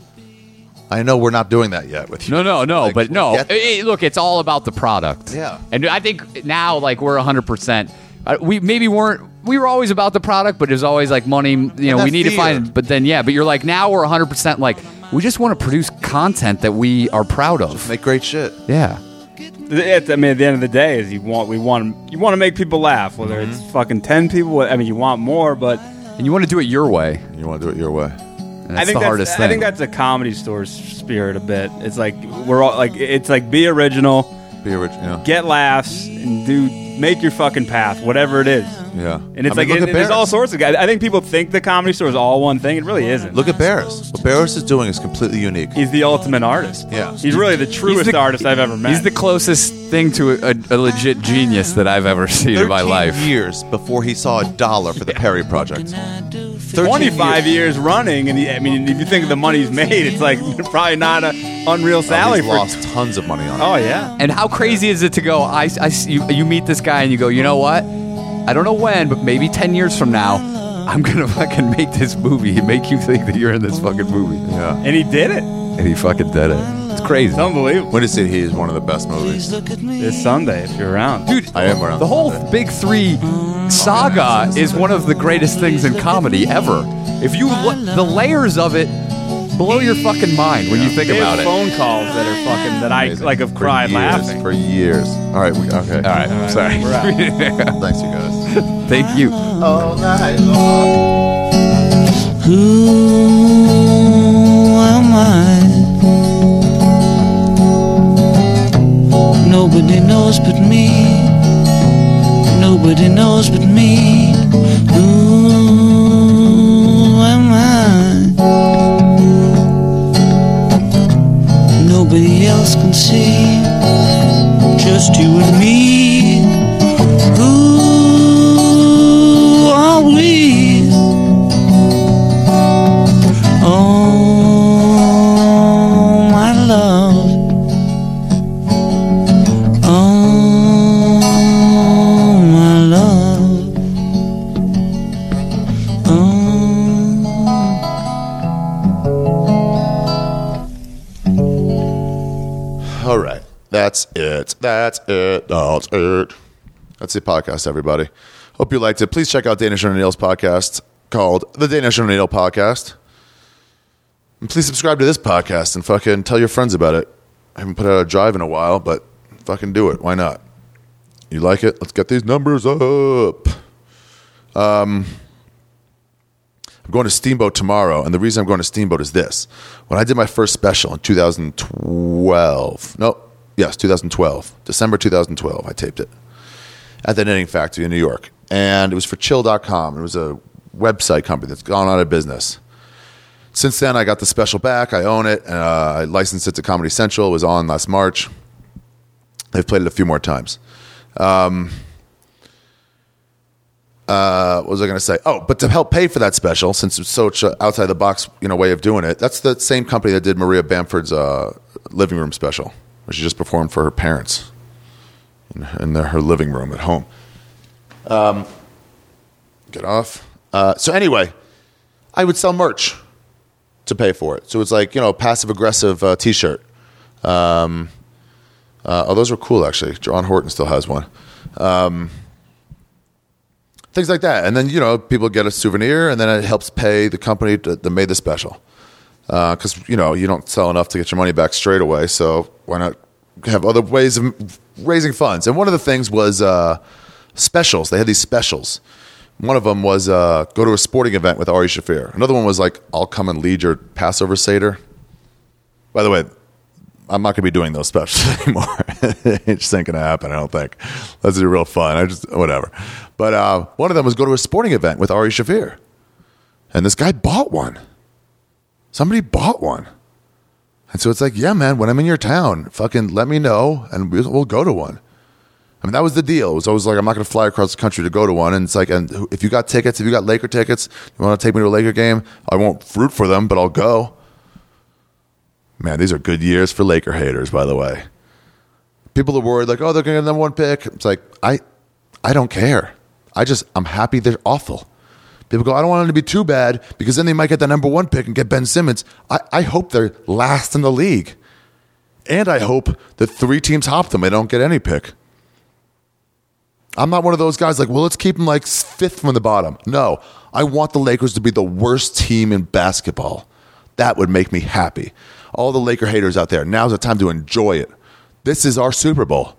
Speaker 1: I know we're not doing that yet with you.
Speaker 2: No, no, no,
Speaker 1: Like,
Speaker 2: but
Speaker 1: we'll
Speaker 2: no.
Speaker 1: get there.
Speaker 2: Eh, eh, look, it's all about the product.
Speaker 1: Yeah.
Speaker 2: And I think now, like, we're 100%. Uh, We maybe weren't, we were always about the product, but it was always like money, you know, we
Speaker 1: that
Speaker 2: need to
Speaker 1: fear.
Speaker 2: find, but then, yeah, but you're like, now we're 100% like, we just want to produce content that we are proud of.
Speaker 1: Make great shit.
Speaker 2: Yeah.
Speaker 6: At, I mean, at the end of the day, is you want we want you want to make people laugh, whether it's fucking ten people. I mean, you want more, but
Speaker 2: And you want to do it your way.
Speaker 1: You want to do it your way.
Speaker 2: And
Speaker 6: I
Speaker 2: that's
Speaker 6: think
Speaker 2: the
Speaker 6: that's,
Speaker 2: hardest
Speaker 6: I
Speaker 2: thing.
Speaker 6: think that's a comedy store spirit a bit. It's like we're all like it's like be original,
Speaker 1: Be original. Yeah.
Speaker 6: get laughs, and do make your fucking path, whatever it is.
Speaker 1: yeah.
Speaker 6: And it's
Speaker 1: I mean,
Speaker 6: like
Speaker 1: look
Speaker 6: it,
Speaker 1: at
Speaker 6: there's
Speaker 1: Barris.
Speaker 6: all sorts of guys. I think people think the comedy store is all one thing. It really isn't.
Speaker 1: Look at Barris. What Barris is doing is completely unique.
Speaker 6: he's the ultimate artist.
Speaker 1: Yeah.
Speaker 6: he's really the truest artist I've ever met.
Speaker 2: He's the closest thing to a, a, a legit genius that I've ever seen in my
Speaker 1: 13
Speaker 2: life.
Speaker 1: years before he saw a dollar for the Perry Project. 13
Speaker 6: 25 years running, and he, I mean, if you think of the money he's made, it's like probably not a unreal
Speaker 1: Oh,
Speaker 6: salary.
Speaker 1: he's
Speaker 6: for-
Speaker 1: lost tons of money on it.
Speaker 6: Oh yeah,
Speaker 2: And how crazy is it to go? I, I- you, you meet this guy and you go, you know what? I don't know when, but maybe ten years from now, I'm gonna fucking make this movie and make you think that you're in this fucking movie. Yeah,
Speaker 6: and he did it.
Speaker 2: and he fucking did it. It's crazy,
Speaker 6: It's unbelievable.
Speaker 1: When is it he is one of the best movies?
Speaker 6: This Sunday, if you're around,
Speaker 2: dude.
Speaker 1: I am around
Speaker 2: The whole
Speaker 1: Sunday.
Speaker 2: Big Three saga is one of the greatest things in comedy ever. If you look, the layers of it blow your fucking mind when you think
Speaker 6: They have
Speaker 2: about it.
Speaker 6: phone calls that are fucking that I
Speaker 1: Amazing.
Speaker 6: like have
Speaker 1: For
Speaker 6: cried
Speaker 1: years,
Speaker 6: laughing.
Speaker 1: For years. All right. We, okay. All
Speaker 2: right, I'm sorry.
Speaker 6: We're out.
Speaker 1: Thanks, you guys.
Speaker 2: Thank you.
Speaker 1: All night
Speaker 9: Who am I? Nobody knows but me. Nobody knows but me. Who am I? Nobody else can see. Just you and me. Who are we? Oh, my love. Oh, my love. Oh.
Speaker 1: All right. That's it. That's it. That's it. That's the podcast, everybody. Hope you liked it. Please check out Danish O'Neill's podcast called The Danish O'Neill Podcast. And please subscribe to this podcast and fucking tell your friends about it. I haven't put out a drive in a while, but fucking do it. Why not? You like it? Let's get these numbers up. I'm going to Steamboat tomorrow, and the reason I'm going to Steamboat is this: when I did my first special in 2012, no, yes, 2012, December 2012, I taped it at the Knitting Factory in New York, and it was for Chill.com. It was a website company that's gone out of business. Since then, I got the special back. I own it. Uh, I licensed it to Comedy Central. It was on last March. They've played it a few more times. what was I going to say? Oh, but to help pay for that special, since it's such a outside the box, you know, way of doing it. That's the same company that did Maria Bamford's uh, living room special, where she just performed for her parents in, in their, her living room at home. Um, get off. Uh, so anyway, I would sell merch to pay for it. So it's like you know, passive aggressive uh, T-shirt. Um, uh, oh, those were cool actually. John Horton still has one things like that. And then you know people get a souvenir, and then it helps pay the company to, that made the special because you know you don't sell enough to get your money back straight away. So why not have other ways of raising funds? And one of the things was uh, specials. They had these specials. One of them was uh, go to a sporting event with Ari Shafir. Another one was like I'll come and lead your Passover seder. By the way, I'm not going to be doing those specials anymore. it just ain't going to happen. I don't think. That's real fun. I just whatever. But uh, one of them was go to a sporting event with Ari Shafir, and this guy bought one. Somebody bought one. I And so it's like, yeah, man, when I'm in your town, fucking let me know and we'll, we'll go to one. I mean, that was the deal. It was always like, I'm not going to fly across the country to go to one. And it's like, and who- if you got tickets, if you got Laker tickets, you want to take me to a Laker game, I won't root for them, but I'll go. Man, these are good years for Laker haters, by the way. People are worried, like, oh, they're going to get the number one pick. It's like, I, I don't care. I just, I'm happy they're awful. People go, I don't want them to be too bad because then they might get the number one pick and get Ben Simmons. I, I hope they're last in the league. And I hope that three teams hop them. They don't get any pick. I'm not one of those guys like, well, let's keep them like fifth from the bottom. No, I want the Lakers to be the worst team in basketball. That would make me happy. All the Laker haters out there, now's the time to enjoy it. This is our Super Bowl.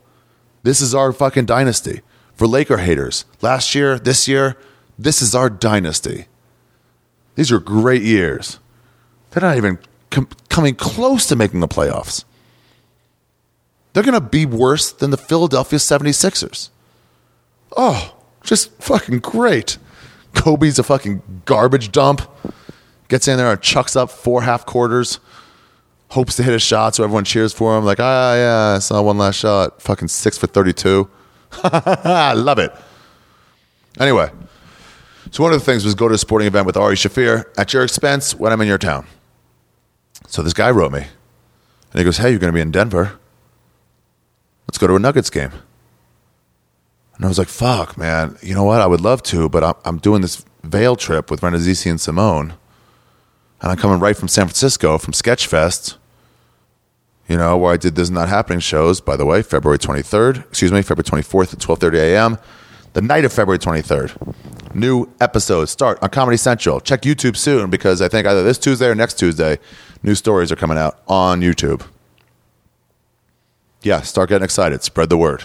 Speaker 1: This is our fucking dynasty. For Laker haters, last year, this year, this is our dynasty. These are great years. They're not even com- coming close to making the playoffs. They're going to be worse than the Philadelphia 76ers oh, just fucking great. Kobe's a fucking garbage dump. Gets in there and chucks up four half quarters. Hopes to hit a shot so everyone cheers for him. Like, ah, yeah, I saw one last shot. Fucking six for 32. I love it. Anyway, so one of the things was go to a sporting event with Ari Shafir at your expense when I'm in your town. So this guy wrote me and he goes, hey, you're going to be in Denver. Let's go to a Nuggets game. And I was like, fuck, man, you know what? I would love to, but I'm, I'm doing this veil trip with Renazizi and Simone. And I'm coming right from San Francisco from Sketchfest, you know, where I did This Is Not Happening shows, by the way, February 23rd, excuse me, February 24th at 12.30 a.m., the night of February 23rd. New episodes start on Comedy Central. Check YouTube soon because I think either this Tuesday or next Tuesday, new stories are coming out on YouTube. Yeah, start getting excited. Spread the word.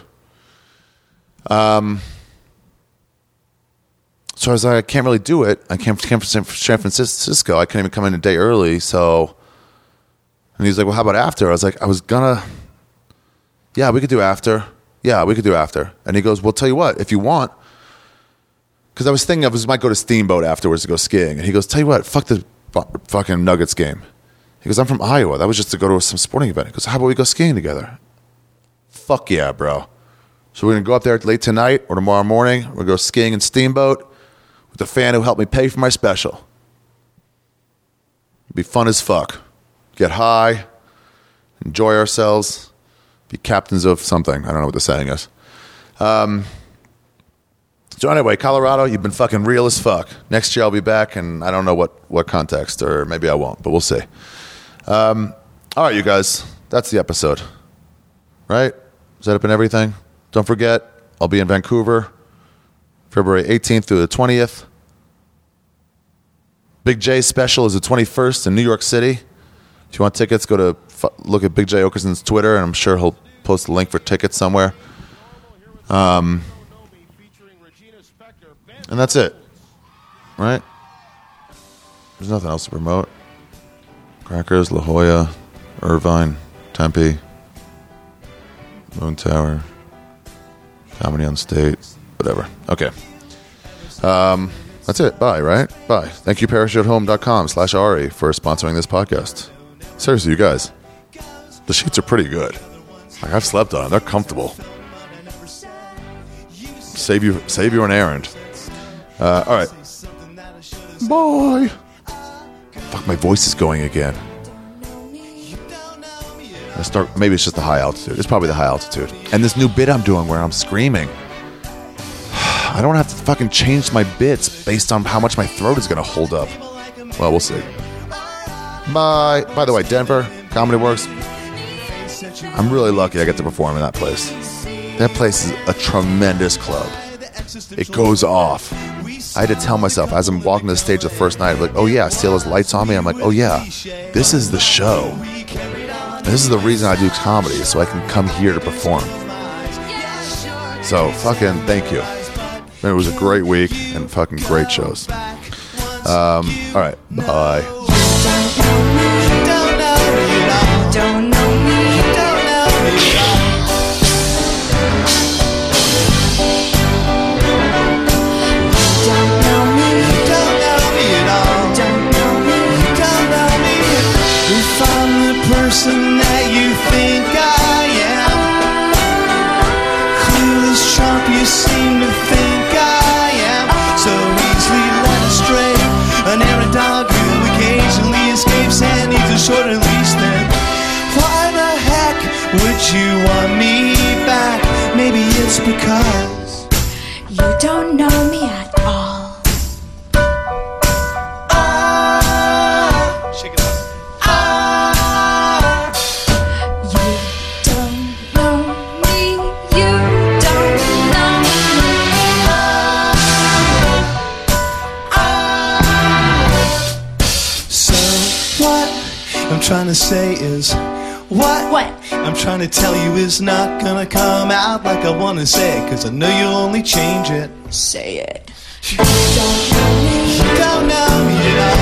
Speaker 1: So I was like, I can't really do it. I came, came from San San Francisco. I couldn't even come in a day early. So, and he's like, well, how about after? I was like, I was gonna, yeah, we could do after. Yeah, we could do after. And he goes, well, tell you what, if you want, because I was thinking I was might go to Steamboat afterwards to go skiing. And he goes, tell you what, fuck the fu- fucking Nuggets game. He goes, I'm from Iowa. That was just to go to some sporting event. He goes, how about we go skiing together? Fuck yeah, bro. So we're gonna go up there late tonight or tomorrow morning. We're gonna go skiing in Steamboat with the fan who helped me pay for my special. It'd be fun as fuck. Get high, enjoy ourselves, be captains of something. I don't know what the saying is. Um, so anyway, Colorado, you've been fucking real as fuck. Next year I'll be back, and I don't know what what context, or maybe I won't, but we'll see. Um, all right, you guys, that's the episode. Right? Is that up and everything? Don't forget, I'll be in Vancouver. February 18th through the 20th. Big J special is the 21st in New York City. If you want tickets, go to f- look at Big J Okerson's Twitter, and I'm sure he'll post a link for tickets somewhere. Um, and that's it, right? There's nothing else to promote. Crackers, La Jolla, Irvine, Tempe, Moon Tower, Comedy on State, whatever. Okay. Um, that's it. Bye, right? Bye. Thank you, parachutehome.com slash Ari for sponsoring this podcast. Seriously, you guys, the sheets are pretty good. Like, I've slept on them. They're comfortable. Save you, save you an errand. Uh, all right. Bye. Fuck, my voice is going again. I start. Maybe it's just the high altitude. It's probably the high altitude. And this new bit I'm doing where I'm screaming. I don't have to fucking change my bits based on how much my throat is going to hold up. Well, we'll see. Bye. By the way, Denver Comedy Works. I'm really lucky I get to perform in that place. That place is a tremendous club. It goes off. I had to tell myself as I'm walking to the stage the first night, like, oh yeah, I see all those lights on me. I'm like, oh yeah, this is the show. This is the reason I do comedy, so I can come here to perform. So fucking thank you. It was a great week and fucking great shows. Um, all right. Bye.
Speaker 9: Don't know me. We found the person would you want me back? Maybe it's because
Speaker 10: You don't know me at all. You don't know me. You don't know me.
Speaker 9: so what I'm trying to say is what
Speaker 10: What?
Speaker 9: I'm trying to tell you is not gonna come out like I wanna say, cause I know you'll only change it.
Speaker 10: Say it. You don't know me.
Speaker 9: Don't know, you know.